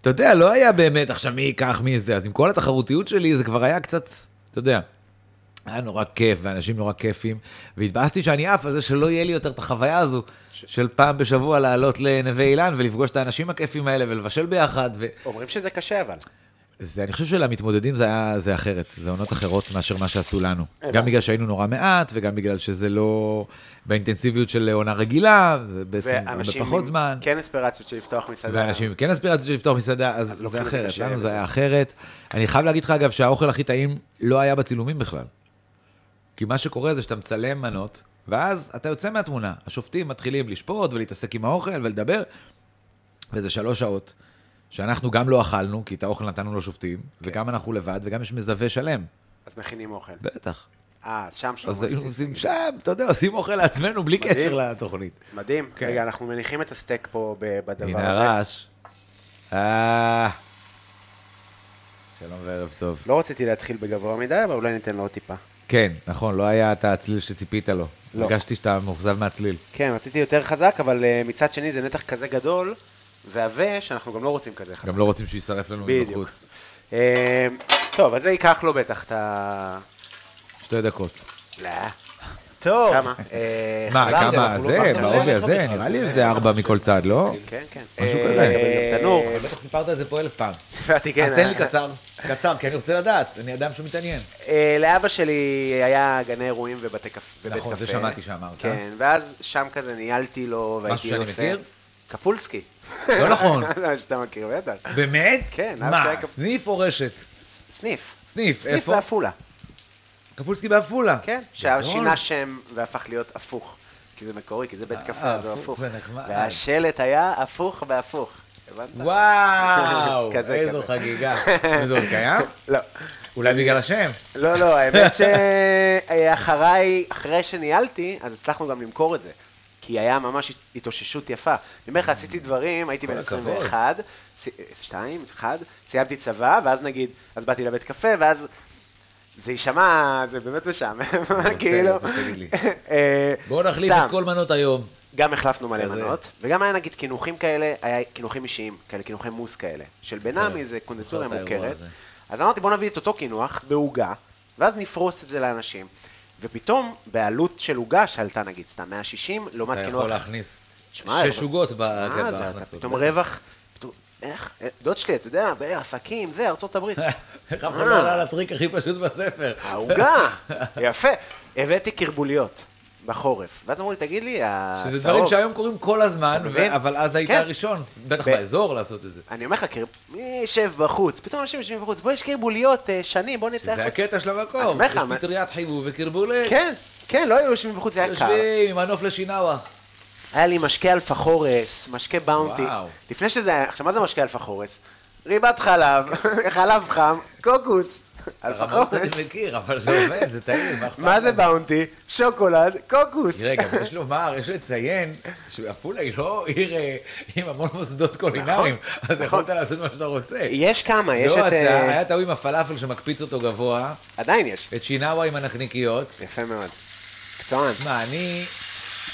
[SPEAKER 3] אתה יודע, לא היה באמת עכשיו מי ייקח מי זה, אז עם כל התחרותיות שלי, זה כבר היה קצת, אתה יודע. היה נורא כיף, ואנשים נורא כיפים, והתבאסתי שאני עף על זה שלא יהיה לי יותר את החוויה הזו ש... של פעם בשבוע לעלות לנווה אילן ולפגוש את האנשים הכיפים האלה ולבשל ביחד. ו...
[SPEAKER 2] אומרים שזה קשה, אבל.
[SPEAKER 3] זה, אני חושב שלמתמודדים זה היה, זה אחרת, זה עונות אחרות מאשר מה שעשו לנו.
[SPEAKER 2] הבנתי.
[SPEAKER 3] גם בגלל שהיינו נורא מעט, וגם בגלל שזה לא באינטנסיביות של עונה רגילה, זה בעצם
[SPEAKER 2] ואנשים
[SPEAKER 3] בפחות
[SPEAKER 2] עם
[SPEAKER 3] זמן.
[SPEAKER 2] כן אספירציות של לפתוח מסעדה.
[SPEAKER 3] ואנשים עם כן אספירציות של לפתוח מסעדה, אז
[SPEAKER 2] אז לוקחים את
[SPEAKER 3] זה אחרת,
[SPEAKER 2] הקשה
[SPEAKER 3] לנו
[SPEAKER 2] וזה.
[SPEAKER 3] זה היה אחרת. אני חייב להגיד לך, אגב, שהאוכל הכי טעים לא היה בצילומים בכלל. כי מה שקורה זה שאתה מצלם מנות, ואז אתה יוצא מהתמונה. השופטים מתחילים לשפוט ולהתעסק עם האוכל ולדבר, וזה שלוש שעות, שאנחנו גם לא אכלנו, כי את האוכל נתנו לשופטים,
[SPEAKER 2] כן.
[SPEAKER 3] וגם אנחנו לבד, וגם יש מזווה שלם.
[SPEAKER 2] אז מכינים אוכל.
[SPEAKER 3] בטח.
[SPEAKER 2] אה, אז שם שם.
[SPEAKER 3] אז היינו עושים שם, אתה יודע, עושים אוכל לעצמנו בלי
[SPEAKER 2] מדהים.
[SPEAKER 3] קשר לתוכנית.
[SPEAKER 2] מדהים.
[SPEAKER 3] כן.
[SPEAKER 2] רגע, אנחנו מניחים את הסטייק פה ב- בדבר הזה.
[SPEAKER 3] הנה הרעש. אה... שלום וערב טוב.
[SPEAKER 2] לא רציתי להתחיל בגבוה מדי, אבל אולי ניתן לו עוד טיפה.
[SPEAKER 3] כן, נכון, לא היה את הצליל שציפית לו.
[SPEAKER 2] לא.
[SPEAKER 3] הרגשתי שאתה מאוכזב מהצליל.
[SPEAKER 2] כן, רציתי יותר חזק, אבל אה, מצד שני זה נתח כזה גדול, והווה, שאנחנו גם לא רוצים כזה חזק.
[SPEAKER 3] גם לא רוצים שהוא יישרף לנו
[SPEAKER 2] בדיוק.
[SPEAKER 3] מבחוץ.
[SPEAKER 2] אה, טוב, אז זה ייקח לו בטח את ה...
[SPEAKER 3] שתי דקות.
[SPEAKER 2] לא. טוב. כמה? אה,
[SPEAKER 3] מה,
[SPEAKER 2] חלב?
[SPEAKER 3] כמה
[SPEAKER 2] אנחנו לא
[SPEAKER 3] זה?
[SPEAKER 2] פעם-
[SPEAKER 3] בעובי
[SPEAKER 2] כן,
[SPEAKER 3] הזה? נראה לי איזה ארבע מכל צד, לא?
[SPEAKER 2] כן, כן.
[SPEAKER 3] משהו
[SPEAKER 2] אה,
[SPEAKER 3] כזה.
[SPEAKER 2] אבל גם תנור.
[SPEAKER 3] בטח סיפרת את זה פה אלף פעם.
[SPEAKER 2] סיפרתי, כן.
[SPEAKER 3] אז תן לי
[SPEAKER 2] אה,
[SPEAKER 3] קצר, קצר, כי אני רוצה לדעת, אני אדם שמתעניין.
[SPEAKER 2] אה, לאבא שלי היה גני אירועים ובתי קפ- ובית קפה.
[SPEAKER 3] נכון, זה שמעתי שאמרת.
[SPEAKER 2] כן, ואז שם כזה ניהלתי לו, והייתי
[SPEAKER 3] משהו שאני
[SPEAKER 2] עושה-
[SPEAKER 3] מכיר?
[SPEAKER 2] קפולסקי.
[SPEAKER 3] לא נכון.
[SPEAKER 2] זה מה שאתה מכיר, בטח.
[SPEAKER 3] באמת?
[SPEAKER 2] כן, אז
[SPEAKER 3] מה,
[SPEAKER 2] שהיה כפ-
[SPEAKER 3] סניף או רשת?
[SPEAKER 2] סניף.
[SPEAKER 3] סניף,
[SPEAKER 2] סניף
[SPEAKER 3] איפה?
[SPEAKER 2] בעפולה.
[SPEAKER 3] קפולסקי בעפולה. נכון.
[SPEAKER 2] כן,
[SPEAKER 3] גדול.
[SPEAKER 2] ששינה שם והפך להיות הפוך. כי זה מקורי, כי זה בית קפה,
[SPEAKER 3] אה,
[SPEAKER 2] זה
[SPEAKER 3] הפוך,
[SPEAKER 2] הפוך.
[SPEAKER 3] זה נחמד.
[SPEAKER 2] והשלט היה הפוך והפוך. הבנת?
[SPEAKER 3] וואו,
[SPEAKER 2] כזה,
[SPEAKER 3] איזו
[SPEAKER 2] כזה.
[SPEAKER 3] חגיגה. וזה עוד קיים?
[SPEAKER 2] לא.
[SPEAKER 3] אולי בגלל השם.
[SPEAKER 2] לא, לא, האמת שאחריי, אחרי שניהלתי, אז הצלחנו גם למכור את זה. כי היה ממש התאוששות יפה. אני אומר לך, עשיתי דברים, הייתי
[SPEAKER 3] כל
[SPEAKER 2] בן
[SPEAKER 3] הכבוד.
[SPEAKER 2] 21, 2, 1, סיימתי צבא, ואז נגיד, אז באתי לבית קפה, ואז זה יישמע, זה באמת משעמם, כאילו.
[SPEAKER 3] אז תגיד לי.
[SPEAKER 2] אה,
[SPEAKER 3] בואו נחליף
[SPEAKER 2] סתם.
[SPEAKER 3] את כל מנות היום.
[SPEAKER 2] גם החלפנו מלא
[SPEAKER 3] כזה.
[SPEAKER 2] מנות, וגם היה נגיד קינוחים כאלה, היה קינוחים אישיים, כאלה קינוחי מוס כאלה, של בנאמי,
[SPEAKER 3] כן,
[SPEAKER 2] זה קונדטוריה
[SPEAKER 3] זוכר את האירוע
[SPEAKER 2] מוכרת.
[SPEAKER 3] הזה.
[SPEAKER 2] אז אמרתי, בוא נביא את אותו קינוח בעוגה, ואז נפרוס את זה לאנשים. ופתאום, בעלות של עוגה שעלתה נגיד סתם 160, לעומת
[SPEAKER 3] אתה
[SPEAKER 2] קינוח...
[SPEAKER 3] יכול להכניס
[SPEAKER 2] תשמע,
[SPEAKER 3] שש
[SPEAKER 2] אבל-
[SPEAKER 3] עוגות ב- כן,
[SPEAKER 2] מה זה, אתה
[SPEAKER 3] בהכנסות.
[SPEAKER 2] פתאום רווח, פתאום, איך, דוד שלי, אתה יודע, בעסקים, זה, ארצות הברית.
[SPEAKER 3] איך אף אחד לא עלה על הטריק הכי פשוט בספר.
[SPEAKER 2] אה. העוגה, יפה. הבאתי קרבוליות בחורף, ואז אמרו לי, תגיד לי, הצהוב...
[SPEAKER 3] שזה דברים שהיום קורים כל הזמן,
[SPEAKER 2] אתה
[SPEAKER 3] ו-
[SPEAKER 2] מבין?
[SPEAKER 3] אבל אז היית
[SPEAKER 2] כן.
[SPEAKER 3] הראשון, בטח
[SPEAKER 2] ב-
[SPEAKER 3] באזור לעשות את זה.
[SPEAKER 2] אני אומר לך, קר- מי יושב בחוץ? פתאום אנשים יושבים בחוץ, בוא יש קרבוליות אה, שנים, בוא נצא
[SPEAKER 3] שזה
[SPEAKER 2] החוצה.
[SPEAKER 3] הקטע של
[SPEAKER 2] אני
[SPEAKER 3] המקום.
[SPEAKER 2] אומר לך,
[SPEAKER 3] יש
[SPEAKER 2] מה-
[SPEAKER 3] פטריית חיבוב וקרבולת.
[SPEAKER 2] כן, כן, לא היו יושבים בחוץ, זה היה קר.
[SPEAKER 3] יושבים עם הנוף לשינאווה.
[SPEAKER 2] היה לי משקה אלפה חורס, משקה באונטי.
[SPEAKER 3] וואו.
[SPEAKER 2] לפני שזה היה, עכשיו מה זה משקה אלפה חורס? ריבת חלב, חלב חם, קוקוס. אלפה
[SPEAKER 3] הרמות
[SPEAKER 2] חורס.
[SPEAKER 3] אני מכיר, אבל זה עובד, זה טעים. אכפת
[SPEAKER 2] מה זה
[SPEAKER 3] לנו?
[SPEAKER 2] באונטי? שוקולד, קוקוס.
[SPEAKER 3] תראה, גם יש לומר, יש לציין, שעפולה היא לא עיר אה, עם המון מוסדות קולינריים, אז יכולת לעשות מה שאתה רוצה.
[SPEAKER 2] יש כמה, נכון, יש
[SPEAKER 3] לא,
[SPEAKER 2] את...
[SPEAKER 3] אתה,
[SPEAKER 2] אה,
[SPEAKER 3] היה טעוי עם הפלאפל שמקפיץ אותו גבוה,
[SPEAKER 2] עדיין יש.
[SPEAKER 3] את שינאווה עם הנקניקיות,
[SPEAKER 2] יפה מאוד. מקצוען,
[SPEAKER 3] שמע, אני...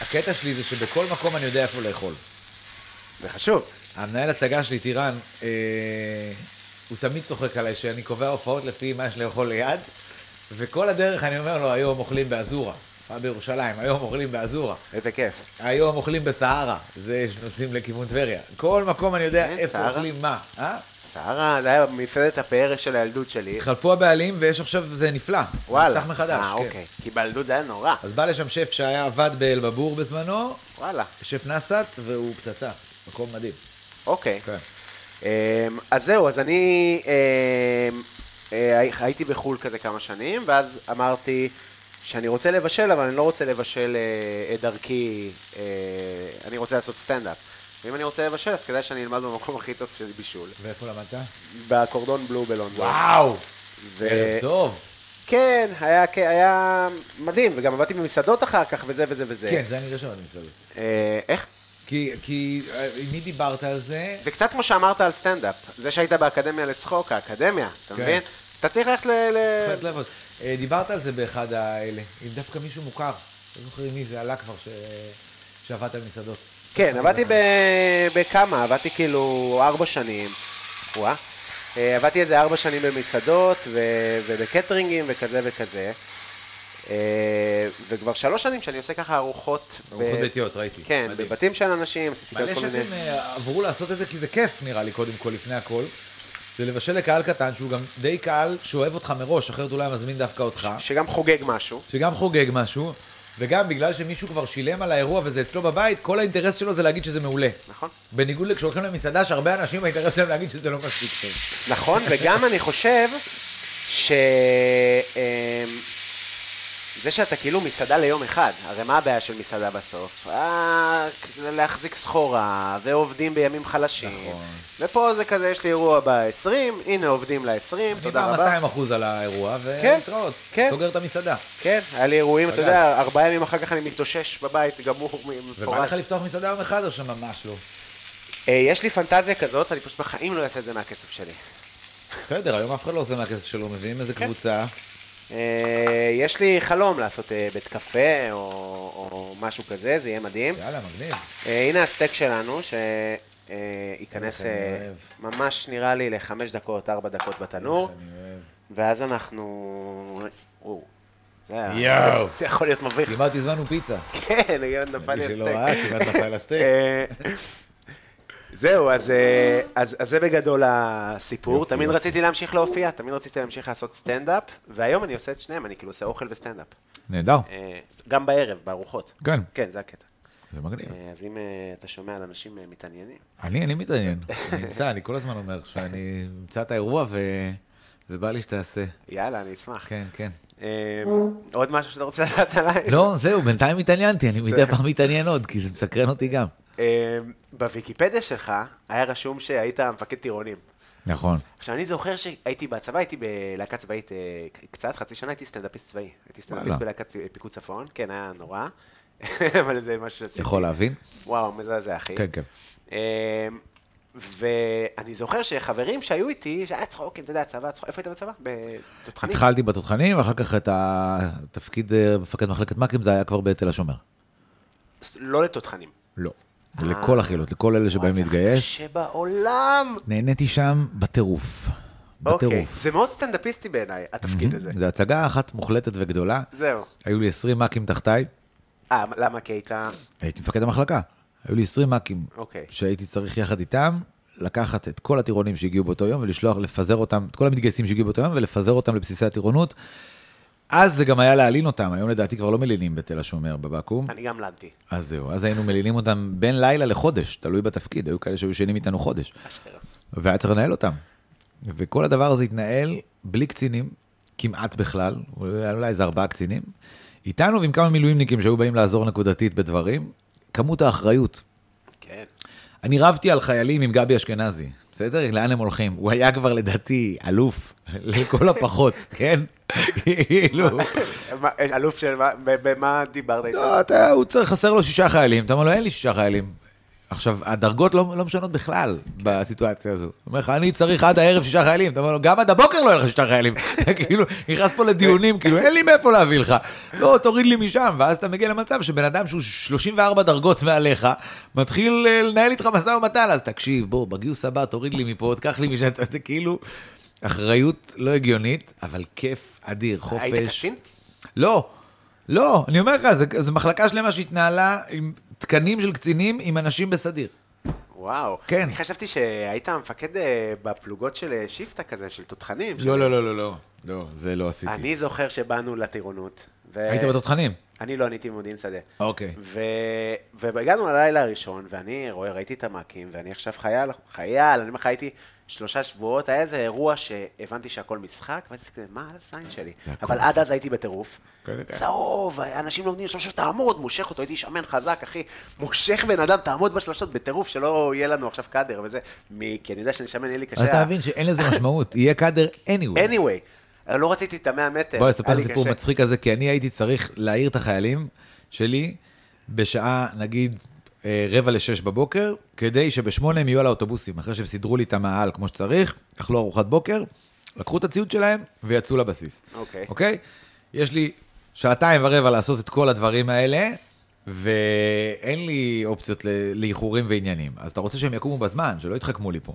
[SPEAKER 3] הקטע שלי זה שבכל מקום אני יודע איפה לאכול.
[SPEAKER 2] זה חשוב.
[SPEAKER 3] המנהל הצגה שלי, טירן, אה, הוא תמיד צוחק עליי שאני קובע הופעות לפי מה יש לאכול ליד, וכל הדרך אני אומר לו, היום אוכלים באזורה. פעם בירושלים, היום אוכלים באזורה.
[SPEAKER 2] איזה כיף.
[SPEAKER 3] היום אוכלים בסהרה, זה שנוסעים לכיוון טבריה. כל מקום אני יודע
[SPEAKER 2] אין
[SPEAKER 3] איפה
[SPEAKER 2] סהרה?
[SPEAKER 3] אוכלים מה. אה?
[SPEAKER 2] סהרה, זה היה מסעדת הפאר של הילדות שלי.
[SPEAKER 3] התחלפו הבעלים ויש עכשיו, זה נפלא.
[SPEAKER 2] וואלה.
[SPEAKER 3] נפתח מחדש,
[SPEAKER 2] אה,
[SPEAKER 3] כן.
[SPEAKER 2] אוקיי. כי בילדות זה היה נורא.
[SPEAKER 3] אז בא לשם שף שהיה עבד באלבבור בזמנו,
[SPEAKER 2] וואלה.
[SPEAKER 3] שף נסת, והוא פצצה. מקום מדהים.
[SPEAKER 2] אוקיי.
[SPEAKER 3] כן.
[SPEAKER 2] אמ, אז זהו, אז אני אמ, אה, הי- הייתי בחו"ל כזה כמה שנים, ואז אמרתי שאני רוצה לבשל, אבל אני לא רוצה לבשל אה, את דרכי, אה, אני רוצה לעשות סטנדאפ. ואם אני רוצה לבשל, אז כדאי שאני אלמד במקום הכי טוב של בישול.
[SPEAKER 3] ואיפה למדת?
[SPEAKER 2] בקורדון בלו בלונדון.
[SPEAKER 3] וואו!
[SPEAKER 2] ו-
[SPEAKER 3] ערב טוב.
[SPEAKER 2] כן, היה, כן, היה מדהים, וגם עבדתי במסעדות אחר כך, וזה וזה וזה.
[SPEAKER 3] כן, זה אני יודע שמעתי מסעדות.
[SPEAKER 2] אה, איך?
[SPEAKER 3] כי, כי, אה, עם מי דיברת על זה?
[SPEAKER 2] זה קצת כמו שאמרת על סטנדאפ. זה שהיית באקדמיה לצחוק, האקדמיה, אתה
[SPEAKER 3] כן.
[SPEAKER 2] מבין? אתה צריך ללכת ל... ל-
[SPEAKER 3] בהחלט לעבוד. אה, דיברת על זה באחד האלה, עם דווקא מישהו מוכר. לא זוכר עם מי זה עלה כבר, ש... שעבדת במסעדות.
[SPEAKER 2] כן,
[SPEAKER 3] לא-
[SPEAKER 2] עבדתי ב- בכמה, עבדתי כאילו ארבע שנים. וואה. אה, עבדתי איזה ארבע שנים במסעדות ו- ובקטרינגים וכזה וכזה. אה, וכבר שלוש שנים שאני עושה ככה ארוחות... ב-
[SPEAKER 3] ארוחות ביתיות, ראיתי.
[SPEAKER 2] כן,
[SPEAKER 3] מדהים.
[SPEAKER 2] בבתים של אנשים, עשיתי
[SPEAKER 3] מלא
[SPEAKER 2] כל מיני...
[SPEAKER 3] שפים אה, עברו לעשות את זה כי זה כיף, נראה לי, קודם כל, לפני הכל. זה לבשל לקהל קטן, שהוא גם די קהל שאוהב אותך מראש, אחרת אולי מזמין דווקא אותך.
[SPEAKER 2] שגם חוגג משהו.
[SPEAKER 3] שגם חוגג משהו, וגם בגלל שמישהו כבר שילם על האירוע וזה אצלו בבית, כל האינטרס שלו זה להגיד שזה מעולה.
[SPEAKER 2] נכון.
[SPEAKER 3] בניגוד לכשהולכים למסעדה, שהרבה אנשים האינטרס שלהם להגיד שזה לא מספיק טוב.
[SPEAKER 2] נכון, וגם אני חושב ש... אמ, זה שאתה כאילו מסעדה ליום אחד, הרי מה הבעיה של מסעדה בסוף? אה, להחזיק סחורה, ועובדים בימים חלשים.
[SPEAKER 3] נכון.
[SPEAKER 2] ופה זה כזה, יש לי אירוע ב-20, הנה עובדים ל-20, תודה רבה.
[SPEAKER 3] 200 אחוז על האירוע,
[SPEAKER 2] כן,
[SPEAKER 3] ולהתראות.
[SPEAKER 2] כן.
[SPEAKER 3] סוגר את המסעדה.
[SPEAKER 2] כן, היה לי אירועים, אתה
[SPEAKER 3] אגב.
[SPEAKER 2] יודע, ארבעה ימים אחר כך אני מתאושש בבית, גמור,
[SPEAKER 3] ובא
[SPEAKER 2] מפורט.
[SPEAKER 3] לך לפתוח מסעדה יום אחד או שממש לא?
[SPEAKER 2] אה, יש לי פנטזיה כזאת, אני פשוט בחיים לא אעשה את זה מהכסף שלי.
[SPEAKER 3] בסדר, היום אף אחד לא עושה מהכסף שלו, מביאים איזה
[SPEAKER 2] כן.
[SPEAKER 3] קבוצה.
[SPEAKER 2] אה, יש לי חלום לעשות אה, בית קפה או, או משהו כזה, זה יהיה מדהים.
[SPEAKER 3] יאללה, מגניב.
[SPEAKER 2] אה, הנה הסטייק שלנו, שייכנס
[SPEAKER 3] איך אני אוהב.
[SPEAKER 2] אה, ממש נראה לי לחמש דקות, ארבע דקות בתנור,
[SPEAKER 3] איך אני אוהב.
[SPEAKER 2] ואז אנחנו... וואו, זה היה-
[SPEAKER 3] יואו.
[SPEAKER 2] זה יכול להיות מביך.
[SPEAKER 3] כמעט הזמנו פיצה.
[SPEAKER 2] כן, גם נפל לי
[SPEAKER 3] מי שלא
[SPEAKER 2] הסטייק.
[SPEAKER 3] ראה, כמעט נפל הסטייק.
[SPEAKER 2] אה, זהו, אז, אה, אז, אז זה בגדול הסיפור.
[SPEAKER 3] יופי,
[SPEAKER 2] תמיד
[SPEAKER 3] יופי.
[SPEAKER 2] רציתי להמשיך להופיע, תמיד רציתי להמשיך לעשות סטנדאפ, והיום אני עושה את שניהם, אני כאילו עושה אוכל וסטנדאפ.
[SPEAKER 3] נהדר.
[SPEAKER 2] אה, גם בערב, בארוחות.
[SPEAKER 3] כן,
[SPEAKER 2] כן, זה הקטע.
[SPEAKER 3] זה מגניב.
[SPEAKER 2] אה, אז אם אה, אתה שומע על אנשים אה, מתעניינים,
[SPEAKER 3] אני, אני מתעניין. אני אמצא, אני כל הזמן אומר שאני אמצא את האירוע ו... ובא לי שתעשה.
[SPEAKER 2] יאללה, אני אשמח.
[SPEAKER 3] כן, כן.
[SPEAKER 2] אה, עוד משהו שאתה רוצה לדעת עליי?
[SPEAKER 3] לא, זהו, בינתיים התעניינתי, אני מדי פעם מתעניין עוד, כי זה מסקרן אותי גם.
[SPEAKER 2] אה, בוויקיפדיה שלך היה רשום שהיית מפקד טירונים.
[SPEAKER 3] נכון.
[SPEAKER 2] עכשיו, אני זוכר שהייתי בצבא, הייתי בלהקה צבאית אה, קצת, חצי שנה הייתי סטנדאפיסט צבאי. הייתי סטנדאפיסט
[SPEAKER 3] וואלה.
[SPEAKER 2] בלהקת צ- פיקוד צפון, כן, היה נורא. אבל זה משהו שעשיתי.
[SPEAKER 3] יכול להבין?
[SPEAKER 2] וואו, מזעזע, אחי.
[SPEAKER 3] כן, כן.
[SPEAKER 2] אמ, ואני זוכר שחברים שהיו איתי, שהיה צחוקים, אתה יודע, צבא, צחוק, איפה היית בצבא? בתותחנים?
[SPEAKER 3] התחלתי בתותחנים, ואחר כך את התפקיד אה, מפקד מחלקת מ"כים, זה היה כבר בתל השומר.
[SPEAKER 2] ס- לא לתותחנים.
[SPEAKER 3] לא. זה לכל החילות, לכל אלה שבאים
[SPEAKER 2] וואי, זה הכי
[SPEAKER 3] להתגייס.
[SPEAKER 2] קשה בעולם!
[SPEAKER 3] נהניתי שם בטירוף.
[SPEAKER 2] אוקיי,
[SPEAKER 3] בטירוף.
[SPEAKER 2] זה מאוד סטנדאפיסטי בעיניי, התפקיד הזה.
[SPEAKER 3] זו הצגה אחת מוחלטת וגדולה.
[SPEAKER 2] זהו.
[SPEAKER 3] היו לי 20 מ"כים תחתיי,
[SPEAKER 2] אה, למה? כי היית...
[SPEAKER 3] הייתי מפקד המחלקה. היו לי 20 מ"כים
[SPEAKER 2] אוקיי.
[SPEAKER 3] שהייתי צריך יחד איתם לקחת את כל הטירונים שהגיעו באותו יום ולשלוח, לפזר אותם, את כל המתגייסים שהגיעו באותו יום ולפזר אותם לבסיסי הטירונות. אז זה גם היה להלין אותם, היום לדעתי כבר לא מלינים בתל השומר בבקו"ם.
[SPEAKER 2] אני גם למדתי.
[SPEAKER 3] אז זהו, אז היינו מלינים אותם בין לילה לחודש, תלוי בתפקיד, היו כאלה שהיו ישנים איתנו חודש. והיה צריך לנהל אותם. וכל הדבר הזה התנהל בלי קצינים, כמעט בכלל, אולי אולי איזה ארבעה קצינים, איתנו ועם כמה מילואימניקים שהיו באים לעזור נקודתית בדברים, כמות האחריות.
[SPEAKER 2] כן.
[SPEAKER 3] אני רבתי על חיילים עם גבי אשכנזי, בסדר? לאן הם הולכים? הוא היה כבר לדעתי אלוף, לכל הפחות, כן? כאילו...
[SPEAKER 2] מה, אה, אלוף של מה, ב- במה דיברת איתו?
[SPEAKER 3] לא, אתה, הוא צריך, חסר לו שישה חיילים, אתה אומר לו, אין לי שישה חיילים. עכשיו, הדרגות לא, לא משנות בכלל בסיטואציה הזו. הוא אומר לך, אני צריך עד הערב שישה חיילים. אתה אומר לו, גם עד הבוקר לא יהיה לך שישה חיילים. אתה כאילו, נכנס פה לדיונים, כאילו, אין לי מאיפה להביא לך. לא, תוריד לי משם. ואז אתה מגיע למצב שבן אדם שהוא 34 דרגות מעליך, מתחיל אה, לנהל איתך משא ומתן, אז תקשיב, בוא, בגיוס הבא תוריד לי מפה, תקח לי משם, אתה אתה כאילו... אחריות לא הגיונית, אבל כיף אדיר, חופש.
[SPEAKER 2] היית קצין?
[SPEAKER 3] לא, לא, אני אומר לך, זה- זו מחלקה שלמה שהתנהלה עם תקנים של קצינים עם אנשים בסדיר.
[SPEAKER 2] וואו.
[SPEAKER 3] כן.
[SPEAKER 2] אני חשבתי שהיית המפקד אה, בפלוגות של אה, שיפטה כזה, של תותחנים. של-
[SPEAKER 3] לא, לא, לא, לא, לא. לא, זה לא עשיתי.
[SPEAKER 2] אני אה, זוכר שבאנו לטירונות. ו-
[SPEAKER 3] היית בתותחנים?
[SPEAKER 2] אני לא, אני הייתי במודיעין שדה.
[SPEAKER 3] אוקיי.
[SPEAKER 2] ו... והגענו ללילה הראשון, ואני רואה, ראיתי את המ"כים, ואני עכשיו חייל, חייל, אני אומר לך, הייתי שלושה שבועות, היה איזה אירוע שהבנתי שהכל משחק, ואני כזה, מה על הסיין שלי?
[SPEAKER 3] זה הכל
[SPEAKER 2] אבל עד אז הייתי בטירוף.
[SPEAKER 3] כן, כן.
[SPEAKER 2] צהוב, אנשים לומדים שלושות, תעמוד, מושך אותו, הייתי שמן חזק, אחי. מושך בן אדם, תעמוד בשלושות בטירוף, שלא יהיה לנו עכשיו קאדר וזה. מ- כי אני יודע שאני שמן, יהיה לי קשה.
[SPEAKER 3] אז תבין שאין לזה משמעות, יהיה קאדר anyway.
[SPEAKER 2] anyway, לא רציתי את המאה מטר.
[SPEAKER 3] בוא,
[SPEAKER 2] היה
[SPEAKER 3] אספר
[SPEAKER 2] לי
[SPEAKER 3] סיפור
[SPEAKER 2] קשה.
[SPEAKER 3] מצחיק כזה, כי אני הייתי צריך להעיר את החיילים שלי בשעה, נגיד, אה, רבע לשש בבוקר, כדי שבשמונה הם יהיו על האוטובוסים, אחרי שהם סידרו לי את המאהל כמו שצריך, אכלו ארוחת בוקר, לקחו את הציוד שלהם ויצאו לבסיס.
[SPEAKER 2] אוקיי.
[SPEAKER 3] אוקיי? יש לי שעתיים ורבע לעשות את כל הדברים האלה, ואין לי אופציות ל- לאיחורים ועניינים. אז אתה רוצה שהם יקומו בזמן, שלא יתחכמו לי פה.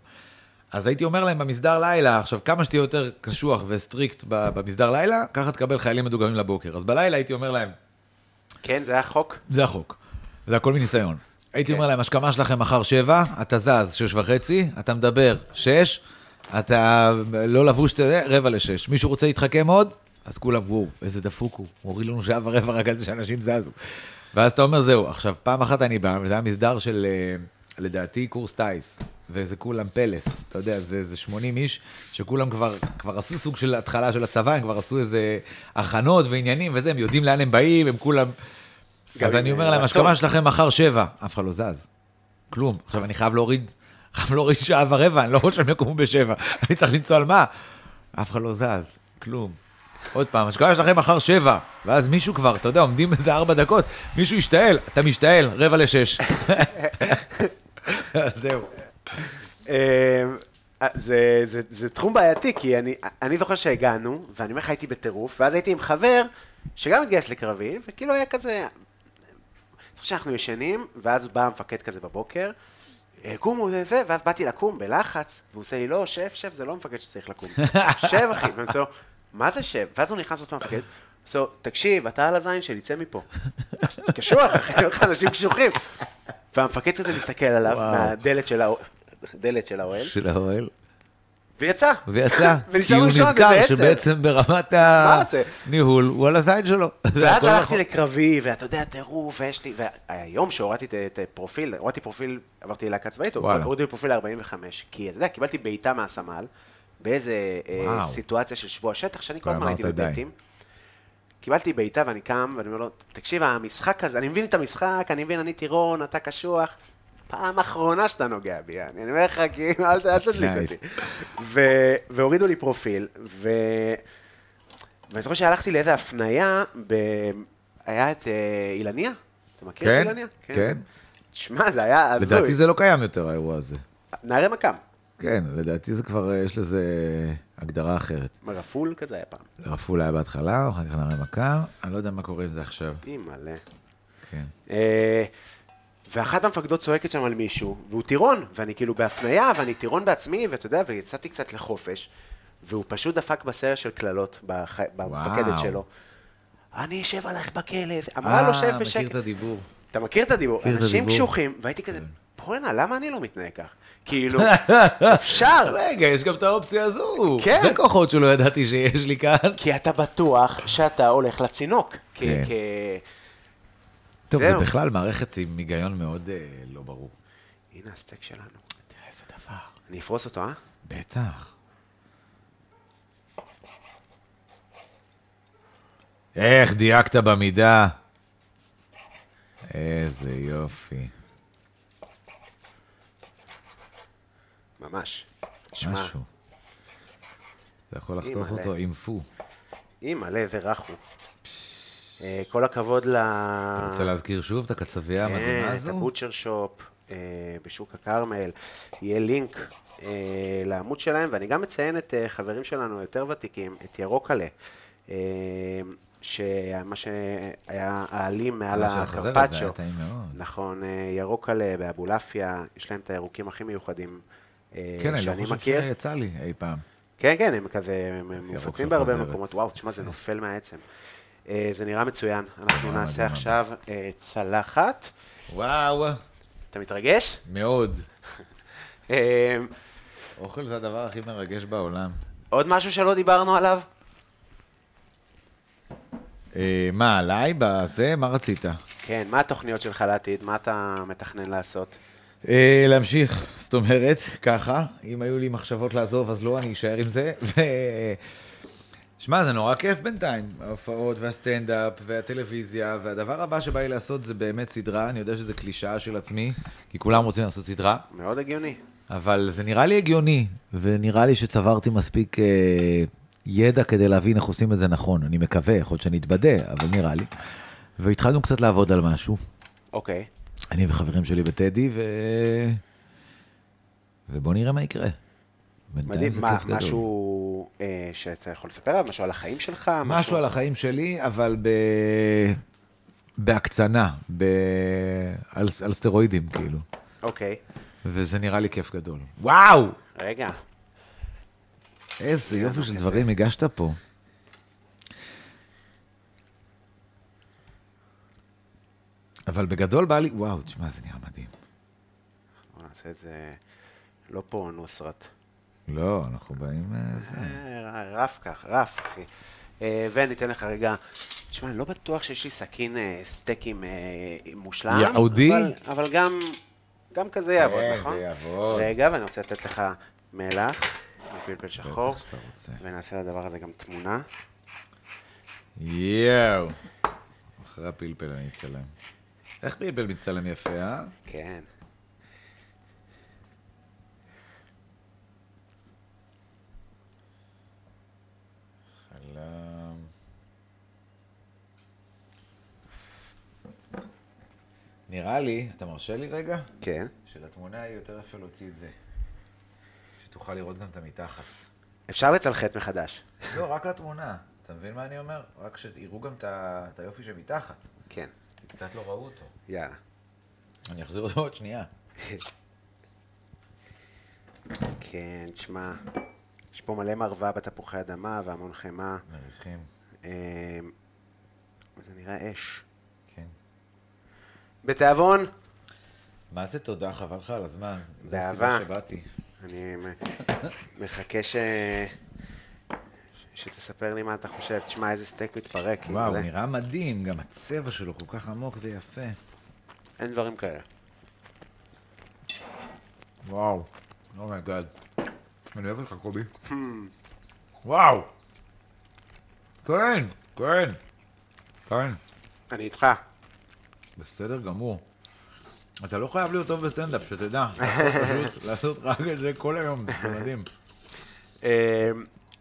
[SPEAKER 3] אז הייתי אומר להם במסדר לילה, עכשיו, כמה שתהיה יותר קשוח וסטריקט ב- במסדר לילה, ככה תקבל חיילים מדוגמים לבוקר. אז בלילה הייתי אומר להם,
[SPEAKER 2] כן, זה היה חוק.
[SPEAKER 3] זה החוק. זה הכל מניסיון. הייתי אומר להם, השכמה שלכם מחר שבע, אתה זז שש וחצי, אתה מדבר שש, אתה לא לבוש, אתה יודע, רבע לשש. מישהו רוצה להתחכם עוד? אז כולם, וואו, איזה דפוק הוא, הוא הוריד לנו שעה ורבע רק על זה שאנשים זזו. ואז אתה אומר, זהו, עכשיו, פעם אחת אני בא, וזה היה מסדר של, אה, לדעתי, קורס טיס, וזה כולם פלס, אתה יודע, זה, זה 80 איש, שכולם כבר, כבר עשו סוג של התחלה של הצבא, הם כבר עשו איזה הכנות ועניינים וזה, הם יודעים לאן הם באים, הם כולם...
[SPEAKER 2] גם
[SPEAKER 3] אז
[SPEAKER 2] עם,
[SPEAKER 3] אני אומר
[SPEAKER 2] אה,
[SPEAKER 3] להם,
[SPEAKER 2] רצון.
[SPEAKER 3] השכמה שלכם מחר שבע. אף אחד לא זז. כלום. עכשיו, אני חייב להוריד, חייב להוריד שעה ורבע, אני לא רוצה שהם יקומו בשבע. אני צריך למצוא על מה. אף אחד לא זז. כלום. עוד פעם, השכמה שלכם מחר שבע. ואז מישהו כבר, אתה יודע, עומדים איזה ארבע דקות, מישהו השתעל, אתה משתעל, רבע לשש. אז זהו.
[SPEAKER 2] אמ, אה, זה, זה, זה תחום בעייתי, כי אני, אני זוכר שהגענו, ואני אומר לך, הייתי בטירוף, ואז הייתי עם חבר שגם התגייס לקרבי, וכאילו היה כזה... אני חושב שאנחנו ישנים, ואז בא המפקד כזה בבוקר, "אה, קומו זה זה, ואז באתי לקום בלחץ, והוא עושה לי, לא, שב, שב, זה לא מפקד שצריך לקום. שב, אחי, ואני עושה לו, מה זה שב? ואז הוא נכנס לאותו מפקד, עושה לו, תקשיב, אתה על הזין שלי, צא מפה. זה קשוח, אחי, אני אומר לך, אנשים קשוחים. והמפקד כזה מסתכל עליו,
[SPEAKER 3] וואו.
[SPEAKER 2] מהדלת של האוהל, דלת של האוהל,
[SPEAKER 3] של האוהל.
[SPEAKER 2] ויצא.
[SPEAKER 3] ויצא.
[SPEAKER 2] ונשאר
[SPEAKER 3] כי הוא
[SPEAKER 2] ראשון,
[SPEAKER 3] נזכר
[SPEAKER 2] וזה עצב.
[SPEAKER 3] שבעצם ברמת
[SPEAKER 2] מה זה?
[SPEAKER 3] הניהול, הוא על הזין שלו. זה
[SPEAKER 2] ואז
[SPEAKER 3] הכל
[SPEAKER 2] הלכתי
[SPEAKER 3] נכון.
[SPEAKER 2] לקרבי, ואתה יודע, טירוף, ויש לי, והיום שהורדתי את- את הפרופיל, הורדתי פרופיל, עברתי ללהקה צבאית,
[SPEAKER 3] וואלה.
[SPEAKER 2] הורדתי פרופיל 45, כי אתה יודע, קיבלתי בעיטה מהסמל, באיזה אה,
[SPEAKER 3] וואו.
[SPEAKER 2] סיטואציה של שבוע שטח, שאני כל הזמן
[SPEAKER 3] ואמרת
[SPEAKER 2] הייתי בבייטים. קיבלתי בעיטה ואני קם, ואני אומר לו, תקשיב, המשחק הזה, אני מבין את המשחק, אני מבין, אני טירון, אתה קשוח. פעם אחרונה שאתה נוגע בי, אני אני אומר לך, כאילו, אל ת- אל תדליק
[SPEAKER 3] Nice.
[SPEAKER 2] אותי. ו- והורידו לי פרופיל, ו... ואני זוכר שהלכתי לאיזה הפנייה, ב... היה את אה, אילניה? אתה מכיר את
[SPEAKER 3] כן,
[SPEAKER 2] אילניה?
[SPEAKER 3] כן.
[SPEAKER 2] תשמע, זה היה הזוי.
[SPEAKER 3] לדעתי זה לא קיים יותר, האירוע הזה.
[SPEAKER 2] נערי מכ"ם.
[SPEAKER 3] כן, לדעתי זה כבר, אה, יש לזה הגדרה אחרת.
[SPEAKER 2] רפול כזה היה פעם.
[SPEAKER 3] רפול היה בהתחלה, אחר כך נערי מכ"ם, אני לא יודע מה קורה עם זה עכשיו.
[SPEAKER 2] אי מלא.
[SPEAKER 3] כן.
[SPEAKER 2] אה, ואחת המפקדות צועקת שם על מישהו, והוא טירון, ואני כאילו בהפניה, ואני טירון בעצמי, ואתה יודע, ויצאתי קצת לחופש, והוא פשוט דפק בסרט של קללות, בח... במפקדת
[SPEAKER 3] וואו. אה,
[SPEAKER 2] שלו. אני אשב עלייך בכלא, אמרה לו שב
[SPEAKER 3] מכיר
[SPEAKER 2] לא בשקט.
[SPEAKER 3] את הדיבור.
[SPEAKER 2] אתה מכיר את הדיבור?
[SPEAKER 3] מכיר את
[SPEAKER 2] אנשים
[SPEAKER 3] הדיבור. כן.
[SPEAKER 2] קשוחים, והייתי כזה, בואנה, למה אני לא מתנהג כך? כאילו, אפשר,
[SPEAKER 3] רגע, יש גם את האופציה הזו.
[SPEAKER 2] כן.
[SPEAKER 3] זה כוחות שלא ידעתי שיש לי כאן.
[SPEAKER 2] כי אתה בטוח שאתה הולך לצינוק. כ-
[SPEAKER 3] כן.
[SPEAKER 2] כ-
[SPEAKER 3] טוב, זה
[SPEAKER 2] זהו.
[SPEAKER 3] בכלל מערכת עם היגיון מאוד אה, לא ברור.
[SPEAKER 2] הנה הסטייק שלנו.
[SPEAKER 3] תראה איזה דבר.
[SPEAKER 2] אני אפרוס אותו, אה?
[SPEAKER 3] בטח. איך דייקת במידה. איזה יופי.
[SPEAKER 2] ממש. שמע,
[SPEAKER 3] משהו. אתה יכול
[SPEAKER 2] אי,
[SPEAKER 3] לחתוך
[SPEAKER 2] מלא. אה.
[SPEAKER 3] אותו עם פו.
[SPEAKER 2] אי מלא, איזה רך הוא. אה, כל הכבוד ל...
[SPEAKER 3] אתה רוצה להזכיר שוב את הקצבייה המדהימה
[SPEAKER 2] כן, את
[SPEAKER 3] הזו?
[SPEAKER 2] הבוטשר שופ. אה, בשוק הכרמל, יהיה לינק אה, לעמוד שלהם, ואני גם מציין את אה, חברים שלנו היותר ותיקים, את ירוקלה, אה, שמה שהיה האלים מעל
[SPEAKER 3] מה שהחזר הזה
[SPEAKER 2] הקרפצ'ו.
[SPEAKER 3] היה טעים מאוד.
[SPEAKER 2] נכון, אה, ירוקלה באבולעפיה, יש להם את הירוקים הכי מיוחדים אה,
[SPEAKER 3] כן, אני לא
[SPEAKER 2] שאני
[SPEAKER 3] חושב
[SPEAKER 2] מכיר.
[SPEAKER 3] שיצא לי אי פעם.
[SPEAKER 2] כן, כן, הם כזה, הם- הם מופצים
[SPEAKER 3] של
[SPEAKER 2] בהרבה
[SPEAKER 3] חזרת.
[SPEAKER 2] מקומות. וואו, תשמע, זה נופל מהעצם. אה, זה נראה מצוין. אנחנו
[SPEAKER 3] אה,
[SPEAKER 2] נעשה
[SPEAKER 3] מדהים,
[SPEAKER 2] עכשיו אה, צלחת.
[SPEAKER 3] וואו,
[SPEAKER 2] אתה מתרגש?
[SPEAKER 3] מאוד.
[SPEAKER 2] אה,
[SPEAKER 3] אוכל זה הדבר הכי מרגש בעולם.
[SPEAKER 2] עוד משהו שלא דיברנו עליו?
[SPEAKER 3] אה, מה, עליי? בזה? מה רצית?
[SPEAKER 2] כן, מה התוכניות שלך לעתיד? מה אתה מתכנן לעשות?
[SPEAKER 3] אה, להמשיך, זאת אומרת, ככה, אם היו לי מחשבות לעזוב, אז לא, אני אשאר עם זה. ו... שמע, זה נורא כיף בינתיים, ההופעות והסטנדאפ והטלוויזיה, והדבר הבא שבא לי לעשות זה באמת סדרה, אני יודע שזו קלישאה של עצמי, כי כולם רוצים לעשות סדרה,
[SPEAKER 2] מאוד הגיוני.
[SPEAKER 3] אבל זה נראה לי הגיוני, ונראה לי שצברתי מספיק אה, ידע כדי להבין איך עושים את זה נכון. אני מקווה, יכול להיות שאני אתבדה, אבל נראה לי. והתחלנו קצת לעבוד על משהו.
[SPEAKER 2] אוקיי.
[SPEAKER 3] אני וחברים שלי בטדי, ו... ובוא נראה מה יקרה. בינתיים
[SPEAKER 2] מדהים.
[SPEAKER 3] זה
[SPEAKER 2] מה,
[SPEAKER 3] כיף גדול.
[SPEAKER 2] משהו אה, שאתה יכול לספר עליו? משהו על החיים שלך?
[SPEAKER 3] משהו על החיים שלי, אבל ב... בהקצנה, ב... על, על סטרואידים, כאילו.
[SPEAKER 2] אוקיי.
[SPEAKER 3] וזה נראה לי כיף גדול. וואו!
[SPEAKER 2] רגע.
[SPEAKER 3] איזה יופי של דברים הגשת פה. אבל בגדול בא לי, וואו, תשמע, זה נראה מדהים.
[SPEAKER 2] בוא נעשה את זה לא פה, נוסרת.
[SPEAKER 3] לא, אנחנו באים... אה, זה.
[SPEAKER 2] אה, רף ככה, רף, אחי. אה, וניתן לך רגע, תשמע, אני לא בטוח שיש לי סכין אה, סטייקים אה, מושלם.
[SPEAKER 3] יהודי?
[SPEAKER 2] אבל- אבל גם, גם כזה יעבוד,
[SPEAKER 3] כן,
[SPEAKER 2] נכון?
[SPEAKER 3] זה יעבוד.
[SPEAKER 2] רגע, ואני רוצה לתת לך מלח, פלפל שחור,
[SPEAKER 3] בטח שאתה רוצה.
[SPEAKER 2] ונעשה לדבר הזה גם תמונה.
[SPEAKER 3] יואו. אחרי הפלפל אני אצלם. איך פלפל מצטלם יפה, אה?
[SPEAKER 2] כן.
[SPEAKER 3] חלם. נראה לי, אתה מרשה לי רגע?
[SPEAKER 2] כן.
[SPEAKER 3] שלתמונה יהיה יותר יפה להוציא את זה. שתוכל לראות גם את המתחת.
[SPEAKER 2] אפשר לצלחת מחדש.
[SPEAKER 3] לא, רק לתמונה. אתה מבין מה אני אומר? רק שיראו גם את ה- את היופי שמתחת.
[SPEAKER 2] כן.
[SPEAKER 3] כי קצת לא ראו אותו.
[SPEAKER 2] יאללה.
[SPEAKER 3] אני אחזיר אותו עוד שנייה.
[SPEAKER 2] כן, תשמע, יש פה מלא מרווה בתפוחי אדמה והמון חמאה.
[SPEAKER 3] מריחים.
[SPEAKER 2] אה, זה נראה אש.
[SPEAKER 3] כן.
[SPEAKER 2] בתיאבון,
[SPEAKER 3] מה זה תודה? חבל לך על הזמן. זו
[SPEAKER 2] באהבה.
[SPEAKER 3] הסיבה שבאתי.
[SPEAKER 2] אני מ- מחכה ש... ש- שתספר לי מה אתה חושב. תשמע, איזה סטייק מתפרק. עם
[SPEAKER 3] וואו,
[SPEAKER 2] זה.
[SPEAKER 3] נראה מדהים, גם הצבע שלו כל כך עמוק ויפה.
[SPEAKER 2] אין דברים כאלה.
[SPEAKER 3] וואו, אומייגאד. אני אוהב אותך, קובי. וואו! כן, כן. כן,
[SPEAKER 2] אני איתך.
[SPEAKER 3] בסדר גמור. אתה לא חייב להיות טוב בסטנדאפ, שתדע. אתה יכול פשוט לעשות רק את זה כל היום, זה מדהים.
[SPEAKER 2] אה,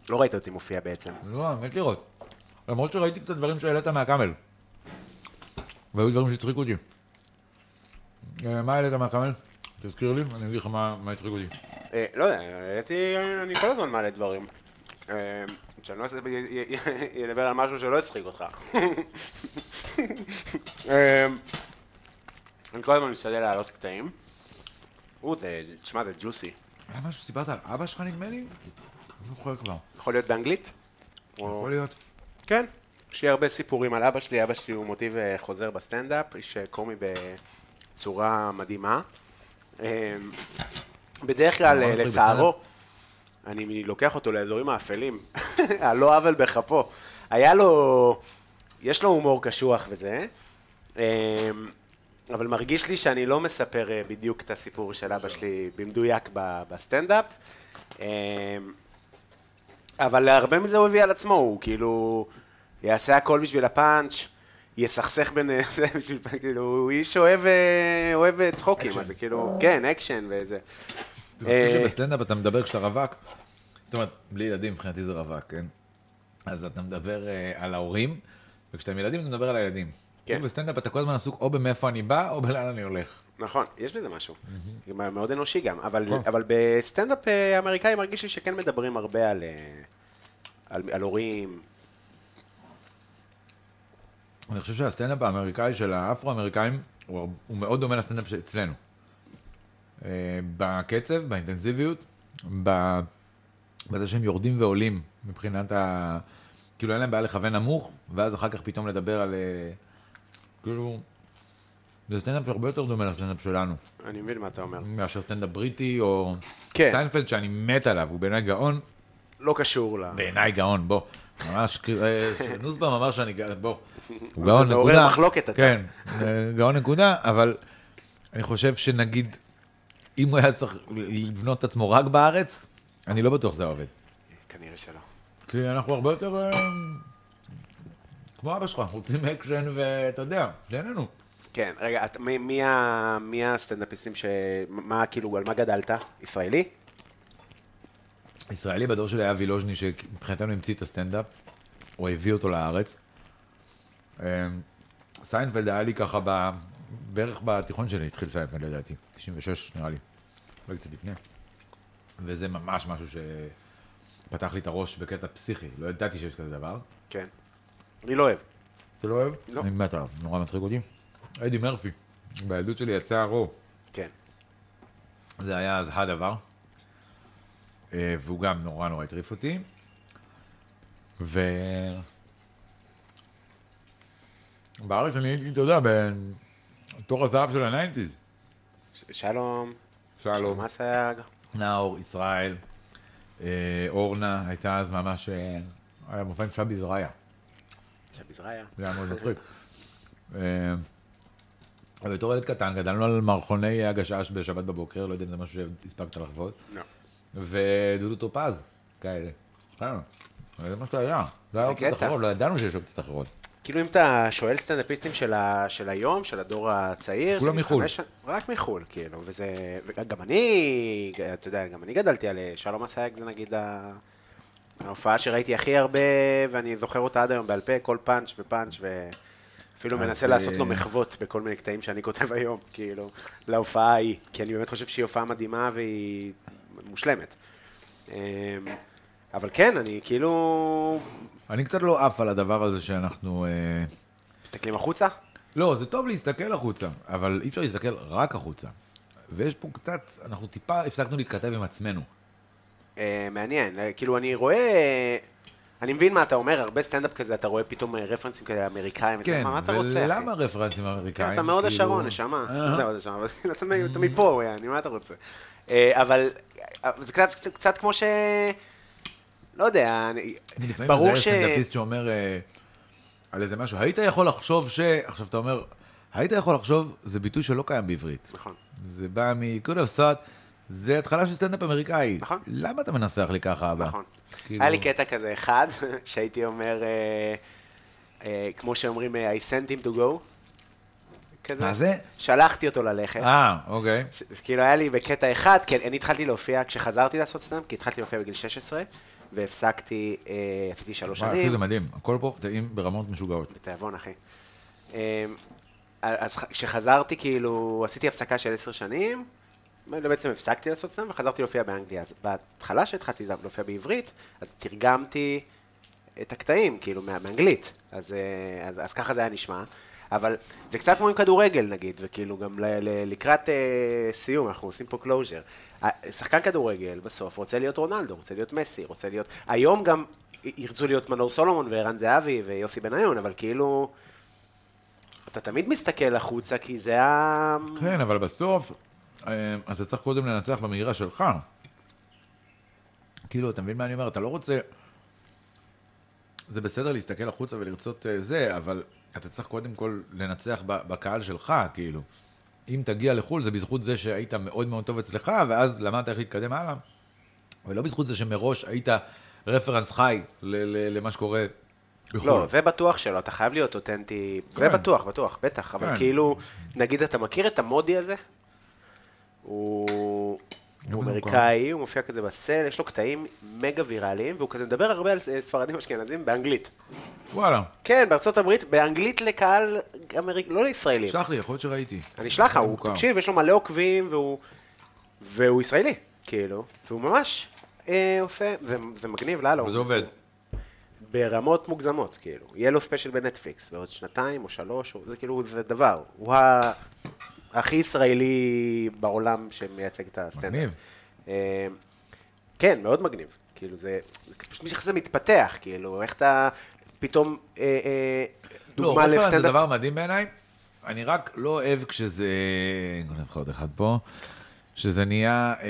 [SPEAKER 2] לא ראית אותי מופיע בעצם.
[SPEAKER 3] לא, אני מת לראות. למרות שראיתי קצת דברים שהעלית מהקאמל. והיו דברים שהצחיקו אותי. אה, מה העלית מהקאמל? תזכיר לי, אני אגיד לך מה מה הצחיק אותי.
[SPEAKER 2] אה, לא יודע, הייתי... אני כל הזמן מעלה דברים. אה, שאני לא אעשה- י- י- י- ידבר על משהו שלא יצחיק אותך. אה, אני כל הזמן משתדל להעלות קטעים. או, זה... תשמע, זה ג'וסי.
[SPEAKER 3] היה משהו אה, שסיפרת על אבא שלך נדמה לי? אני לא זוכר כבר.
[SPEAKER 2] יכול להיות באנגלית? או-
[SPEAKER 3] יכול להיות.
[SPEAKER 2] כן, יש לי הרבה סיפורים על אבא שלי, אבא שלי הוא מוטיב אה, חוזר בסטנדאפ, איש אה, קומי בצורה מדהימה. אה, בדרך כלל,
[SPEAKER 3] נורא
[SPEAKER 2] אה,
[SPEAKER 3] מצחיק
[SPEAKER 2] לצערו, אני לוקח אותו לאזורים האפלים, הלא עוול בכפו. היה לו, יש לו הומור קשוח וזה, אה, אבל מרגיש לי שאני לא מספר אה, בדיוק את הסיפור של אבא שלי במדויק ב- בסטנדאפ. אה, אבל הרבה מזה הוא הביא על עצמו, הוא כאילו יעשה הכל בשביל הפאנץ', יסכסך בין... בשביל- כאילו, הוא איש אוהב, אה, אוהב אה, צחוקים, אז זה כאילו, כן, אקשן וזה.
[SPEAKER 3] זה
[SPEAKER 2] אה,
[SPEAKER 3] מצחיק שבסטנדאפ אתה מדבר כשאתה רווק, זאת אומרת, בלי ילדים מבחינתי זה רווק, כן? אז אתה מדבר אה, על ההורים, וכשאתה עם ילדים אתה מדבר על הילדים.
[SPEAKER 2] כן.
[SPEAKER 3] כאילו בסטנדאפ אתה כל הזמן עסוק או במאיפה אני בא, או בלאן אני הולך.
[SPEAKER 2] נכון, יש בזה משהו. זה מאוד אנושי גם, אבל, אבל בסטנדאפ אה, אמריקאי מרגיש לי שכן מדברים הרבה על, אה, על, על הורים.
[SPEAKER 3] אני חושב שהסטנדאפ האמריקאי של האפרו-אמריקאים הוא, הר- הוא מאוד דומה לסטנדאפ שאצלנו. אה, בקצב, באינטנסיביות, ב... בזה שהם יורדים ועולים מבחינת ה... כאילו אין להם בעיה לכוון נמוך, ואז אחר כך פתאום לדבר על... אה, כאילו... זה סטנדאפ שהרבה יותר דומה לסטנדאפ שלנו,
[SPEAKER 2] אני מבין מה אתה אומר.
[SPEAKER 3] מאשר סטנדאפ בריטי או
[SPEAKER 2] כן.
[SPEAKER 3] סיינפלד שאני מת עליו, הוא בעיניי גאון,
[SPEAKER 2] לא קשור ל...
[SPEAKER 3] בעיניי גאון, בוא. ממש, כאילו, אה, נוסבאום אמר שאני גאון, בוא. הוא גאון
[SPEAKER 2] אתה
[SPEAKER 3] נקודה.
[SPEAKER 2] מעורר מחלוקת אתה.
[SPEAKER 3] כן, אה, גאון נקודה, אבל אני חושב שנגיד, אם הוא היה צריך לבנות את עצמו רק בארץ, אני לא בטוח שזה היה עובד.
[SPEAKER 2] כנראה שלא.
[SPEAKER 3] כי אנחנו הרבה יותר... אה, כמו אבא שלך, אנחנו רוצים אקשן ואתה יודע, תן לנו.
[SPEAKER 2] כן, רגע, את, מי, מי, ה, מי הסטנדאפיסטים ש... מה, כאילו, על מה גדלת? ישראלי?
[SPEAKER 3] ישראלי בדור שלי היה וילוז'ני, שמבחינתנו המציא את הסטנדאפ, או הביא אותו לארץ. אה, סיינפלד היה לי ככה ב... בערך בתיכון שלי, התחיל סיינפלד לדעתי, 96 נראה לי, אולי קצת לפני. וזה ממש משהו שפתח לי את הראש בקטע פסיכי, לא ידעתי שיש כזה דבר.
[SPEAKER 2] כן. אני לא אוהב.
[SPEAKER 3] אתה לא אוהב?
[SPEAKER 2] לא.
[SPEAKER 3] אני מת עליו, נורא מצחיק אותי. אדי מרפי, בילדות שלי יצא רו.
[SPEAKER 2] כן.
[SPEAKER 3] זה היה אז הדבר. אה, והוא גם נורא נורא הטריף אותי. ו... בארץ אני הייתי, אתה יודע, בתור הזהב של הניינטיז.
[SPEAKER 2] ש- שלום.
[SPEAKER 3] שלום,
[SPEAKER 2] מה זה
[SPEAKER 3] נאור, ישראל, אה, אורנה, הייתה אז ממש... אה, היה מופע עם שבי זרעיה.
[SPEAKER 2] שביזרעיה.
[SPEAKER 3] זה היה מאוד מצחיק. אה, אבל בתור ילד קטן גדלנו על מערכוני הגשש בשבת בבוקר, לא יודע אם זה משהו שהספקת לחוות.
[SPEAKER 2] לא.
[SPEAKER 3] ודודו טופז, כאלה. כן, זה מה שהיה. זה היה
[SPEAKER 2] זה
[SPEAKER 3] אופציות
[SPEAKER 2] קטע.
[SPEAKER 3] אחרות, לא ידענו שיש אופציות אחרות.
[SPEAKER 2] כאילו אם אתה שואל סטנדאפיסטים של, ה, של היום, של הדור הצעיר,
[SPEAKER 3] כולם
[SPEAKER 2] של
[SPEAKER 3] מחו"ל.
[SPEAKER 2] חמש- רק מחו"ל, כאילו, וזה, וגם אני, אתה יודע, גם אני גדלתי על אה, שלום אסייג, זה נגיד ה- ההופעה שראיתי הכי הרבה, ואני זוכר אותה עד היום בעל פה, כל פאנץ' ופאנץ', ואפילו
[SPEAKER 3] אז,
[SPEAKER 2] מנסה לעשות לו
[SPEAKER 3] אה,
[SPEAKER 2] מחוות בכל מיני קטעים שאני כותב היום, כאילו, להופעה ההיא, כי אני באמת חושב שהיא הופעה מדהימה והיא מושלמת. אה, אבל כן, אני כאילו,
[SPEAKER 3] אני קצת לא עף על הדבר הזה שאנחנו... אה,
[SPEAKER 2] מסתכלים החוצה,
[SPEAKER 3] לא, זה טוב להסתכל החוצה, אבל אי אפשר להסתכל רק החוצה. ויש פה קצת, אנחנו טיפה הפסקנו להתכתב עם עצמנו.
[SPEAKER 2] אה, מעניין, אה, כאילו אני רואה, אני מבין מה אתה אומר, הרבה סטנדאפ כזה, אתה רואה פתאום אה, רפרנסים כאלה אמריקאים, ואתה אומר, מה אתה רוצה, אחי?
[SPEAKER 3] כן, ולמה רפרנסים אמריקאים?
[SPEAKER 2] כן, אתה מהוד
[SPEAKER 3] כאילו-
[SPEAKER 2] השרון, נשמה.
[SPEAKER 3] אה.
[SPEAKER 2] אתה מהוד השרון, אבל אתה מ- אתה מפה, יעני, מה אתה רוצה? אה, אבל אה, זה קצת- קצת- קצת כמו ש... לא יודע, אני-
[SPEAKER 3] אני לפעמים
[SPEAKER 2] ברור
[SPEAKER 3] מזהה
[SPEAKER 2] ש...
[SPEAKER 3] סטנדאפיסט שאומר אה, על איזה משהו, היית יכול לחשוב ש... עכשיו אתה אומר, היית יכול לחשוב, זה ביטוי שלא קיים בעברית.
[SPEAKER 2] נכון.
[SPEAKER 3] זה בא מ-good of thought, זה התחלה של סטנדאפ אמריקאי.
[SPEAKER 2] נכון.
[SPEAKER 3] למה אתה מנסח לי ככה, אבא?
[SPEAKER 2] נכון.
[SPEAKER 3] כאילו-
[SPEAKER 2] היה לי קטע כזה אחד, שהייתי אומר, אה, אה, כמו שאומרים, אה, I sent him to go. כזה.
[SPEAKER 3] מה זה?
[SPEAKER 2] שלחתי אותו ללכת.
[SPEAKER 3] אה, אוקיי.
[SPEAKER 2] ש- אז כאילו היה לי בקטע אחד, כי אני התחלתי להופיע, כשחזרתי לעשות סטנדאפ, כי התחלתי להופיע בגיל 16, והפסקתי, אה, עשיתי שלוש
[SPEAKER 3] וואי, אחי,
[SPEAKER 2] שנים,
[SPEAKER 3] זה מדהים. הכל פה טעים ברמות משוגעות.
[SPEAKER 2] בתיאבון אחי. אה, אז ח- כשחזרתי כאילו, עשיתי הפסקה של עשר שנים, לא, בעצם הפסקתי לעשות סטנדאפ וחזרתי להופיע באנגליה. אז בהתחלה שהתחלתי להופיע בעברית, אז תרגמתי את הקטעים, כאילו, מה- מאנגלית. אז, אה, אז, אז ככה זה היה נשמע. אבל זה קצת כמו עם כדורגל נגיד, וכאילו גם ל- ל- לקראת אה, סיום, אנחנו עושים פה קלוז'ר. שחקן כדורגל בסוף רוצה להיות רונלדו, רוצה להיות מסי, רוצה להיות... היום גם י- ירצו להיות מנור סולומון וערן זהבי ויוסי בניון, אבל כאילו... אתה תמיד מסתכל החוצה, כי זה ה...
[SPEAKER 3] כן, אבל בסוף, אה, אתה צריך קודם לנצח במהירה שלך. כאילו, אתה מבין מה אני אומר? אתה לא רוצה... זה בסדר להסתכל החוצה ולרצות אה, זה, אבל אתה צריך קודם כל לנצח ב- בקהל שלך, כאילו. אם תגיע לחו"ל, זה בזכות זה שהיית מאוד מאוד טוב אצלך, ואז למדת איך להתקדם הלאה. ולא בזכות זה שמראש היית רפרנס חי ל- ל- למה שקורה בחו"ל.
[SPEAKER 2] לא, זה בטוח שלא, אתה חייב להיות אותנטי, זה
[SPEAKER 3] כן.
[SPEAKER 2] בטוח, בטוח, בטח, אבל
[SPEAKER 3] כן.
[SPEAKER 2] כאילו, נגיד אתה מכיר את המודי הזה? הוא... הוא
[SPEAKER 4] זה מוכר?
[SPEAKER 2] אמריקאי, הוא מופיע כזה בסל, יש לו קטעים מגה ויראליים, והוא כזה מדבר הרבה על אה, ספרדים אשכנזים באנגלית.
[SPEAKER 3] וואלה,
[SPEAKER 2] כן, בארצות הברית, באנגלית לקהל אמריקאי, לא לישראלים.
[SPEAKER 3] שלח לי, יכול להיות שראיתי.
[SPEAKER 2] אני אשלח לך, הוא
[SPEAKER 3] מוכר.
[SPEAKER 2] תקשיב, יש לו מלא עוקבים, והוא, והוא ישראלי, כאילו, והוא ממש אה, עושה, זה, זה מגניב לאללה.
[SPEAKER 3] וזה
[SPEAKER 2] הוא-
[SPEAKER 3] עובד.
[SPEAKER 2] ברמות מוגזמות, כאילו. יהיה לו ספיישל בנטפליקס בעוד שנתיים או שלוש, או, זה כאילו, זה דבר. הוא ה... הכי ישראלי בעולם שמייצג את הסטנדאפ.
[SPEAKER 3] מגניב.
[SPEAKER 2] אה, כן, מאוד מגניב. כאילו, זה, זה פשוט איך זה מתפתח, כאילו, איך אתה פתאום, אה, אה, דוגמה
[SPEAKER 3] לא, רפרנס
[SPEAKER 2] לסטנדאפ.
[SPEAKER 3] זה דבר מדהים בעיניי. אני רק לא אוהב כשזה... אני גונב לך עוד אחד פה. שזה נהיה אה,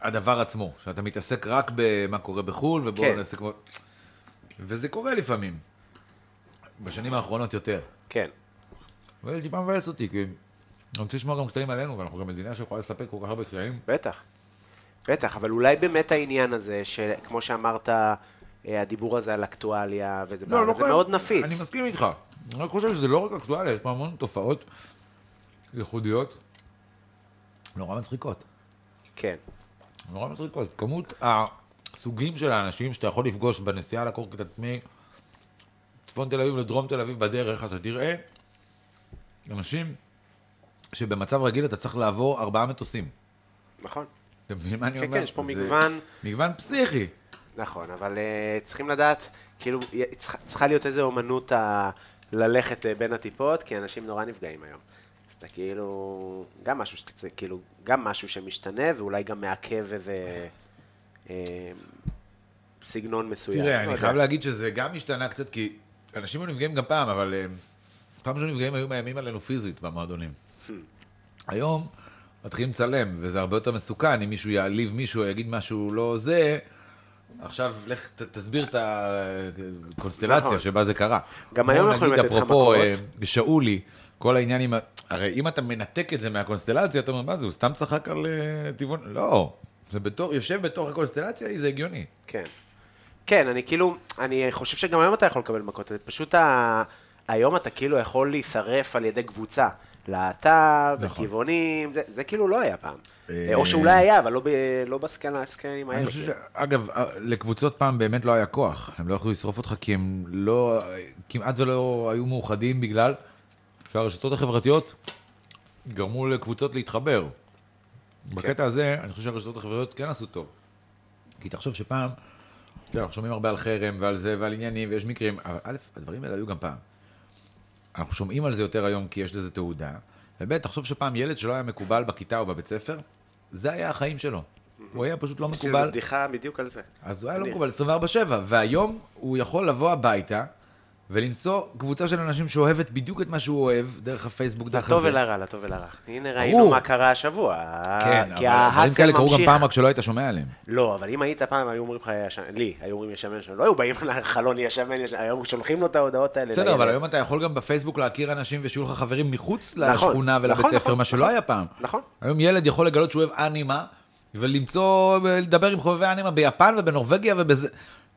[SPEAKER 3] הדבר עצמו. שאתה מתעסק רק במה קורה בחו"ל, ובואו
[SPEAKER 2] כן.
[SPEAKER 3] נעשה כמו... וזה קורה לפעמים. בשנים האחרונות יותר.
[SPEAKER 2] כן,
[SPEAKER 3] וזה טיפה מבאס אותי, כי אני רוצה לשמוע גם קטעים עלינו, ואנחנו גם מדינה שיכולה לספק כל כך הרבה קטעים.
[SPEAKER 2] בטח. בטח, אבל אולי באמת העניין הזה, שכמו שאמרת, אה, הדיבור הזה על אקטואליה, וזה
[SPEAKER 3] לא, לא
[SPEAKER 2] זה
[SPEAKER 3] חייב.
[SPEAKER 2] מאוד נפיץ.
[SPEAKER 3] אני מסכים איתך. אני רק חושב שזה לא רק אקטואליה, יש פה המון תופעות ייחודיות נורא מצחיקות.
[SPEAKER 2] כן,
[SPEAKER 3] נורא מצחיקות. כמות הסוגים של האנשים שאתה יכול לפגוש בנסיעה לקורקינט מצפון תל אביב לדרום תל אביב בדרך, אתה תראה אנשים שבמצב רגיל אתה צריך לעבור ארבעה מטוסים.
[SPEAKER 2] נכון.
[SPEAKER 3] אתה מבין מה אני
[SPEAKER 2] כן,
[SPEAKER 3] אומר?
[SPEAKER 2] כן, יש פה
[SPEAKER 3] זה
[SPEAKER 2] מגוון.
[SPEAKER 3] מגוון פסיכי.
[SPEAKER 2] נכון, אבל uh, צריכים לדעת, כאילו, י- צריכה- צריכה להיות איזו אומנות ה... ללכת אה, בין הטיפות, כי אנשים נורא נפגעים היום. אז אתה כאילו, גם משהו, שאתה צריך- כאילו, גם משהו שמשתנה, ואולי גם מעכב איזה אה, סגנון מסוים.
[SPEAKER 3] תראה,
[SPEAKER 2] לא
[SPEAKER 3] אני
[SPEAKER 2] יודע.
[SPEAKER 3] חייב להגיד שזה גם השתנה קצת, כי אנשים היו נפגעים גם פעם, אבל אה, פעם שהיו נפגעים היו מאיימים עלינו פיזית במועדונים.
[SPEAKER 2] Hmm.
[SPEAKER 3] היום מתחילים לצלם, וזה הרבה יותר מסוכן, אם מישהו יעליב מישהו, יגיד משהו לא זה, עכשיו לך ת- תסביר את
[SPEAKER 2] נכון.
[SPEAKER 3] הקונסטלציה שבה זה קרה.
[SPEAKER 2] גם
[SPEAKER 3] כמו
[SPEAKER 2] היום יכולים
[SPEAKER 3] נגיד,
[SPEAKER 2] לתת לך
[SPEAKER 3] אפרופו,
[SPEAKER 2] מכות.
[SPEAKER 3] אה, שאולי, כל העניין עם... ה- הרי אם אתה מנתק את זה מהקונסטלציה, אתה אומר, מה זה, הוא סתם צחק על אה, טבעון? לא, זה בתור, יושב בתוך הקונסטלציה, זה הגיוני.
[SPEAKER 2] כן. כן, אני כאילו, אני חושב שגם היום אתה יכול לקבל מכות, זה פשוט ה... היום אתה כאילו יכול להישרף על ידי קבוצה. להט"ב,
[SPEAKER 3] נכון.
[SPEAKER 2] טבעונים, זה, זה כאילו לא היה פעם.
[SPEAKER 3] אה,
[SPEAKER 2] או שאולי היה, אבל לא, ב, לא בסקנה, הסקנים האלה.
[SPEAKER 3] אני חושב שאגב, לקבוצות פעם באמת לא היה כוח, הם לא יכלו לשרוף אותך כי הם לא, כמעט ולא היו מאוחדים בגלל שהרשתות החברתיות גרמו לקבוצות להתחבר.
[SPEAKER 2] כן.
[SPEAKER 3] בקטע הזה, אני חושב שהרשתות החברתיות כן עשו טוב. כי תחשוב שפעם, אתה יודע, אנחנו שומעים הרבה על חרם ועל זה ועל עניינים ויש מקרים, אבל א', הדברים האלה היו גם פעם. אנחנו שומעים על זה יותר היום כי יש לזה תעודה, וב', תחשוב שפעם ילד שלא היה מקובל בכיתה או בבית ספר, זה היה החיים שלו. הוא היה פשוט לא
[SPEAKER 2] Mhm. יש לי איזה
[SPEAKER 3] מקובל.
[SPEAKER 2] בדיחה בדיוק על זה.
[SPEAKER 3] אז הוא היה לא
[SPEAKER 2] אני-
[SPEAKER 3] מקובל 24-7, והיום הוא יכול לבוא הביתה ולמצוא קבוצה של אנשים שאוהבת בדיוק את מה שהוא אוהב, דרך הפייסבוק, דרך
[SPEAKER 2] לטוב
[SPEAKER 3] הזה.
[SPEAKER 2] ולרע, לטוב ולרע. הנה ראינו
[SPEAKER 3] ברור.
[SPEAKER 2] מה קרה השבוע.
[SPEAKER 3] כן,
[SPEAKER 2] כי
[SPEAKER 3] אבל דברים
[SPEAKER 2] ההאסל
[SPEAKER 3] כאלה קרו גם
[SPEAKER 2] ממשיך.
[SPEAKER 3] פעם רק שלא היית שומע עליהם.
[SPEAKER 2] לא, אבל אם היית פעם, היו אומרים לך, "יש- לי, היו אומרים ישמן, ישמן. לא היו באים לחלון ישמן, ישמן. היום שולחים לו את ההודעות האלה.
[SPEAKER 3] בסדר,
[SPEAKER 2] לילד.
[SPEAKER 3] אבל היום אתה יכול גם בפייסבוק להכיר אנשים ושיהיו לך חברים מחוץ
[SPEAKER 2] נכון,
[SPEAKER 3] לשכונה ולבית
[SPEAKER 2] נכון,
[SPEAKER 3] ספר,
[SPEAKER 2] נכון,
[SPEAKER 3] מה שלא
[SPEAKER 2] נכון.
[SPEAKER 3] היה פעם.
[SPEAKER 2] נכון.
[SPEAKER 3] היום ילד יכול לגלות שהוא אוהב אנימה, ולמצוא, לדבר עם חובבי אנימה ביפן ובנורבגיה ובזה.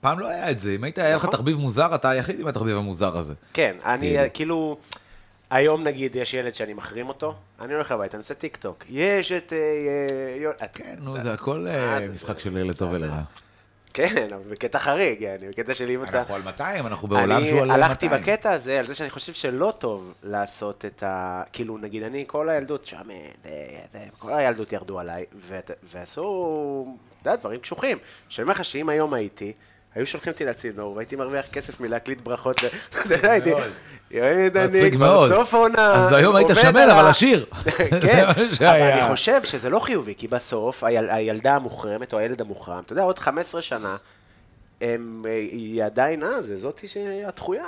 [SPEAKER 3] פעם לא היה את זה, אם היית, היה לך
[SPEAKER 2] נכון.
[SPEAKER 3] תחביב מוזר, אתה היחיד עם התחביב המוזר הזה.
[SPEAKER 2] כן, אני
[SPEAKER 3] כאילו.
[SPEAKER 2] כאילו, היום נגיד יש ילד שאני מחרים אותו, אני הולך הביתה, אני עושה טיק טוק, יש את... אה, אה, יו- את-
[SPEAKER 3] כן, נו, זה הכל אה,
[SPEAKER 2] זה-
[SPEAKER 3] משחק
[SPEAKER 2] זה-
[SPEAKER 3] של לטוב
[SPEAKER 2] זה-
[SPEAKER 3] ולרע.
[SPEAKER 2] כן, אבל בקטע חריג, אני בקטע של אם אתה...
[SPEAKER 3] אנחנו על 200, אנחנו בעולם
[SPEAKER 2] אני
[SPEAKER 3] שהוא על 200.
[SPEAKER 2] הלכתי בקטע הזה, על זה שאני חושב שלא טוב לעשות את ה... כאילו, נגיד, אני כל הילדות, שמן, אה, זה, כל הילדות ירדו עליי, ואת- ועשו, אתה יודע, דברים קשוחים. שאני אומר לך שאם היום הייתי, היו שולחים אותי לצינור, והייתי מרוויח כסף מלהקליט ברכות, ל- אתה יודע, הייתי...
[SPEAKER 3] מאוד.
[SPEAKER 2] יואי, דני,
[SPEAKER 3] מצחיק
[SPEAKER 2] כבר
[SPEAKER 3] מאוד.
[SPEAKER 2] סוף עונה.
[SPEAKER 3] אז לא, היום היית
[SPEAKER 2] עובד
[SPEAKER 3] שמן,
[SPEAKER 2] על ה-
[SPEAKER 3] אבל עשיר.
[SPEAKER 2] כן, אבל אני חושב שזה לא חיובי, כי בסוף היל, הילדה המוחרמת או הילד המוחרם, אתה יודע, עוד 15 שנה, הם, אה, היא עדיין, אה, זה זאתי שהתחויה.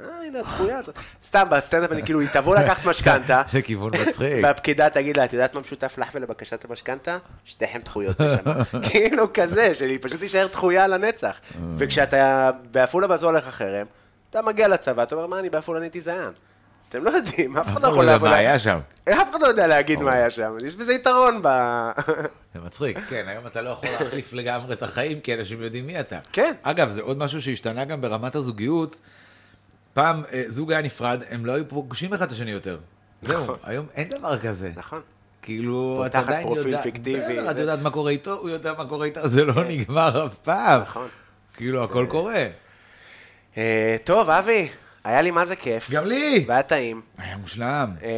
[SPEAKER 2] אה, הנה התחויה הזאת. סתם, בסטנדאפ אני כאילו, היא תבוא לקחת משכנתה,
[SPEAKER 3] זה כיוון מצחיק.
[SPEAKER 2] והפקידה תגיד לה, את יודעת מה משותף לך ולבקשת המשכנתה? שתיכם דחויות בשנה. כאילו כזה, שהיא פשוט תישאר דחויה לנצח.
[SPEAKER 3] אה.
[SPEAKER 2] וכשאתה בעפולה ואז הוא הולך החרם, אתה מגיע לצבא, אתה אומר, מה, אני בעפולה נהייתי זיין. אתם לא יודעים, אף אחד לא יכול
[SPEAKER 3] אבל
[SPEAKER 2] לעבוד.
[SPEAKER 3] מה היה שם?
[SPEAKER 2] אף אחד לא יודע להגיד
[SPEAKER 3] ברור.
[SPEAKER 2] מה היה שם, יש בזה יתרון ב...
[SPEAKER 3] זה מצחיק. כן, היום אתה לא יכול להחליף לגמרי את החיים, כי אנשים יודעים מי אתה.
[SPEAKER 2] כן.
[SPEAKER 3] אגב, זה עוד משהו שהשתנה גם ברמת הזוגיות. פעם אה, זוג היה נפרד, הם לא היו פוגשים אחד את השני יותר. זהו, היום אין דבר כזה.
[SPEAKER 2] נכון.
[SPEAKER 3] כאילו, אתה
[SPEAKER 2] פותחת
[SPEAKER 3] עדיין יודע...
[SPEAKER 2] פרופיל פיקטיבי,
[SPEAKER 3] בסדר, את
[SPEAKER 2] זה- כן.
[SPEAKER 3] יודעת מה קורה איתו, הוא יודע מה קורה איתה, זה לא נגמר אף פעם.
[SPEAKER 2] נכון.
[SPEAKER 3] כאילו, הכל קורה.
[SPEAKER 2] אה, טוב, אבי, היה לי מה זה כיף.
[SPEAKER 3] גם לי!
[SPEAKER 2] והיה טעים.
[SPEAKER 3] היה מושלם.
[SPEAKER 2] אה,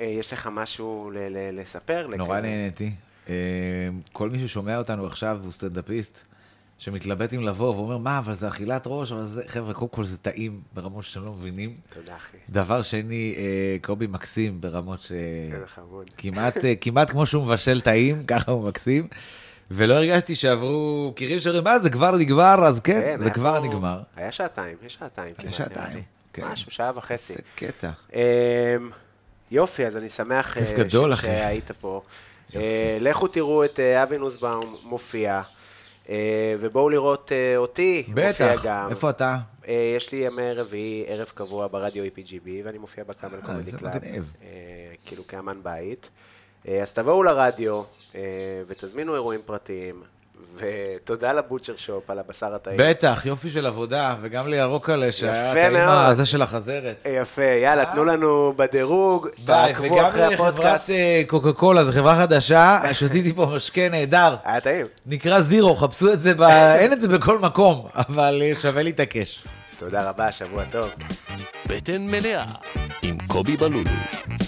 [SPEAKER 2] אה, יש לך משהו ל- ל- לספר?
[SPEAKER 3] נורא
[SPEAKER 2] לכאלה?
[SPEAKER 3] נהניתי. אה, כל מי ששומע אותנו עכשיו הוא סטנדאפיסט, שמתלבט אם לבוא ואומר, מה, אבל זה אכילת ראש, אבל זה, חבר'ה, קודם כל זה טעים ברמות שאתם לא מבינים.
[SPEAKER 2] תודה, אחי.
[SPEAKER 3] דבר שני, אה, קובי מקסים ברמות ש...
[SPEAKER 2] איזה חמוד.
[SPEAKER 3] כמעט, אה, כמעט כמו שהוא מבשל טעים, ככה הוא מקסים. ולא הרגשתי שעברו קירים שאומרים, מה, זה כבר נגמר, אז כן,
[SPEAKER 2] כן,
[SPEAKER 3] זה
[SPEAKER 2] היה
[SPEAKER 3] כבר
[SPEAKER 2] פה-
[SPEAKER 3] נגמר.
[SPEAKER 2] היה שעתיים, יש שעתיים. כמעט, נראה
[SPEAKER 3] שעתיים,
[SPEAKER 2] לי.
[SPEAKER 3] כן.
[SPEAKER 2] משהו, שעה וחצי.
[SPEAKER 3] איזה קטע.
[SPEAKER 2] אמ, יופי, אז אני שמח
[SPEAKER 3] כיף
[SPEAKER 2] אה,
[SPEAKER 3] גדול,
[SPEAKER 2] ש-
[SPEAKER 3] אחי.
[SPEAKER 2] שהיית פה. אה, לכו תראו את אה, אבי נוסבאום מופיע, אה, ובואו לראות אה, אותי מופיע
[SPEAKER 3] בטח,
[SPEAKER 2] גם.
[SPEAKER 3] איפה אתה?
[SPEAKER 2] אה, יש לי ימי רביעי, ערב קבוע ברדיו E EPGB, ואני מופיע בקאמל
[SPEAKER 3] אה,
[SPEAKER 2] קומדי
[SPEAKER 3] זה
[SPEAKER 2] קלאב,
[SPEAKER 3] מגניב.
[SPEAKER 2] אה, כאילו כאמן בית. אה, אז תבואו לרדיו אה, ותזמינו אירועים פרטיים, ותודה לבוטשר שופ על הבשר הטעים.
[SPEAKER 3] בטח, יופי של עבודה, וגם לירוקלה, שהיה את
[SPEAKER 2] יפה מאוד.
[SPEAKER 3] האימא הזה של החזרת.
[SPEAKER 2] אה, יפה, יאללה, תנו לנו בדירוג,
[SPEAKER 3] ביי,
[SPEAKER 2] תעקבו
[SPEAKER 3] וגם
[SPEAKER 2] אחרי
[SPEAKER 3] לחברת
[SPEAKER 2] הפודקאסט.
[SPEAKER 3] אה, קוקה קולה, זו חברה חדשה, שתיתי פה משקה נהדר,
[SPEAKER 2] היה אה, טעים.
[SPEAKER 3] נקרא זירו, חפשו את זה, ב- אין את זה בכל מקום, אבל אה, שווה להתעקש.
[SPEAKER 2] תודה רבה, שבוע טוב.
[SPEAKER 1] בטן מלאה עם קובי בלולו.